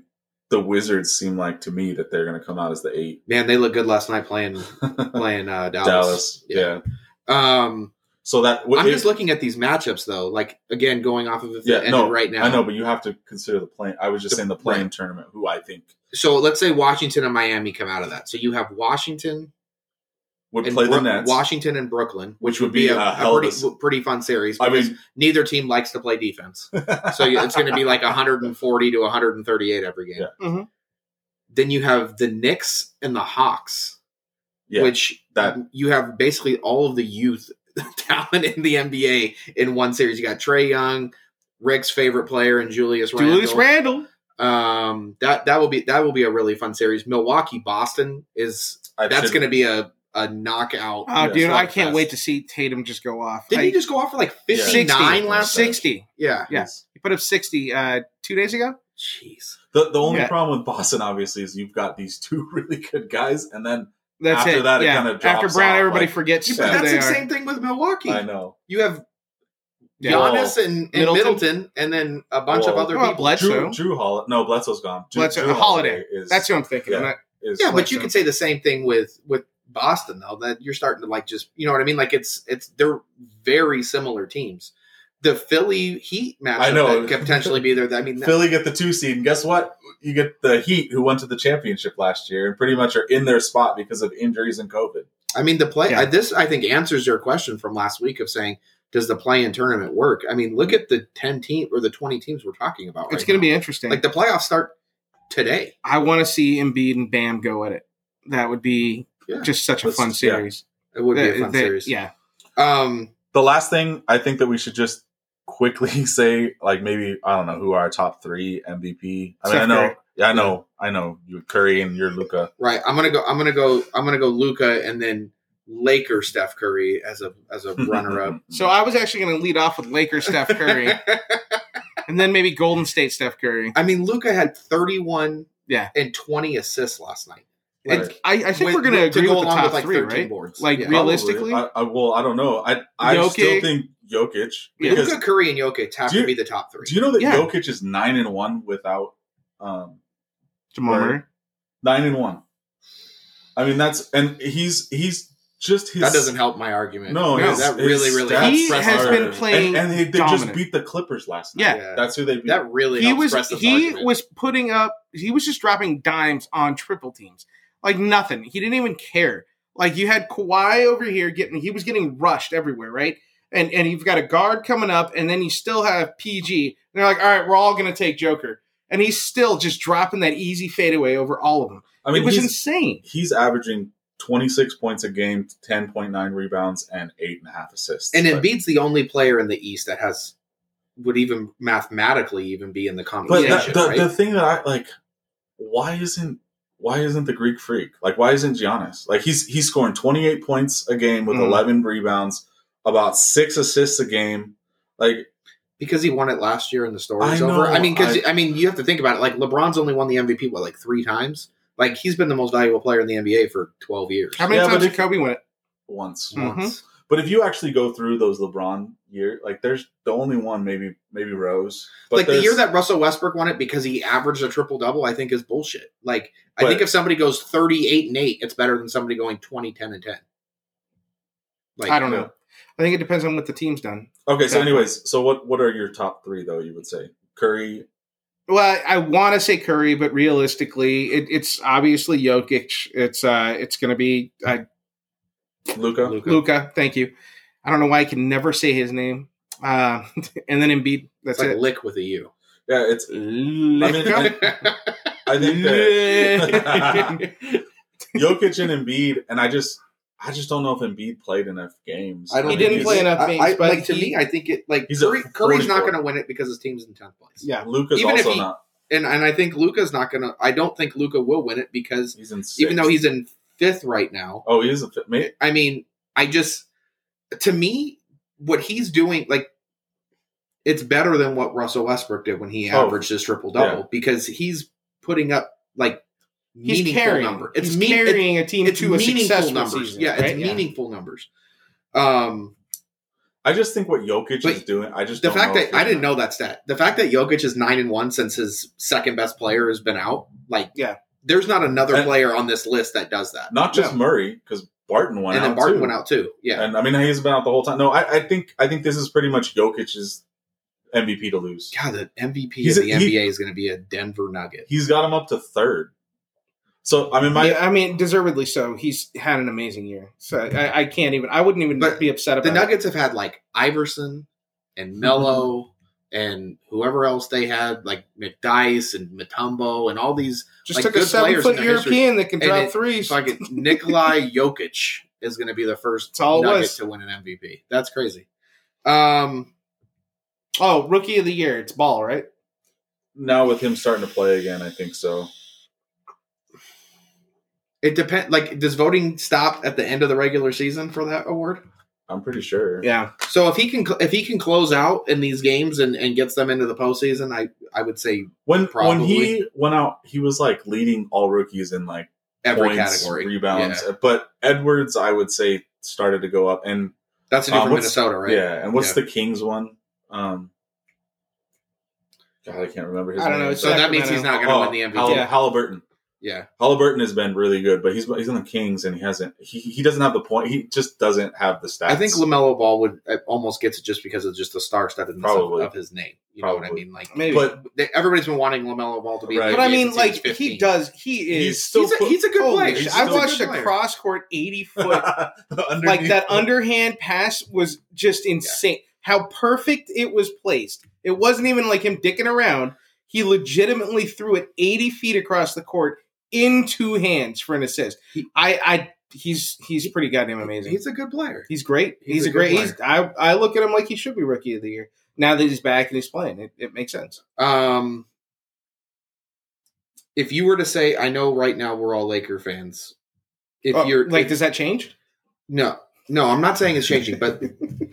[SPEAKER 3] the Wizards seem like to me that they're going to come out as the eight.
[SPEAKER 5] man, they look good last night playing playing uh, Dallas.
[SPEAKER 3] Dallas, yeah.
[SPEAKER 5] Yeah. Um,
[SPEAKER 3] So that
[SPEAKER 5] I'm
[SPEAKER 3] if-
[SPEAKER 5] just looking at these matchups though. Like again, going off of if
[SPEAKER 3] Yeah,
[SPEAKER 5] they ended
[SPEAKER 3] no,
[SPEAKER 5] right now.
[SPEAKER 3] I know, but you have to consider the plane. I was just
[SPEAKER 5] The-
[SPEAKER 3] saying the playing
[SPEAKER 5] right.
[SPEAKER 3] tournament. Who I think
[SPEAKER 5] so let's say Washington and Miami come out of that. So you have Washington
[SPEAKER 3] would
[SPEAKER 5] and
[SPEAKER 3] play the
[SPEAKER 5] Brook-
[SPEAKER 3] Nets,
[SPEAKER 5] Washington and Brooklyn,
[SPEAKER 3] which would be a, hell of a
[SPEAKER 5] pretty,
[SPEAKER 3] s-
[SPEAKER 5] pretty fun series.
[SPEAKER 3] I
[SPEAKER 5] because
[SPEAKER 3] mean,
[SPEAKER 5] neither team likes to play defense, so you- it's going to be like 140 to 138 every game.
[SPEAKER 4] Yeah. Mhm.
[SPEAKER 5] Then you have the Knicks and the Hawks,
[SPEAKER 3] yeah,
[SPEAKER 5] which
[SPEAKER 3] that-
[SPEAKER 5] you have basically all of the youth talent in the NBA in one series. You got Trey Young, Rick's favorite player, and Julius Randle.
[SPEAKER 4] Julius Randle,
[SPEAKER 5] Um, that that will be that will be a really fun series. Milwaukee Boston is
[SPEAKER 3] I
[SPEAKER 5] that's
[SPEAKER 3] should-
[SPEAKER 5] going to be a a knockout.
[SPEAKER 4] oh
[SPEAKER 3] Yeah,
[SPEAKER 4] dude, I
[SPEAKER 5] slugfest.
[SPEAKER 4] can't wait to see Tatum just go off.
[SPEAKER 5] Didn't he
[SPEAKER 4] Like,
[SPEAKER 5] just go off for like
[SPEAKER 3] Yeah.
[SPEAKER 5] 59
[SPEAKER 4] 60,
[SPEAKER 5] last night?
[SPEAKER 4] sixty?
[SPEAKER 5] Yeah.
[SPEAKER 4] Yeah, he put up sixty uh, two days ago.
[SPEAKER 5] Jeez.
[SPEAKER 3] The, the only
[SPEAKER 4] Yeah.
[SPEAKER 3] problem with Boston, obviously, is you've got these two really good guys, and then
[SPEAKER 4] That's
[SPEAKER 3] After
[SPEAKER 4] it.
[SPEAKER 3] that, it
[SPEAKER 4] yeah.
[SPEAKER 3] kinda
[SPEAKER 4] after
[SPEAKER 3] drops
[SPEAKER 4] Brown,
[SPEAKER 3] off,
[SPEAKER 4] everybody
[SPEAKER 3] like-
[SPEAKER 4] forgets.
[SPEAKER 5] Yeah,
[SPEAKER 4] who
[SPEAKER 5] but that's
[SPEAKER 4] they
[SPEAKER 5] the
[SPEAKER 4] are.
[SPEAKER 5] same thing with Milwaukee.
[SPEAKER 3] I know
[SPEAKER 5] You have
[SPEAKER 4] Yeah.
[SPEAKER 5] Giannis and, and
[SPEAKER 4] Middleton.
[SPEAKER 5] Middleton. and then a bunch of
[SPEAKER 3] Well,
[SPEAKER 5] other
[SPEAKER 4] What about
[SPEAKER 5] people.
[SPEAKER 4] Bledsoe?
[SPEAKER 3] Drew Drew Holiday. No, Bledsoe's gone. Drew,
[SPEAKER 4] Bledsoe-
[SPEAKER 3] Drew
[SPEAKER 4] Holiday.
[SPEAKER 3] is
[SPEAKER 4] That's who I'm thinking.
[SPEAKER 3] Yeah.
[SPEAKER 4] I'm not-
[SPEAKER 3] is
[SPEAKER 5] yeah, but you
[SPEAKER 4] Bledsoe.
[SPEAKER 5] could say the same thing with with Boston though. That you're starting to like just you know what I mean. Like it's it's they're very similar teams. The Philly Heat matchup
[SPEAKER 3] I know.
[SPEAKER 5] that could potentially be there. I mean, that-
[SPEAKER 3] Philly get the two seed, and guess what? You get the Heat, who went to the championship last year, and pretty much are in their spot because of injuries and COVID.
[SPEAKER 5] I mean, the play.
[SPEAKER 4] Yeah.
[SPEAKER 5] I, this I think answers your question from last week of saying, does the play-in tournament work? I mean,
[SPEAKER 3] Mm-hmm.
[SPEAKER 5] look at the ten team or the twenty teams we're talking about.
[SPEAKER 4] It's
[SPEAKER 5] right
[SPEAKER 4] going
[SPEAKER 5] now.
[SPEAKER 4] to be interesting.
[SPEAKER 5] like the playoffs start today.
[SPEAKER 4] I want to see Embiid and Bam go at it. That would be
[SPEAKER 5] Yeah.
[SPEAKER 4] just such a
[SPEAKER 3] Let's-
[SPEAKER 4] fun
[SPEAKER 3] yeah.
[SPEAKER 4] series.
[SPEAKER 5] It would be a
[SPEAKER 4] They-
[SPEAKER 5] fun
[SPEAKER 4] they-
[SPEAKER 5] series.
[SPEAKER 4] Yeah.
[SPEAKER 5] Um.
[SPEAKER 3] the last thing I think that we should just quickly say, like maybe I don't know who our top three MVP. I mean,
[SPEAKER 4] Steph
[SPEAKER 3] I know,
[SPEAKER 4] Curry.
[SPEAKER 3] yeah, I know, I know you Curry and you're Luca.
[SPEAKER 5] Right. I'm gonna go. I'm gonna go. I'm gonna go. Luca and then Laker Steph Curry as a as a runner up.
[SPEAKER 4] So I was actually going to lead off with Lakers Steph Curry, and then maybe Golden State Steph Curry.
[SPEAKER 5] I mean, Luca had 31.
[SPEAKER 4] Yeah.
[SPEAKER 5] And 20 assists last night.
[SPEAKER 4] And
[SPEAKER 5] Like,
[SPEAKER 4] I, I think
[SPEAKER 5] with-
[SPEAKER 4] we're going to
[SPEAKER 5] with- to
[SPEAKER 4] agree
[SPEAKER 5] go
[SPEAKER 4] with the
[SPEAKER 5] along
[SPEAKER 4] top
[SPEAKER 5] like
[SPEAKER 4] three,
[SPEAKER 5] 13
[SPEAKER 4] right?
[SPEAKER 5] Boards.
[SPEAKER 4] Like,
[SPEAKER 5] yeah.
[SPEAKER 4] real- Realistically?
[SPEAKER 3] Probably. I, I well, I don't know. I I still
[SPEAKER 4] Jokic?
[SPEAKER 3] think Jokic
[SPEAKER 4] Yeah.
[SPEAKER 3] because
[SPEAKER 5] Luka, Curry, and Jokic have
[SPEAKER 3] Do you-
[SPEAKER 5] to be the top three.
[SPEAKER 3] do you know that
[SPEAKER 4] Yeah.
[SPEAKER 3] Jokic is nine and one without um
[SPEAKER 4] Jamal
[SPEAKER 3] Right.
[SPEAKER 4] Murray.
[SPEAKER 3] nine and one. I mean that's and he's he's just his
[SPEAKER 5] that doesn't help my argument.
[SPEAKER 3] No,
[SPEAKER 4] No.
[SPEAKER 3] his-
[SPEAKER 5] that
[SPEAKER 3] his
[SPEAKER 5] really, really
[SPEAKER 3] stats
[SPEAKER 5] helps
[SPEAKER 4] He
[SPEAKER 5] press
[SPEAKER 4] has
[SPEAKER 5] the
[SPEAKER 3] are-
[SPEAKER 4] been
[SPEAKER 5] argument.
[SPEAKER 4] playing
[SPEAKER 3] and, and they, they just
[SPEAKER 4] dominant.
[SPEAKER 3] beat the Clippers last night.
[SPEAKER 4] Yeah.
[SPEAKER 3] That's who they beat.
[SPEAKER 5] that really
[SPEAKER 4] he
[SPEAKER 5] helps
[SPEAKER 4] was
[SPEAKER 5] press this
[SPEAKER 4] he
[SPEAKER 5] argument.
[SPEAKER 4] was putting up he was just dropping dimes on triple teams like nothing he didn't even care like you had Kawhi over here getting he was getting rushed everywhere right and and you've got a guard coming up and then you still have PG and they're like all right we're all gonna take Joker and he's still just dropping that easy fadeaway over all of them
[SPEAKER 3] I mean
[SPEAKER 4] it was
[SPEAKER 3] he's,
[SPEAKER 4] insane
[SPEAKER 3] he's averaging twenty six points a game, ten point nine rebounds, and eight and a half assists.
[SPEAKER 5] and
[SPEAKER 3] Like,
[SPEAKER 5] Embiid's the only player in the East that has would even mathematically even be in the
[SPEAKER 3] But
[SPEAKER 5] conversation.
[SPEAKER 4] Yeah,
[SPEAKER 3] that, the,
[SPEAKER 5] right?
[SPEAKER 3] the thing that I like, why isn't why isn't the Greek freak like why isn't Giannis like he's he's scoring twenty eight points a game with
[SPEAKER 4] Mhm.
[SPEAKER 3] eleven rebounds, about six assists a game. Like
[SPEAKER 5] because he won it last year and the
[SPEAKER 3] I
[SPEAKER 5] story's
[SPEAKER 3] know,
[SPEAKER 5] over. I mean, because
[SPEAKER 3] I-
[SPEAKER 5] I, mean, you have to think about it. Like LeBron's only won the MVP what, like three times. Like he's been the most valuable player in the NBA for twelve years.
[SPEAKER 4] how many
[SPEAKER 3] Yeah,
[SPEAKER 4] times
[SPEAKER 3] but
[SPEAKER 4] did
[SPEAKER 3] if-
[SPEAKER 4] Kobe win it
[SPEAKER 3] once,
[SPEAKER 5] Hmm.
[SPEAKER 4] Mhm.
[SPEAKER 3] once. But if you actually go through those LeBron year, like there's the only one maybe maybe Rose. But
[SPEAKER 5] like the
[SPEAKER 3] there's-
[SPEAKER 5] year that Russell Westbrook won it because he averaged a triple double, I think is bullshit. Like
[SPEAKER 3] But-
[SPEAKER 5] I think if somebody goes thirty eight and eight, it's better than somebody going 20, 10, and ten. Like
[SPEAKER 4] I don't know I think it depends on what the team's done
[SPEAKER 3] okay. So
[SPEAKER 4] Yeah.
[SPEAKER 3] anyways, so what what are your top three though? You would say Curry.
[SPEAKER 4] Well, I want to say Curry, but realistically, it, it's obviously Jokic. It's uh, it's going to be uh,
[SPEAKER 3] Luca,
[SPEAKER 5] Luka.
[SPEAKER 4] Luca. Thank you. I don't know why I can never say his name. Uh, and then Embiid.
[SPEAKER 5] It's
[SPEAKER 4] That's
[SPEAKER 5] like
[SPEAKER 4] it.
[SPEAKER 5] lick with a U.
[SPEAKER 3] yeah, it's. I mean,
[SPEAKER 4] Luka.
[SPEAKER 3] I, I think that Jokic and Embiid, and I just, I just don't know if Embiid played enough games.
[SPEAKER 5] I don't
[SPEAKER 4] He
[SPEAKER 5] think
[SPEAKER 4] didn't
[SPEAKER 5] he's-
[SPEAKER 4] play enough
[SPEAKER 5] I-
[SPEAKER 4] games,
[SPEAKER 5] I-
[SPEAKER 4] but
[SPEAKER 5] like to
[SPEAKER 4] he-
[SPEAKER 5] me, I think it like
[SPEAKER 3] He's a
[SPEAKER 5] Curry, Curry's
[SPEAKER 3] 44.
[SPEAKER 5] not going to win it because his team's in tenth place.
[SPEAKER 4] yeah,
[SPEAKER 3] Luca's
[SPEAKER 5] Even if
[SPEAKER 3] also
[SPEAKER 5] he-
[SPEAKER 3] not.
[SPEAKER 5] and and I think Luca's not gonna. I don't think Luca will win it because
[SPEAKER 3] He's in. Sixth.
[SPEAKER 5] even though he's in fifth right now,
[SPEAKER 3] oh, he is a fit. Mate.
[SPEAKER 5] I mean, I just to me what he's doing like it's better than what Russell Westbrook did when he
[SPEAKER 3] Oh,
[SPEAKER 5] averaged his triple double
[SPEAKER 3] yeah.
[SPEAKER 5] because he's putting up like
[SPEAKER 4] he's
[SPEAKER 5] meaningful
[SPEAKER 4] carrying.
[SPEAKER 5] number. It's
[SPEAKER 4] he's
[SPEAKER 5] mean- it-
[SPEAKER 4] carrying a team
[SPEAKER 5] it's
[SPEAKER 4] to a
[SPEAKER 5] meaningful
[SPEAKER 4] successful
[SPEAKER 5] numbers.
[SPEAKER 4] season.
[SPEAKER 5] yeah, it's
[SPEAKER 4] right?
[SPEAKER 5] meaningful numbers. Um,
[SPEAKER 3] I just think what Jokic
[SPEAKER 5] But
[SPEAKER 3] is doing. I just
[SPEAKER 5] the
[SPEAKER 3] don't
[SPEAKER 5] fact
[SPEAKER 3] know
[SPEAKER 5] that
[SPEAKER 3] if
[SPEAKER 5] I
[SPEAKER 3] he-
[SPEAKER 5] didn't know that stat. The fact that Jokic is nine and one since his second best player has been out, like
[SPEAKER 4] Yeah.
[SPEAKER 5] there's not another
[SPEAKER 3] And-
[SPEAKER 5] player on this list that does that.
[SPEAKER 3] Not just Murray because Barton went
[SPEAKER 5] and
[SPEAKER 3] out.
[SPEAKER 5] then Barton
[SPEAKER 3] too.
[SPEAKER 5] went out too. Yeah,
[SPEAKER 3] And I mean, he's been out the whole time. No, I, I think I think this is pretty much Jokic's MVP to lose.
[SPEAKER 5] God, the MVP
[SPEAKER 3] He's a-
[SPEAKER 5] of the
[SPEAKER 3] he-
[SPEAKER 5] NBA is going to be a Denver Nugget.
[SPEAKER 3] He's got him up to third. So I mean, my
[SPEAKER 4] yeah, I mean, deservedly so. He's had an amazing year. So I, I can't even. I wouldn't even
[SPEAKER 5] But
[SPEAKER 4] be upset
[SPEAKER 5] The
[SPEAKER 4] about it.
[SPEAKER 5] Nuggets have had like Iverson
[SPEAKER 3] Mm-hmm.
[SPEAKER 5] and Melo and whoever else they had, like McDice and Matumbo and all these
[SPEAKER 4] Just
[SPEAKER 5] like,
[SPEAKER 4] took a
[SPEAKER 5] good players in
[SPEAKER 4] seven-foot
[SPEAKER 5] their history.
[SPEAKER 4] European that can
[SPEAKER 5] And
[SPEAKER 4] drop
[SPEAKER 5] it-
[SPEAKER 4] threes.
[SPEAKER 5] fucking Nikolai Jokic is going to be the first
[SPEAKER 4] That's all it
[SPEAKER 5] Nugget
[SPEAKER 4] was.
[SPEAKER 5] to win an MVP. That's crazy. Um,
[SPEAKER 4] Oh, rookie of the year. It's Ball, right?
[SPEAKER 3] now with him starting to play again, I think so.
[SPEAKER 5] it depends. Like, does voting stop at the end of the regular season for that award?
[SPEAKER 3] I'm pretty sure.
[SPEAKER 4] Yeah.
[SPEAKER 5] So if he can, if he can close out in these games and, and gets them into the postseason, I I would say
[SPEAKER 3] When when
[SPEAKER 5] Probably.
[SPEAKER 3] he went out, he was like leading all rookies in like
[SPEAKER 5] every
[SPEAKER 3] points,
[SPEAKER 5] category
[SPEAKER 3] rebounds.
[SPEAKER 5] Yeah.
[SPEAKER 3] But Edwards, I would say, started to go up. And
[SPEAKER 5] That's a dude
[SPEAKER 3] Uh,
[SPEAKER 5] from
[SPEAKER 3] what's-
[SPEAKER 5] Minnesota, right?
[SPEAKER 3] yeah, and what's
[SPEAKER 5] Yeah.
[SPEAKER 3] the Kings one? Um, God, I can't remember his
[SPEAKER 4] I don't
[SPEAKER 3] name.
[SPEAKER 4] know.
[SPEAKER 5] So that means
[SPEAKER 4] Sacramento.
[SPEAKER 5] he's not going to
[SPEAKER 3] Oh,
[SPEAKER 5] win the MVP.
[SPEAKER 3] Hall-
[SPEAKER 4] Yeah.
[SPEAKER 3] Halliburton.
[SPEAKER 5] Yeah.
[SPEAKER 3] Halliburton has been really good, but he's he's in the Kings and he hasn't. He, he doesn't have the point. He just doesn't have the stats.
[SPEAKER 5] I think Lamelo Ball would uh, almost gets it just because of just the star studdedness of,
[SPEAKER 3] Probably.
[SPEAKER 5] of his name. You know what I
[SPEAKER 3] Probably.
[SPEAKER 5] mean? Like,
[SPEAKER 4] Maybe.
[SPEAKER 3] but
[SPEAKER 5] they, everybody's been wanting Lamelo Ball to be. in the
[SPEAKER 3] Right.
[SPEAKER 4] But I
[SPEAKER 5] NBA
[SPEAKER 4] mean,
[SPEAKER 5] since
[SPEAKER 4] like
[SPEAKER 5] was 15.
[SPEAKER 4] he does, he is.
[SPEAKER 3] he's still
[SPEAKER 5] He's a,
[SPEAKER 3] put-
[SPEAKER 5] he's a good
[SPEAKER 4] Holy
[SPEAKER 5] player.
[SPEAKER 4] shit.
[SPEAKER 5] He's
[SPEAKER 4] I
[SPEAKER 5] still a
[SPEAKER 4] watched
[SPEAKER 5] good
[SPEAKER 4] a
[SPEAKER 5] player.
[SPEAKER 4] cross court eighty foot, like
[SPEAKER 3] Underneath-
[SPEAKER 4] that underhand pass was just insane. How perfect it was placed. It wasn't even like him dicking around. He legitimately threw it eighty feet across the court in two hands for an assist. I, I, he's he's pretty goddamn amazing. He's,
[SPEAKER 5] He's a good player.
[SPEAKER 4] great.
[SPEAKER 5] he's
[SPEAKER 4] He's,
[SPEAKER 5] a
[SPEAKER 4] a great.
[SPEAKER 5] good
[SPEAKER 4] He's, I I look at him like he should be rookie of the year. Now that he's back and he's playing, it, it makes sense.
[SPEAKER 5] Um, if you were to say, I know right now we're all Laker fans. If
[SPEAKER 4] Oh,
[SPEAKER 5] you're
[SPEAKER 4] like,
[SPEAKER 5] if-
[SPEAKER 4] does that change?
[SPEAKER 5] No, no, I'm not saying it's changing, but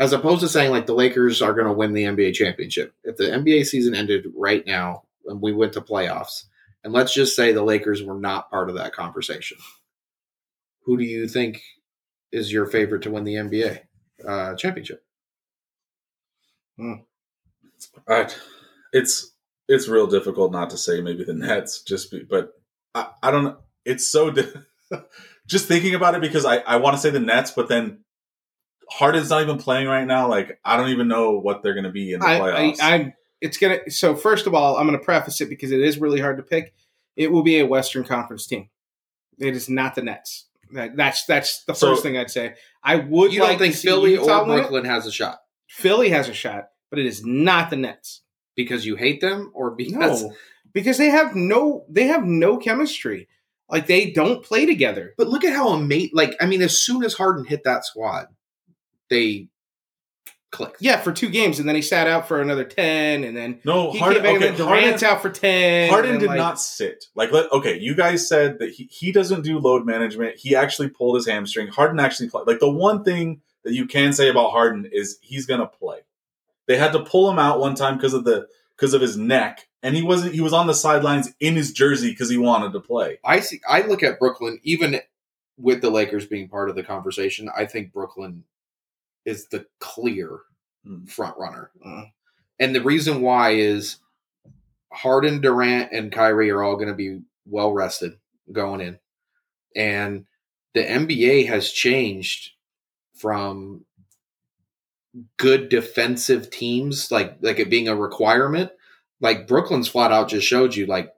[SPEAKER 5] as opposed to saying like the Lakers are going to win the NBA championship, if the NBA season ended right now and we went to playoffs, and let's just say the Lakers were not part of that conversation, who do you think is your favorite to win the NBA uh, championship?
[SPEAKER 3] I, it's it's real difficult not to say maybe the Nets just be, but I, I don't it's so di- just thinking about it because I I want to say the Nets but then Harden's not even playing right now like I don't even know what they're going to be in the
[SPEAKER 4] I,
[SPEAKER 3] playoffs.
[SPEAKER 4] I, I'm. It's gonna. So first of all, I'm gonna preface it because it is really hard to pick. It will be a Western Conference team. It is not the Nets. That, that's that's the
[SPEAKER 3] So-
[SPEAKER 4] first thing I'd say. I would.
[SPEAKER 5] You don't
[SPEAKER 4] like to
[SPEAKER 5] think
[SPEAKER 4] see
[SPEAKER 5] Philly
[SPEAKER 4] Utah
[SPEAKER 5] or
[SPEAKER 4] win it.
[SPEAKER 5] Brooklyn has a shot
[SPEAKER 4] Philly has a shot, but it is not the Nets.
[SPEAKER 5] because you hate them or because
[SPEAKER 4] No, because they have no they have no chemistry. Like they don't play together.
[SPEAKER 5] But look at how mate like I mean, as soon as Harden hit that squad, they clicked.
[SPEAKER 4] Yeah, for two games, and then he sat out for another ten, and then
[SPEAKER 3] no,
[SPEAKER 4] he
[SPEAKER 3] Harden,
[SPEAKER 4] came back,
[SPEAKER 3] okay,
[SPEAKER 4] and then Durant's
[SPEAKER 3] Harden,
[SPEAKER 4] out for ten.
[SPEAKER 3] Harden
[SPEAKER 4] and
[SPEAKER 3] did
[SPEAKER 4] like-
[SPEAKER 3] not sit. Like, let, okay, you guys said that he, he doesn't do load management. He actually pulled his hamstring. Harden actually played. Like, the one thing that you can say about Harden is he's going to play. They had to pull him out one time because of the because of his neck, and he wasn't. He was on the sidelines in his jersey because he wanted to play.
[SPEAKER 5] I see I look at Brooklyn, even with the Lakers being part of the conversation, I think Brooklyn is the clear
[SPEAKER 3] Hmm.
[SPEAKER 5] front runner.
[SPEAKER 4] Mm.
[SPEAKER 5] And the reason why is Harden, Durant, and Kyrie are all gonna be well rested going in. And the NBA has changed from good defensive teams, like like it being a requirement. Like Brooklyn's flat out just showed you, like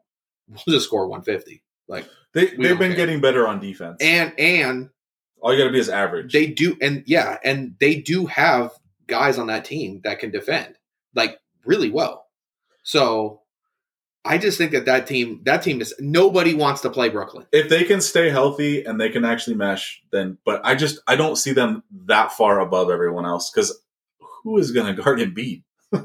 [SPEAKER 5] we'll just score 150.
[SPEAKER 3] They
[SPEAKER 5] We
[SPEAKER 3] they've been
[SPEAKER 5] don't care.
[SPEAKER 3] getting better on defense.
[SPEAKER 5] And and
[SPEAKER 3] All you got to be is average.
[SPEAKER 5] they do and yeah, and they do have guys on that team that can defend like really well. So I just think that that team that team is nobody wants to play Brooklyn.
[SPEAKER 3] if they can stay healthy and they can actually mesh, then. But I just I don't see them that far above everyone else because who is going to guard Embiid?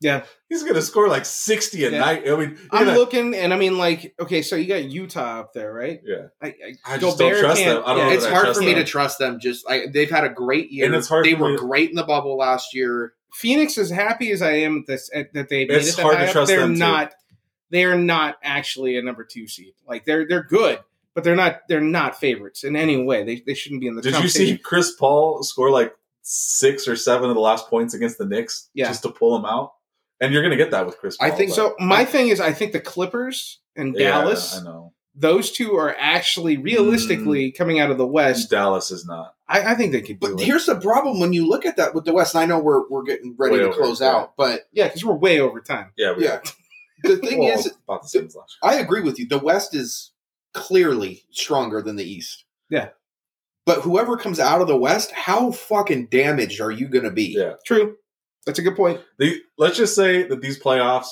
[SPEAKER 4] Yeah.
[SPEAKER 3] he's going to score like sixty a
[SPEAKER 4] Yeah.
[SPEAKER 3] night. I mean,
[SPEAKER 4] I'm
[SPEAKER 3] yeah,
[SPEAKER 4] looking, and I mean, like, okay, so you got Utah up there, right?
[SPEAKER 3] yeah.
[SPEAKER 4] I,
[SPEAKER 3] I just don't
[SPEAKER 4] Gobert
[SPEAKER 3] trust
[SPEAKER 4] can't-
[SPEAKER 3] them. I don't
[SPEAKER 4] yeah,
[SPEAKER 3] know
[SPEAKER 5] It's
[SPEAKER 3] Oh, that I
[SPEAKER 5] hard
[SPEAKER 3] trust
[SPEAKER 5] for me
[SPEAKER 3] them.
[SPEAKER 5] to trust them. Just I, they've had a great year.
[SPEAKER 3] And it's hard
[SPEAKER 5] they
[SPEAKER 3] for me to-
[SPEAKER 5] were great in the bubble last year.
[SPEAKER 4] Phoenix, as happy as I am at this at, that they made
[SPEAKER 3] It's
[SPEAKER 4] it that
[SPEAKER 3] hard to
[SPEAKER 4] high up,
[SPEAKER 3] trust
[SPEAKER 4] they're
[SPEAKER 3] them, too.
[SPEAKER 4] not. They're not actually a number two seed. Like they're they're good, but they're not they're not favorites in any way. They, they shouldn't be in the.
[SPEAKER 3] Did you
[SPEAKER 4] conversation.
[SPEAKER 3] see Chris Paul score like six or seven of the last points against the Knicks
[SPEAKER 4] Yeah.
[SPEAKER 3] just to pull him out? And you're going to get that with Chris Paul.
[SPEAKER 5] I think
[SPEAKER 3] but-
[SPEAKER 4] So my thing is, I think the Clippers and
[SPEAKER 3] Oh, Yeah,
[SPEAKER 4] Dallas,
[SPEAKER 3] I Mm. know
[SPEAKER 4] those two are actually realistically coming out of the West.
[SPEAKER 3] Dallas is not.
[SPEAKER 4] I, I think they could do
[SPEAKER 5] But
[SPEAKER 4] it.
[SPEAKER 5] here's the problem when you look at that with the West. And I know we're we're getting ready
[SPEAKER 3] Way
[SPEAKER 5] to
[SPEAKER 3] over,
[SPEAKER 5] close
[SPEAKER 3] yeah.
[SPEAKER 5] out, but
[SPEAKER 4] yeah, because we're way over time.
[SPEAKER 3] Yeah, we
[SPEAKER 5] yeah. The thing
[SPEAKER 3] Well,
[SPEAKER 5] is,
[SPEAKER 3] about the same as last year.
[SPEAKER 5] I agree with you. The West is clearly stronger than the East.
[SPEAKER 4] Yeah.
[SPEAKER 5] But whoever comes out of the West, how fucking damaged are you going to be?
[SPEAKER 3] Yeah.
[SPEAKER 4] True, that's a good point.
[SPEAKER 3] The, let's just say that these playoffs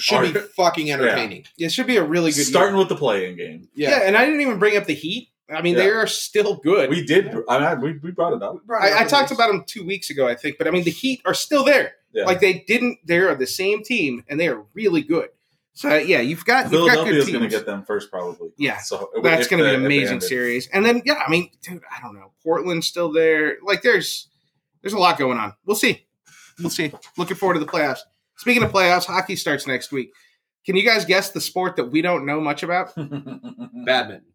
[SPEAKER 5] Should be
[SPEAKER 3] Are-
[SPEAKER 5] fucking entertaining.
[SPEAKER 4] It should be a really good
[SPEAKER 3] starting
[SPEAKER 4] year.
[SPEAKER 3] with the play-in game.
[SPEAKER 5] Yeah.
[SPEAKER 4] yeah. and I didn't even bring up the Heat. I mean,
[SPEAKER 3] Yeah.
[SPEAKER 4] they are still good.
[SPEAKER 3] We did. I mean, I- we, we brought it up.
[SPEAKER 4] I, I talked about them two weeks ago, I think, but I mean, the Heat are still there.
[SPEAKER 3] Yeah.
[SPEAKER 4] Like they didn't. They are the same team, and they are really good. So yeah, you've got you've got
[SPEAKER 3] Philadelphia
[SPEAKER 4] good
[SPEAKER 3] is going to
[SPEAKER 4] teams.
[SPEAKER 3] get them first, probably.
[SPEAKER 4] Yeah.
[SPEAKER 3] So
[SPEAKER 4] That's
[SPEAKER 3] if
[SPEAKER 4] going to
[SPEAKER 3] the-
[SPEAKER 4] be
[SPEAKER 3] if
[SPEAKER 4] an
[SPEAKER 3] they
[SPEAKER 4] amazing
[SPEAKER 3] end it.
[SPEAKER 4] series. And then, yeah, I mean, dude, I don't know. Portland's still there. Like, there's there's a lot going on. We'll see. We'll see. Looking forward to the playoffs. Speaking of playoffs, hockey starts next week. Can you guys guess the sport that we don't know much about?
[SPEAKER 5] badminton.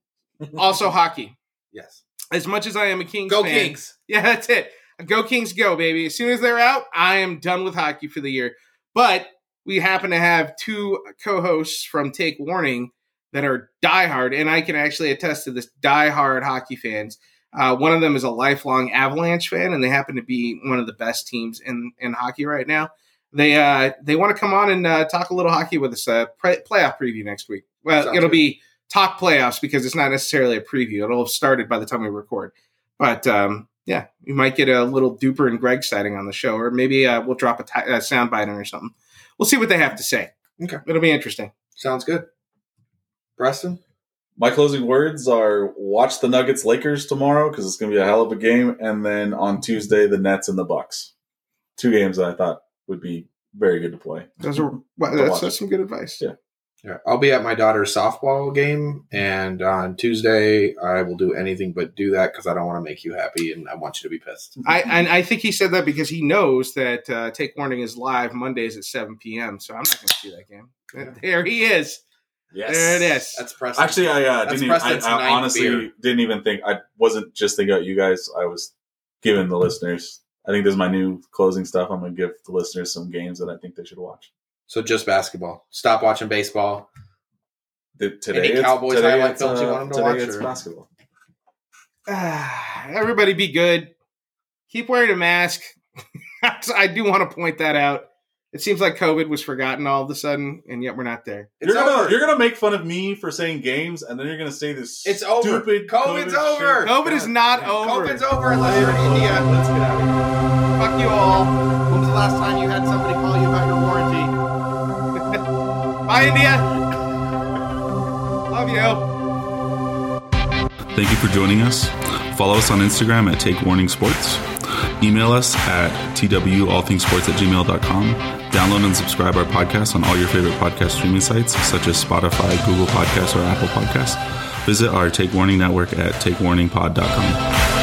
[SPEAKER 4] also, hockey.
[SPEAKER 5] Yes.
[SPEAKER 4] As much as I am a Kings
[SPEAKER 5] Go
[SPEAKER 4] fan,
[SPEAKER 5] Kings.
[SPEAKER 4] yeah, that's it. Go Kings, go, baby. As soon as they're out, I am done with hockey for the year. But we happen to have two co hosts from Take Warning that are diehard, and I can actually attest to this diehard hockey fans. Uh, one of them is a lifelong Avalanche fan, and they happen to be one of the best teams in, in hockey right now. They uh, they want to come on and uh, talk a little hockey with us. Uh, pre- playoff preview next week. Well,
[SPEAKER 5] Sounds
[SPEAKER 4] it'll
[SPEAKER 5] good.
[SPEAKER 4] be talk playoffs because it's not necessarily a preview. It'll have started by the time we record. But um, yeah, we might get a little Duper and Greg sighting on the show, or maybe uh, we'll drop a ti- a soundbite in or something. We'll see what they have to say.
[SPEAKER 5] Okay.
[SPEAKER 4] it'll be interesting.
[SPEAKER 5] Sounds good. Preston?
[SPEAKER 3] My closing words are: watch the Nuggets Lakers tomorrow because it's going to be a hell of a game, and then on Tuesday the Nets and the Bucks. Two games that I thought would be very good to play.
[SPEAKER 4] Those are well,
[SPEAKER 3] To
[SPEAKER 4] that's,
[SPEAKER 3] watch.
[SPEAKER 4] that's some good advice.
[SPEAKER 3] Yeah.
[SPEAKER 5] Yeah, I'll be at my daughter's softball game, and on Tuesday I will do anything but do that because I don't want to make you happy and I want you to be pissed.
[SPEAKER 4] I and I think he said that because he knows that uh, Take Warning is live Mondays at seven p.m. So I'm not going to see that game. There he is.
[SPEAKER 3] Yes.
[SPEAKER 4] There it is.
[SPEAKER 5] That's Preston.
[SPEAKER 3] Actually, I uh,
[SPEAKER 5] That's
[SPEAKER 3] didn't. Even, I,
[SPEAKER 5] Preston's
[SPEAKER 3] I
[SPEAKER 5] ninth
[SPEAKER 3] honestly
[SPEAKER 5] beer.
[SPEAKER 3] didn't even think. I wasn't just thinking about you guys. I was giving the listeners. I think this is my new closing stuff. I'm gonna give the listeners some games that I think they should watch.
[SPEAKER 5] so just basketball. Stop watching baseball.
[SPEAKER 3] The, today, it's-
[SPEAKER 5] Cowboys
[SPEAKER 3] today
[SPEAKER 5] highlight
[SPEAKER 3] it's,
[SPEAKER 5] films you
[SPEAKER 3] uh,
[SPEAKER 5] want 'em to
[SPEAKER 3] today
[SPEAKER 5] watch,
[SPEAKER 3] It's
[SPEAKER 5] or-
[SPEAKER 3] basketball.
[SPEAKER 4] Ah, everybody be good. Keep wearing a mask. I do want to point that out. It seems like COVID was forgotten all of a sudden, and yet we're not there.
[SPEAKER 5] It's
[SPEAKER 3] you're gonna
[SPEAKER 5] over.
[SPEAKER 3] you're gonna make fun of me for saying games, and then you're gonna say this.
[SPEAKER 5] It's over.
[SPEAKER 3] Stupid
[SPEAKER 5] COVID's over.
[SPEAKER 3] shit.
[SPEAKER 4] COVID is not
[SPEAKER 3] damn.
[SPEAKER 4] over.
[SPEAKER 5] COVID's over unless you're in India.
[SPEAKER 3] Let's get out of here.
[SPEAKER 4] Fuck you all.
[SPEAKER 5] When was the last time you had somebody call you about your warranty?
[SPEAKER 4] Bye, India. Love you.
[SPEAKER 6] Thank you for joining us. Follow us on Instagram at Take Warning Sports. Email us at twallthingsports at gmail.com. Download and subscribe our podcast on all your favorite podcast streaming sites, such as Spotify, Google Podcasts, or Apple Podcasts. Visit our Take Warning network at takewarningpod.com.